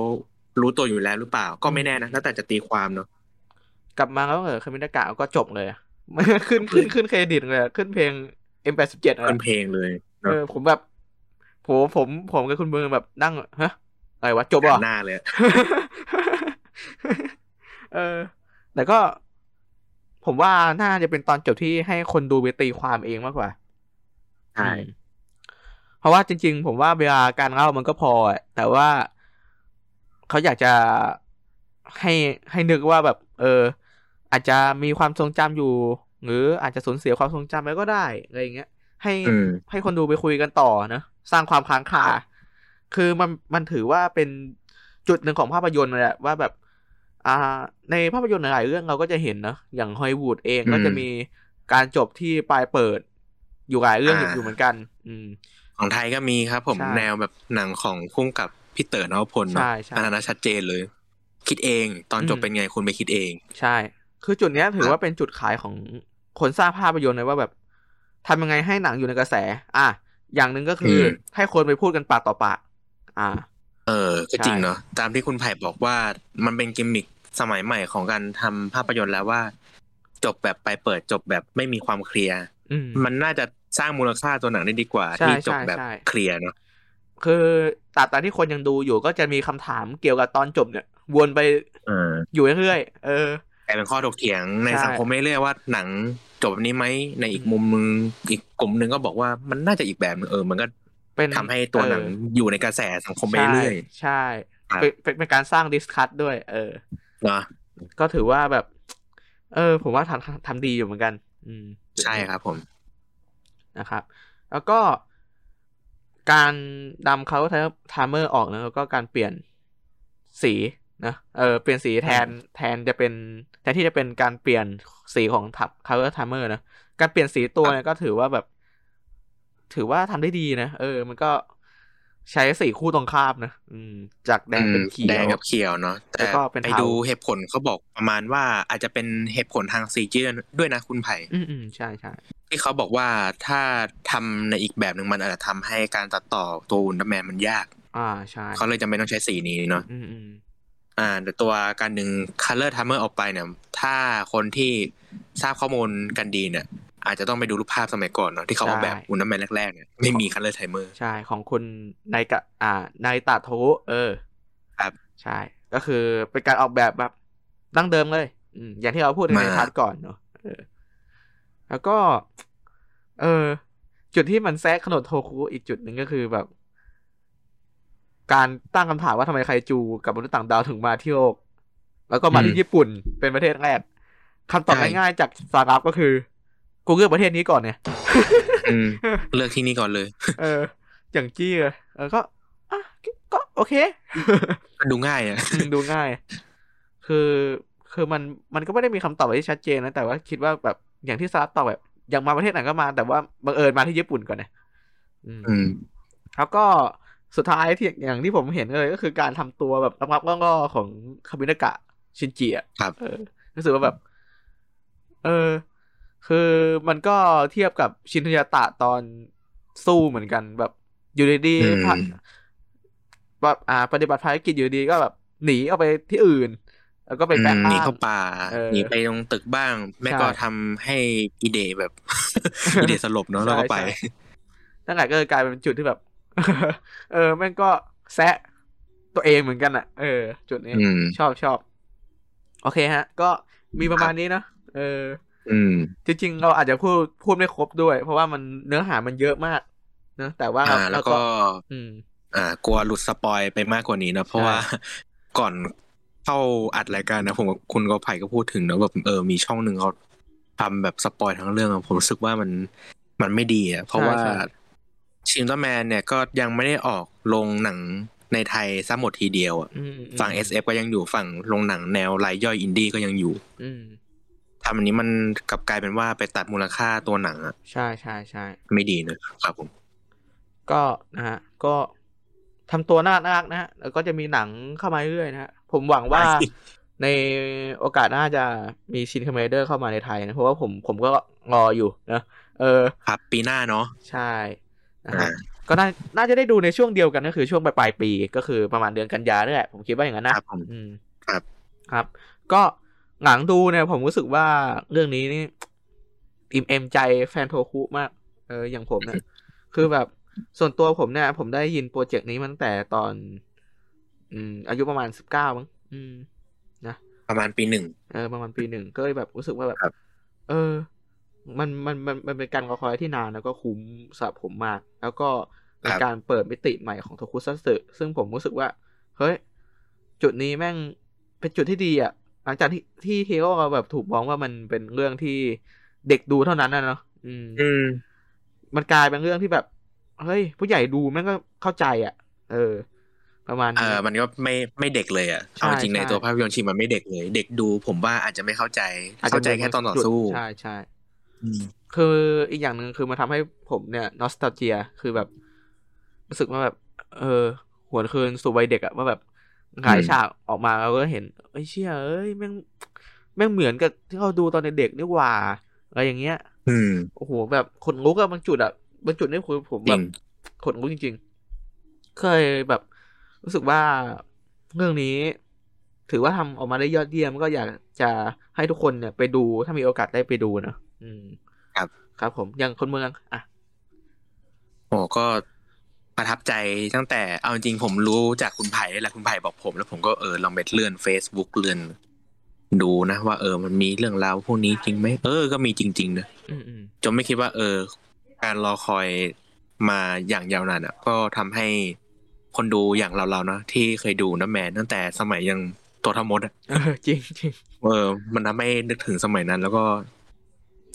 [SPEAKER 2] รู้ตัวอยู่แล้วหรือเปล่า ก็ไม่แน่นะแล้วแต่จะตีความเนาะ
[SPEAKER 1] กลับมาแล้วเออคาบินากะก็จบเลยอะ <laughs> ขึ้นขึ้นขึ้นเครดิตเลยอะขึ้นเพลง M87 อะ
[SPEAKER 2] เป็นเพลงเลย
[SPEAKER 1] เอ
[SPEAKER 2] เนาะ
[SPEAKER 1] อผมแบบผมผมผมกับคุณเบิร์นแบบนั่งฮะอะไรวะจบเหร
[SPEAKER 2] หั
[SPEAKER 1] อ
[SPEAKER 2] นห น้าเลย
[SPEAKER 1] <laughs> เออ แต่ก็ ผมว่าน่าจะเป็นตอนจบที่ให้คนดูไปตีความเองมากกว่า
[SPEAKER 2] ใช่
[SPEAKER 1] อืมเพราะว่าจริง ๆ ผมว่าเวลาการเล่ามันก็พออะแต่ว่าเขาอยากจะให้ให้นึกว่าแบบ เออ อาจจะมีความทรงจำอยู่ หรืออาจจะสูญเสียความทรงจำไปก็ได้อะไรอย่างเงี้ย ให้
[SPEAKER 2] อืม
[SPEAKER 1] ให้คนดูไปคุยกันต่อนะ สร้างความค้างคา คือมันมันถือว่าเป็นจุดหนึ่งของภาพยนตร์เลยแหละว่าแบบ อ่า ในภาพยนตร์หลายๆเรื่องเราก็จะเห็นเนอะอย่างฮอลลีวูดเอง
[SPEAKER 2] อืม
[SPEAKER 1] ก็จะมีการจบที่ปลายเปิด อยู่หลายเรื่อง
[SPEAKER 2] อ่า
[SPEAKER 1] อยู่เหมือนกัน อืม
[SPEAKER 2] ของไทยก็มีครับ ผม
[SPEAKER 1] ใช่
[SPEAKER 2] แนวแบบหนังของพุ่งกับพี่เต๋อนวพลเนาะ
[SPEAKER 1] ใช่ใช่
[SPEAKER 2] อันนั้นชัดเจนเลย คิดเองตอนจบ
[SPEAKER 1] อืม
[SPEAKER 2] เป็นไงคุณไปคิดเอง
[SPEAKER 1] ใช่ คือจุดเนี้ยถือ
[SPEAKER 2] ครับ
[SPEAKER 1] ว่าเป็นจุดขายของคนสร้างภาพยนตร์เลยว่าแบบทำยังไงให้หนังอยู่ในกระแส อ่ะ อย่างหนึ่งก็คืออให้คนไปพูดกันปากต่อปาก อ่า
[SPEAKER 2] เออก็จริง
[SPEAKER 1] ใช่
[SPEAKER 2] เนาะตามที่คุณไผ่บอกว่ามันเป็นกิมมิคสมัยใหม่ของการทำภาพยนตร์แล้วว่า จบแบบไปเปิดจบแบบไม่มีความเคลียร์
[SPEAKER 1] อืม
[SPEAKER 2] มันน่าจะสร้างมูลค่าตัวหนังได้ดีกว่า
[SPEAKER 1] ใช่
[SPEAKER 2] ที่จบแบบ
[SPEAKER 1] ใช่ใช่
[SPEAKER 2] เคลียร์เนาะ
[SPEAKER 1] คือตราบใดที่คนยังดูอยู่ก็จะมีคำถามเกี่ยวกับตอนจบเนี่ย วนไป
[SPEAKER 2] เออ
[SPEAKER 1] อยู่เรื่อยๆเออ
[SPEAKER 2] กลายเป็นข้อถกเถียงใน
[SPEAKER 1] ใช่
[SPEAKER 2] สังคมเรื่อยๆว่าหนังจบแบบนี้ไหมในอีก
[SPEAKER 1] อืม
[SPEAKER 2] มุมนึงอีกกลุ่มนึงก็บอกว่ามันน่าจะอีกแบบนึงเออ มันก็
[SPEAKER 1] เป็น
[SPEAKER 2] ทำให้ตัวหนัง
[SPEAKER 1] เออ
[SPEAKER 2] อยู่ในกระแสสังคมไปเรื่อย
[SPEAKER 1] ใช่
[SPEAKER 2] ครั
[SPEAKER 1] ใช่
[SPEAKER 2] บ
[SPEAKER 1] เป็นเป็นเป็นการสร้างดิสคัตด้วย เออ
[SPEAKER 2] ๆเนาะ
[SPEAKER 1] ก็ถือว่าแบบ เออ ผมว่าทำทำดีอยู่เหมือนกัน อืม
[SPEAKER 2] ใช่ครับ ผม
[SPEAKER 1] นะครับ แล้วก็การดำเขาทามเมอร์ออกนะแล้วก็การเปลี่ยนสีนะเออเปลี่ยนสีแทนแทนจะเป็นแทนที่จะเป็นการเปลี่ยนสีของทับคาร์ทามเมอร์นะการเปลี่ยนสีตัวเนี่ยก็ถือว่าแบบ ถือว่าทำได้ดีนะเออ มันก็ใช้สีคู่ตรงข้ามนะอืม จากแดงเป็นเขียว
[SPEAKER 2] แดงกับเขียวเนาะ
[SPEAKER 1] แล้
[SPEAKER 2] แต่
[SPEAKER 1] วก็เป็น
[SPEAKER 2] ไป
[SPEAKER 1] เทา
[SPEAKER 2] ดูเหตุผลเขาบอกประมาณว่าอาจจะเป็นเหตุผลทางซีจีด้วยนะคุณไผ่
[SPEAKER 1] อืมอืมใช่ใช่
[SPEAKER 2] ที่เขาบอกว่าถ้าทำในอีกแบบหนึ่งมันอาจจะทำให้การตัดต่อตัวอุลตร้าแมนมันยาก
[SPEAKER 1] อ่าใช่
[SPEAKER 2] เขาเลยจำเป็นต้องใช้สีนี้เนาะ
[SPEAKER 1] อืมอืม
[SPEAKER 2] อ่าแต่ตัวการดึง color timer ออกไปเนี่ย ถ้าคนที่ทราบข้อมูลกันดีเนี่ย อาจจะต้องไปดูรูปภาพสมัยก่อนเนาะที่เขาออกแบบอุลตร้าแมนแรกๆเนี่ยไม่มี color timer
[SPEAKER 1] ใช่ของคุณนายกะอ่านายตาโทเออ
[SPEAKER 2] ครับ
[SPEAKER 1] ใช่ ก็คือเป็นการออกแบบแบบดั้งเดิมเลย อืมอย่างที่เราพูดใน
[SPEAKER 2] มา
[SPEAKER 1] พาร์ทก่อนเนอะเออ แล้วก็ เออ จุดที่มันแซกขนดโทคุอีกจุดหนึ่งก็คือแบบ การตั้งคำถามว่าทำไมไคจูกับมนุษย์ต่างดาวถึงมาที่โลก แล้วก็มาที่ญี่ปุ่นเป็นประเทศแรกคำตอบง่ายๆจากสารับก็คือ กูเลือกประเทศนี้ก่อนเนี่ย
[SPEAKER 2] อืมเลือกที่นี่ก่อนเลย
[SPEAKER 1] เออ อย่างจี้เลยเออก็อ่ะก็ก็โอเค
[SPEAKER 2] มันดูง่ายอะ
[SPEAKER 1] อืมดูง่าย คือคือมันมันก็ไม่ได้มีคำตอบที่ชัดเจนนะแต่ว่าคิดว่าแบบอย่างที่สลับตอบแบบอยากมาประเทศไหนก็มา แต่ว่าบังเอิญมาที่ญี่ปุ่นก่อนนะอืม
[SPEAKER 2] อืม
[SPEAKER 1] แล้วก็สุดท้ายที่อย่างที่ผมเห็นเลยก็คือการทำตัวแบบรับรับก็ของคาบินากะชินจิอ่ะ
[SPEAKER 2] ครับ
[SPEAKER 1] เออรู้สึกว่าแบบ เออ คือมันก็เทียบกับชินทยาตะตอนสู้เหมือนกันแบบอยู่ดี
[SPEAKER 2] อืม
[SPEAKER 1] ๆพะแบบอ่า ปฏิบัติภารกิจอยู่ดีก็แบบ หนีเอาไปที่อื่น แล้วก็ไปแปลง
[SPEAKER 2] อืมหนี
[SPEAKER 1] ร่าง
[SPEAKER 2] เข้าป่า
[SPEAKER 1] เออ
[SPEAKER 2] หนีไปตรงตึกบ้าง แม่
[SPEAKER 1] ใช่
[SPEAKER 2] ก็ทำให้อีเดย์แบบ
[SPEAKER 1] <laughs>
[SPEAKER 2] อีเดย์สลบเนาะ
[SPEAKER 1] ใช่
[SPEAKER 2] แล้วก็ไป
[SPEAKER 1] ใช่ นั่นแหละก็เลยกลายเป็นจุดที่แบบ <laughs> เออแม่งก็แซะตัวเองเหมือนกันอ่ะ เออ จุดนี้
[SPEAKER 2] อืม
[SPEAKER 1] ชอบชอบ โอเคฮะ ก็มีประมาณนี้นะเออ
[SPEAKER 2] อืม
[SPEAKER 1] จริงๆ เราอาจจะพูดพูดไม่ครบด้วย เพราะว่ามันเนื้อหามันเยอะมากนะแต่ว่า
[SPEAKER 2] อ่า แล้วก็
[SPEAKER 1] อืม
[SPEAKER 2] อ่ากลัวหลุดสปอยไปมากกว่านี้เนอะเพราะ
[SPEAKER 1] ใช่
[SPEAKER 2] ว่า ก่อนเข้าอัดรายการนะผมกับคุณกอไผ่ก็พูดถึงเนอะแบบเออมีช่องหนึ่งเขาทำแบบสปอยทั้งเรื่องอะผมรู้สึกว่ามันมันไม่ดีอ่ะเพราะว่า
[SPEAKER 1] ใช่ใช่
[SPEAKER 2] ชินตแมนเนี่ยก็ยังไม่ได้ออกลงหนังในไทยซะหมดทีเดียวอะ
[SPEAKER 1] อืมม
[SPEAKER 2] ฝั่ง SF ก็ยังอยู่ฝั่งลงหนังแนวรายย่อยอินดี้ก็ยังอยู่
[SPEAKER 1] อืม
[SPEAKER 2] ทำอันนี้มันกลับกลายเป็นว่าไปตัดมูลค่าตัวหนังอะ
[SPEAKER 1] ใช่ใช่ใช่
[SPEAKER 2] ไม่ดีนะครับผม
[SPEAKER 1] ก็นะฮะ ก็ทำตัวน่ารักนะฮะ แล้วก็จะมีหนังเข้ามาเรื่อยๆนะฮะ ผมหวังว่าในโอกาสหน้าจะมีชินคอมเมเดอร์เข้ามาในไทยนะ เพราะว่าผมผมก็รออยู่นะ เออ
[SPEAKER 2] ครับปีหน้าเนาะ
[SPEAKER 1] ใช่นะฮะ
[SPEAKER 2] อ่า
[SPEAKER 1] ก็น่าน่าจะได้ดูในช่วงเดียวกันก็คือช่วงปลายๆปี ก็คือประมาณเดือนกันยาเนี่ยแหละผมคิดว่าอย่างนั้นนะ
[SPEAKER 2] ครับผม
[SPEAKER 1] อืม
[SPEAKER 2] ครับ
[SPEAKER 1] ครับ ก็หลังดูเนี่ยผมรู้สึกว่าเรื่องนี้นี่อิ่มเอมใจแฟนโทคุมาก เอออย่างผมเนี่ย คือแบบส่วนตัวผมเนี่ย ผมได้ยินโปรเจกต์นี้มาตั้งแต่ตอน อืม อายุประมาณสิบเก้ามั้งอืม
[SPEAKER 2] ประมาณปีหนึ่ง
[SPEAKER 1] เออประมาณปีหนึ่งก็เลยแบบรู้สึกว่าแบบ
[SPEAKER 2] ครับ
[SPEAKER 1] เออ มันมันมันมันเป็นการรอคอยที่นานแล้วก็คุ้มสำหรับผมมาก แล้วก็เป็นการเปิดมิติใหม่ของโทคุซัตสึซึ่งผมรู้สึกว่า เฮ้ย จุดนี้แม่งเป็นจุดที่ดีอ่ะ หลังจากที่ที่ฮีโร่เราแบบถูกมองว่ามันเป็นเรื่องที่เด็กดูเท่านั้นนะเนาะอืม
[SPEAKER 2] อืม
[SPEAKER 1] มันกลายเป็นเรื่องที่แบบ เฮ้ย ผู้ใหญ่ดูแม่งก็เข้าใจอะ่ะ เออ ประมาณ
[SPEAKER 2] เอ
[SPEAKER 1] นี้
[SPEAKER 2] อมันก็ไม่ไม่เด็กเลยอ่ะ
[SPEAKER 1] ใช่
[SPEAKER 2] เอาจริงใน
[SPEAKER 1] ใช่
[SPEAKER 2] ตัวภาพยนตร์ชิมมันไม่เด็กเลย เด็กดูผมว่าอาจจะไม่เข้าใจ เข้าใจแค่ตอนต่อสู้
[SPEAKER 1] ใช่ใช่
[SPEAKER 2] อืม
[SPEAKER 1] คืออีกอย่างหนึ่งคือมันทำให้ผมเนี่ยนอสตาเจียคือแบบ รู้สึกว่าแบบ เออ หวนคืนสู่วัยเด็กอะว่าแบบหาย
[SPEAKER 2] อืม
[SPEAKER 1] ฉากออกมาเราก็เห็นไอ้ยเชี่ยเอ้ยแม่งแม่งเหมือนกับที่เราดูตอนเด็กๆนี่หว่าอะไรอย่างเงี้ย
[SPEAKER 2] อืม
[SPEAKER 1] โอ้โหแบบขนลุกอะบางจุดอะบางจุดนี่คือผมแบบ
[SPEAKER 2] จริง
[SPEAKER 1] ขนลุกจริง ๆ เคยแบบ รู้สึกว่าเรื่องนี้ ถือว่าทำออกมาได้ยอดเยี่ยมก็อยากจะให้ทุกคนเนี่ยไปดูถ้ามีโอกาสได้ไปดูนะอืม
[SPEAKER 2] ครับ
[SPEAKER 1] ครับผมอย่างคนเมืองอ่ะ
[SPEAKER 2] โอ้ก็ประทับใจตั้งแต่เอาจริงๆผมรู้จากคุณไผ่นี่แหละคุณไผ่บอกผม แล้วผมก็เออลองไปเลื่อน Facebook เลื่อนดูนะ ว่าเออมันมีเรื่องราวพวกนี้จริงไหมเออก็มีจริงๆนะ
[SPEAKER 1] อืมอืม
[SPEAKER 2] จนไม่คิดว่า เออ การรอคอยมาอย่างยาวนานอ่ะ ก็ทำให้คนดูอย่างเราๆนะที่เคยดูนะแมนตั้งแต่สมัยยังตัวทมดอะ
[SPEAKER 1] เออจริงจริง
[SPEAKER 2] เออ มันทำให้นึกถึงสมัยนั้น แล้วก็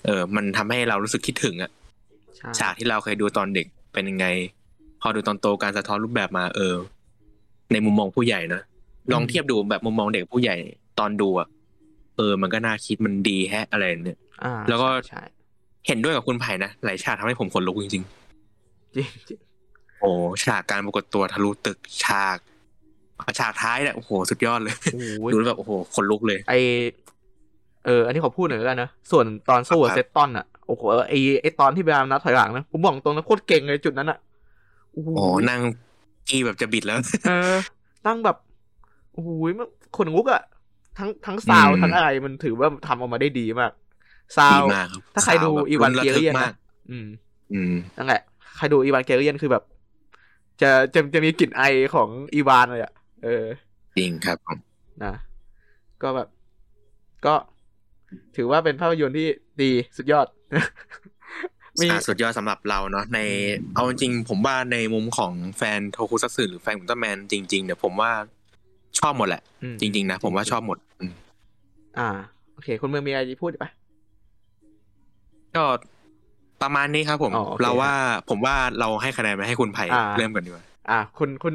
[SPEAKER 2] เออ มันทำให้เรารู้สึกคิดถึงอะ
[SPEAKER 1] ใช่
[SPEAKER 2] ฉากที่เราเคยดูตอนเด็กเป็นยังไง พอดูตอนโตการสะท้อนรูปแบบมา เออ ในมุมมองผู้ใหญ่นะลองเทียบดูแบบมุมมองเด็กผู้ใหญ่ตอนดูอะเออ มันก็น่าคิดมันดีแฮะ อะไรเนี่ย
[SPEAKER 1] อ่า
[SPEAKER 2] แล้วก็
[SPEAKER 1] ใช่
[SPEAKER 2] เห็นด้วยกับคุณไผ่นะหลายฉากทำให้ผมขนลุกจริง
[SPEAKER 1] ใช่จริงจริง
[SPEAKER 2] ๆโอ้ฉากการปรากฏตัวทะลุตึกฉากฉากท้ายเนี่ยโอ้โหสุดยอดเลย
[SPEAKER 1] โอ้ย
[SPEAKER 2] ดูแล้วแบบโอ้โหขนลุกเลย
[SPEAKER 1] ไอเออ อันนี้ขอพูดหน่อยแล้วกันนะ ส่วนตอนสู้กับ
[SPEAKER 2] ครับ
[SPEAKER 1] เซตตอนอะโอ้โหไอไอตอนที่เวลานัดถอยหลังนะ ผมบอกตรงนะโคตรเก่งเลยจุดนั้นอะโอ้โห
[SPEAKER 2] โอ้โหนั่งกี้แบบจะบิดแล้ว
[SPEAKER 1] เออตั้งแบบ โอ้โหมันขนลุกอะทั้งทั้งซาวด์
[SPEAKER 2] อืม
[SPEAKER 1] ทั้งอะไรมันถือว่าทำออกมาได้ดีมาก ซาว
[SPEAKER 2] ดี
[SPEAKER 1] ด์
[SPEAKER 2] มากบ
[SPEAKER 1] ถ้าใครดู
[SPEAKER 2] ข่วแบบ
[SPEAKER 1] อีวาน
[SPEAKER 2] ลุ้ระ
[SPEAKER 1] เกีย
[SPEAKER 2] ทึ
[SPEAKER 1] เรียน
[SPEAKER 2] มา
[SPEAKER 1] นะ
[SPEAKER 2] ก
[SPEAKER 1] อืม
[SPEAKER 2] อืม
[SPEAKER 1] นั่นแหละ ใครดูอีวานเกเรียนคือแบบ จะจะจะมีกลิ่นไอของอีวานเลยอะเออ
[SPEAKER 2] จริงครับผม
[SPEAKER 1] นะก็แบบ ก็ถือว่าเป็นภาพยนตร์ที่ดีสุดยอด <laughs> มี
[SPEAKER 2] อ่ะสุดยอดสำหรับเราเนาะในเอาจริงๆผมว่าในมุมของแฟนโทคุซัตสึหรือแฟนอุลตร้าแมนจริงๆเนี่ยผมว่าชอบหมดแหละ
[SPEAKER 1] อืม
[SPEAKER 2] จริง ๆ นะ ผมว่าชอบหมดอืม
[SPEAKER 1] อ่า โอเค คุณเมืองมีอะไรจะพูดอีกปะ
[SPEAKER 2] ก็ประมาณนี้ครับผม
[SPEAKER 1] อ๋อโอเค
[SPEAKER 2] เราว่าผมว่าเราให้คะแนนไปให้คุณไผ่
[SPEAKER 1] อ่า
[SPEAKER 2] เริ่มก่อนดีกว่า
[SPEAKER 1] อ่า คุณคุณ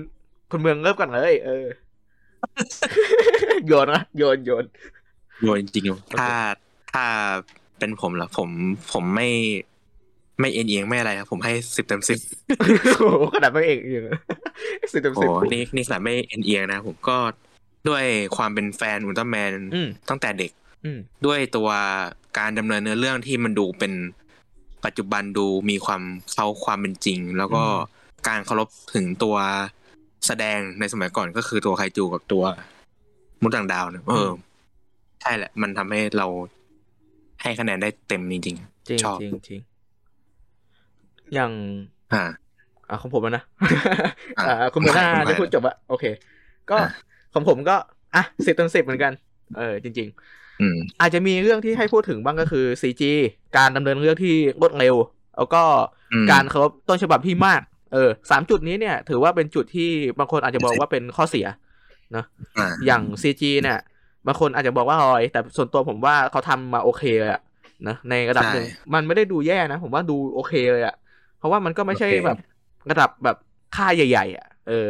[SPEAKER 1] คุณเมืองเริ่มก่อนเลย เอ <laughs> อ โยนนะโยนโยน <laughs>
[SPEAKER 2] โดยจริงๆถ้าถ้าเป็นผมเหรอผมผมไม่ไม่เอ็นเอียงไม่อะไรครับผมให้สิบเต็มสิบ
[SPEAKER 1] โอ้โหขนาดไม่เองเองสิบเต็ม
[SPEAKER 2] โอ้
[SPEAKER 1] สิบ
[SPEAKER 2] นี่นี่ขนาดไม่เอ็นเอียงนะผมก็ด้วยความเป็นแฟนอุลตร้าแมน
[SPEAKER 1] อืม
[SPEAKER 2] ตั้งแต่เด็ก
[SPEAKER 1] อืม
[SPEAKER 2] ด้วยตัวการดำเนินเนื้อเรื่องที่มันดูเป็นปัจจุบันดูมีความเข้าความเป็นจริง แล้วก็
[SPEAKER 1] อืม
[SPEAKER 2] การเคารพถึงตัวแสดงในสมัยก่อนก็คือตัวไคจูกับตัวมุดต่างดาวเนี่ยเอออใช่แหละ มันทำให้เราให้คะแนนได้เต็มจริง
[SPEAKER 1] จริง
[SPEAKER 2] ชอบ
[SPEAKER 1] จริงจริงอย่าง
[SPEAKER 2] ๆอ่า
[SPEAKER 1] อ่าของผมแล้วนะ
[SPEAKER 2] อ่ะ
[SPEAKER 1] อ่าคุณเบอร์น่า
[SPEAKER 2] คุณไผ่
[SPEAKER 1] ได้พูดจบอะโอเค ก็
[SPEAKER 2] อ่ะ
[SPEAKER 1] ของผมก็อ่ะสิบเต็มสิบเหมือนกัน เออ จริง
[SPEAKER 2] อืม
[SPEAKER 1] ๆ อาจจะมีเรื่องที่ให้พูดถึงบ้างก็คือ CG การดำเนินเรื่องที่รวดเร็ว แล้วก็
[SPEAKER 2] อืม
[SPEAKER 1] การเคารพต้นฉบับที่มาก เออสามจุดนี้เนี่ย ถือว่าเป็นจุดที่บางคนอาจจะบอกว่าเป็นข้อเสีย
[SPEAKER 2] อ่า
[SPEAKER 1] อย่าง CG เนี่ยบางคนอาจจะบอกว่าออย แต่ส่วนตัวผมว่าเขาทำมาโอเคเลยอะนะในระดับหนึ่ง
[SPEAKER 2] ใช่
[SPEAKER 1] มันไม่ได้ดูแย่นะ ผมว่าดูโอเคเลยอะเพราะว่ามันก็ไม่ใช่
[SPEAKER 2] โอเค
[SPEAKER 1] แบบระดับแบบค่ายใหญ่ ๆอะเออ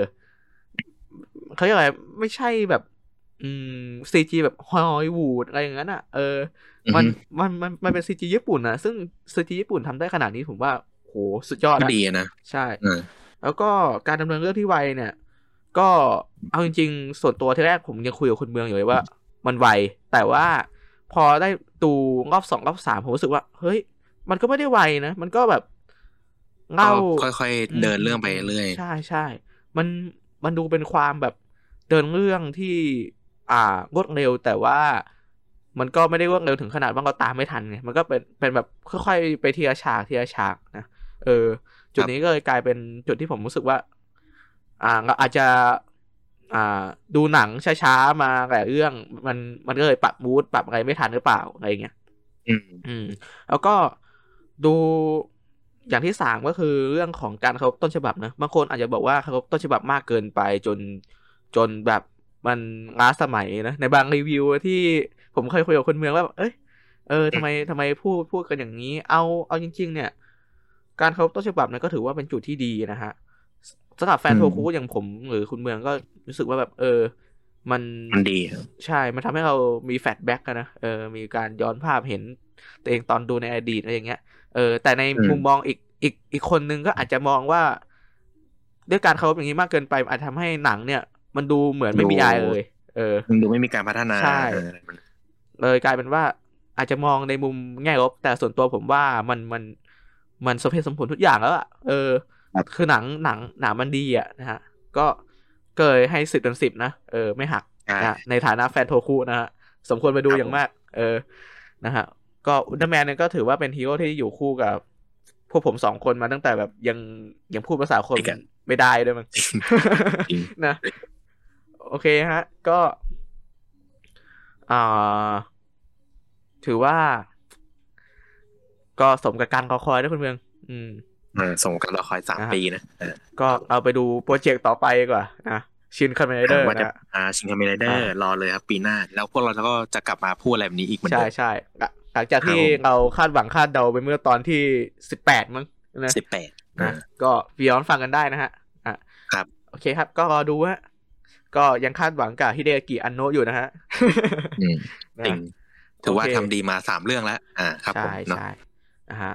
[SPEAKER 1] เขาเรียกอะไรไม่ใช่แบบ อืมซีจีแบบฮอลลีวูดอะไรอย่างนั้นอะเออ มันมันมันมันเป็นซีจีญี่ปุ่นนะซึ่งซีจีญี่ปุ่นทำได้ขนาดนี้ผมว่าโหสุดยอด
[SPEAKER 2] ก็
[SPEAKER 1] อะ
[SPEAKER 2] ดีอะนะ
[SPEAKER 1] ใช่
[SPEAKER 2] อ่า
[SPEAKER 1] แล้วก็การดำเนินเรื่องที่ไวเนี่ย ก็เอาจริงๆ ส่วนตัวที่แรกผมยังคุยกับคุณเมืองอยู่เลยว่า มันไว แต่ว่าพอได้ดูรอบสองรอบสามผมรู้สึกว่า เฮ้ย มันก็ไม่ได้ไวนะ มันก็แบบเล่า
[SPEAKER 2] ก็ค่อยๆเดินเรื่องไปเรื่อย
[SPEAKER 1] ใช่ใช่มันมันดูเป็นความแบบเดินเรื่องที่ อ่ารวดเร็วแต่ว่ามันก็ไม่ได้รวดเร็วถึงขนาดว่าเราตามไม่ทันไงมันก็เป็นเป็นแบบค่อยๆไปทีละฉากทีละฉากนะเออ จุด
[SPEAKER 2] ครับ
[SPEAKER 1] นี้ก็เลยกลายเป็นจุดที่ผมรู้สึกว่า อ่าเราอาจจะ อ่า ดูหนังช้าๆมาหลายเรื่อง มันมันก็เลยปรับมูดปรับอะไรไม่ทันหรือเปล่าอะไรอย่างเงี้ย
[SPEAKER 2] ๆอืม
[SPEAKER 1] อืมแล้วก็ดูอย่างที่สามก็คือเรื่องของการเคารพต้นฉบับนะบางคนอาจจะบอกว่าเคารพต้นฉบับมากเกินไปจนจนแบบมันล้าสมัยนะในบางรีวิวที่ผมเคยคุยกับคนเมืองว่าแบบเอ้ยเออทำไมทำไมพูดพูดกันอย่างนี้ เอาเอาจริง ๆ เนี่ย การเคารพต้นฉบับเนี่ยก็ถือว่าเป็นจุดที่ดีนะฮะ สำหรับแฟน
[SPEAKER 2] อืม
[SPEAKER 1] โทคุอย่างผมหรือคุณเมืองก็รู้สึกว่าแบบ เออ มัน
[SPEAKER 2] มันดีครับ
[SPEAKER 1] ใช่ มันทำให้เรามีแฟลชแบ็กกันนะ เออ มีการย้อนภาพเห็นตัวเองตอนดูในอดีตอะไรอย่างเงี้ย เออ แต่ใน
[SPEAKER 2] อืม
[SPEAKER 1] มุมมองอีกอีกอีกคนนึงก็อาจจะมองว่า ด้วยการเคารพอย่างนี้มากเกินไปมันอาจทำให้หนังเนี่ย มันดูเหมือนไม่มีอายเลย เออ
[SPEAKER 2] มันดูไม่มีการพัฒนา
[SPEAKER 1] ใช่
[SPEAKER 2] เอออะไรมัน
[SPEAKER 1] เลยกลายเป็นว่าอาจจะมองในมุมแง่ลบแต่ส่วนตัวผมว่ามันมันมันสมเหตุสมผลทุกอย่างแล้วอะเออ คือหนังหนังหนังมันดีอะนะฮะ ก็เกยให้สิบเต็มสิบนะเออไม่หัก
[SPEAKER 2] อ่า
[SPEAKER 1] นะฮะในฐานะแฟนโทคุนะฮะสมควรไปดู
[SPEAKER 2] ครับ
[SPEAKER 1] อย่างมาก เออนะฮะก็อุลตร้าแมนเนี่ยก็ถือว่าเป็นฮีโร่ที่อยู่คู่กับ พวกผมสองคนมาตั้งแต่แบบยังยังพูดภาษาคนไม่ได้ด้วยมั้ง <laughs>
[SPEAKER 2] จริง
[SPEAKER 1] นะ โอเคฮะ ก็อ่าถือว่า ก็สมกับการรอคอยด้วยคุณเมือง อืม
[SPEAKER 2] เออส่งกันรอคอยสาม
[SPEAKER 1] อ่า
[SPEAKER 2] ปีนะเออ
[SPEAKER 1] ก็เอาไปดูโปรเจกต์ต่อไปดีกว่านะชินคันเมเดอร์
[SPEAKER 2] ว่าจะ
[SPEAKER 1] นะ
[SPEAKER 2] อ่าชิงคาเมไรเดอ
[SPEAKER 1] อ่
[SPEAKER 2] ร์รอเลยครับปีหน้า แล้วพวกเราก็จะกลับมาพูดอะไรแบบนี้อีกเหมือน
[SPEAKER 1] ใช่
[SPEAKER 2] เดิม
[SPEAKER 1] ใช่หลังหลังจากที่
[SPEAKER 2] ครับผม
[SPEAKER 1] เราคาดหวังคาดเดาไปเมื่อตอนที่สิบแปดมั้งนะ
[SPEAKER 2] สิบแปด
[SPEAKER 1] นะก็ย้อนฟังกันได้นะฮะอ่ะ
[SPEAKER 2] ครับ
[SPEAKER 1] โอเคครับ ก็รอดูฮะก็ยังคาดหวังกับฮิเดอากิอันโนะอยู่นะฮะ
[SPEAKER 2] จริงถือว่า
[SPEAKER 1] โอเค
[SPEAKER 2] ทำดีมาสามเรื่องแล้ว อ่า ครับผม
[SPEAKER 1] ใช่
[SPEAKER 2] เนาะ
[SPEAKER 1] ใช่นะฮะ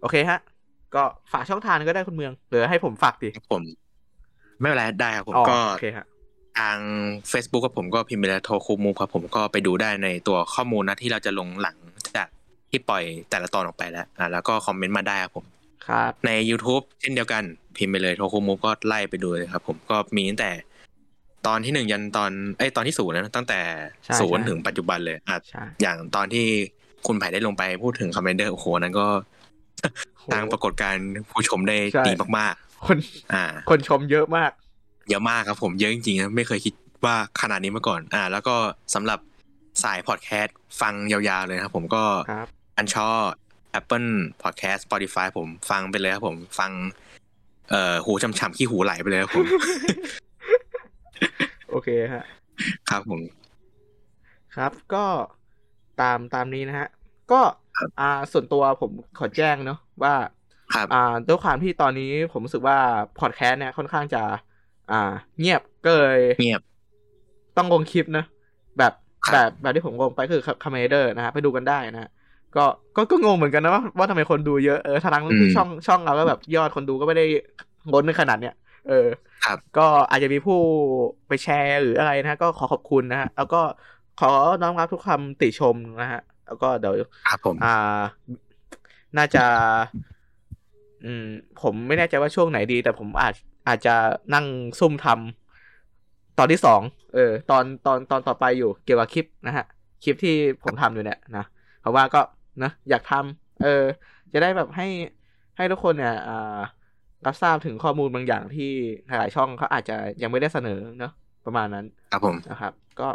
[SPEAKER 1] โอเคฮะ ก็ฝากช่องทางก็ได้คุณเมืองหรือให้ผมฝากดิ
[SPEAKER 2] ครับผม ไม่เป็นไรได้ครับผม
[SPEAKER 1] อ๋อ
[SPEAKER 2] ก็
[SPEAKER 1] โอเคฮะ
[SPEAKER 2] ทาง Facebook กับผมก็พิมพ์ไปแล้วโทคูมูครับผมก็ไปดูได้ในตัวข้อมูลนะที่เราจะลงหลังจากที่ปล่อยแต่ละตอนออกไปแล้วอ่าแล้วก็คอมเมนต์มาได้ครับผม
[SPEAKER 1] ครับ
[SPEAKER 2] ใน YouTube เช่นเดียวกัน พิมพ์ไปเลยโทคูมูก็ไล่ไปดูเลยครับผมก็มีตั้งแต่ตอนที่หนึ่งยันตอนเอ้ยตอนที่ศูนย์นะตั้งแต่
[SPEAKER 1] ใช่
[SPEAKER 2] ศูนย์
[SPEAKER 1] ใช่
[SPEAKER 2] ถึงปัจจุบันเลยอ่ะ
[SPEAKER 1] ใช่
[SPEAKER 2] อย่างตอนที่คุณไผ่ได้ลงไปพูดถึงคอมเมนเดอร์โอ้โหนั้นก็
[SPEAKER 1] โห
[SPEAKER 2] ตั้งปรากฏการณ์ผู้ชมได้
[SPEAKER 1] ใช่
[SPEAKER 2] ดีมาก
[SPEAKER 1] คน
[SPEAKER 2] ๆ อ่า
[SPEAKER 1] คนชมเยอะมาก
[SPEAKER 2] เยอะมากครับผมเยอะจริงๆนะไม่เคยคิดว่าขนาดนี้มาก่อน อ่า แล้วก็สำหรับสายพอดแคสต์ฟังยาวๆเลยนะครับผมก็
[SPEAKER 1] ครับ
[SPEAKER 2] อันชอ Apple Podcast Spotify ผมฟังไปเลยครับผมฟัง เอ่อหูช้ำๆขี้หูไหลไปเลยครับผม <laughs>
[SPEAKER 1] โอเคฮะ
[SPEAKER 2] ครับผม
[SPEAKER 1] ครับก็ตามตามนี้นะฮะ ก็
[SPEAKER 2] ครับ
[SPEAKER 1] อ่าส่วนตัวผมขอแจ้งเนาะว่า
[SPEAKER 2] ครับ
[SPEAKER 1] อ่าด้วยความที่ตอนนี้ผมรู้สึกว่าพอดแคสต์เนี่ยค่อนข้างจะ อ่า เงียบก็เลย
[SPEAKER 2] เงียบ
[SPEAKER 1] ต้องลงคลิปนะแบบ
[SPEAKER 2] ครับ
[SPEAKER 1] แบบแบบที่ผมลงไปคือคาเมเดอร์นะฮะไปดูกันได้นะฮะก็ก็ก็งงเหมือนกันนะว่าว่าทำไมคนดูเยอะเออทั้งๆที่ช่องช่องเราก็แบบยอดคนดูก็ไม่ได้ล้นในขนาดเนี้ยเออ
[SPEAKER 2] ครับ
[SPEAKER 1] ก็อาจจะมีผู้ไปแชร์หรืออะไรนะ ก็ขอขอบคุณนะฮะ แล้วก็ขอน้อมรับทุกคำติชมนะฮะ แล้วก็เดี๋ยว
[SPEAKER 2] ครับผม
[SPEAKER 1] อ่า น่าจะ อืม ผมไม่แน่ใจว่าช่วงไหนดี แต่ผมอาจอาจจะนั่งซุ่มทำตอนที่สองเออ ตอนตอนตอนต่อไปอยู่ เกี่ยวกับคลิปนะฮะ คลิปที่ผมทำอยู่เนี่ยนะเพราะว่าก็นะอยากทำเออ จะได้แบบให้ให้ทุกคนเนี่ย อ่า รับทราบถึงข้อมูลบางอย่างที่หลายๆช่องเขาอาจจะยังไม่ได้เสนอเนอะประมาณนั้น
[SPEAKER 2] ครับผม
[SPEAKER 1] นะครับก็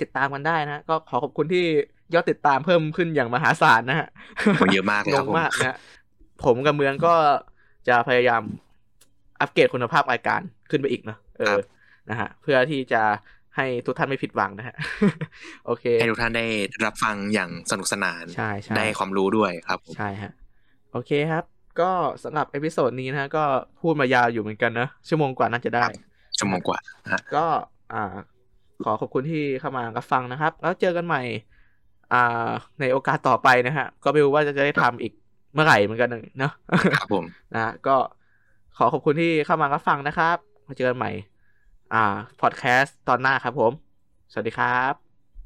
[SPEAKER 1] ติดตามกันได้นะ ก็ขอขอบคุณที่ยอดติดตามเพิ่มขึ้นอย่างมหาศาลนะฮะ
[SPEAKER 2] โหเยอะมากเลย
[SPEAKER 1] ง
[SPEAKER 2] ครับ
[SPEAKER 1] ง
[SPEAKER 2] ผม
[SPEAKER 1] มากนะฮะผมกับเมืองก็จะพยายามอัปเกรดคุณภาพรายการขึ้นไปอีกเนอะเออนะฮะเพื่อที่จะให้ทุกท่านไม่ผิดหวังนะฮะ <laughs> โอเค
[SPEAKER 2] ให้ทุกท่านได้รับฟังอย่างสนุกสนาน
[SPEAKER 1] ใช่ใช่
[SPEAKER 2] ได้ความรู้ด้วยครับผม
[SPEAKER 1] ใช่ฮะ โอเคครับ ก็สำหรับเอพิโซดนี้นะฮะก็พูดมายาวอยู่เหมือนกันนะ ชั่วโมงกว่าน่าจะได้
[SPEAKER 2] ชั่วโมงกว่า
[SPEAKER 1] ก็อ่า ขอขอบคุณที่เข้ามารับฟังนะครับ แล้วเจอกันใหม่ อ่า ในโอกาสต่อไปนะฮะ ก็ไม่รู้ว่าจะได้ทำอีกเมื่อไหร่เหมือนกันเนาะ <laughs>
[SPEAKER 2] ครับผม
[SPEAKER 1] นะฮะก็ขอขอบคุณที่เข้ามารับฟังนะครับมาเจอกันใหม่ อ่าพอดแคสต์ตอนหน้าครับผม สวัสดีครับ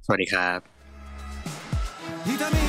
[SPEAKER 2] สวัสดีครับ
[SPEAKER 3] 痛み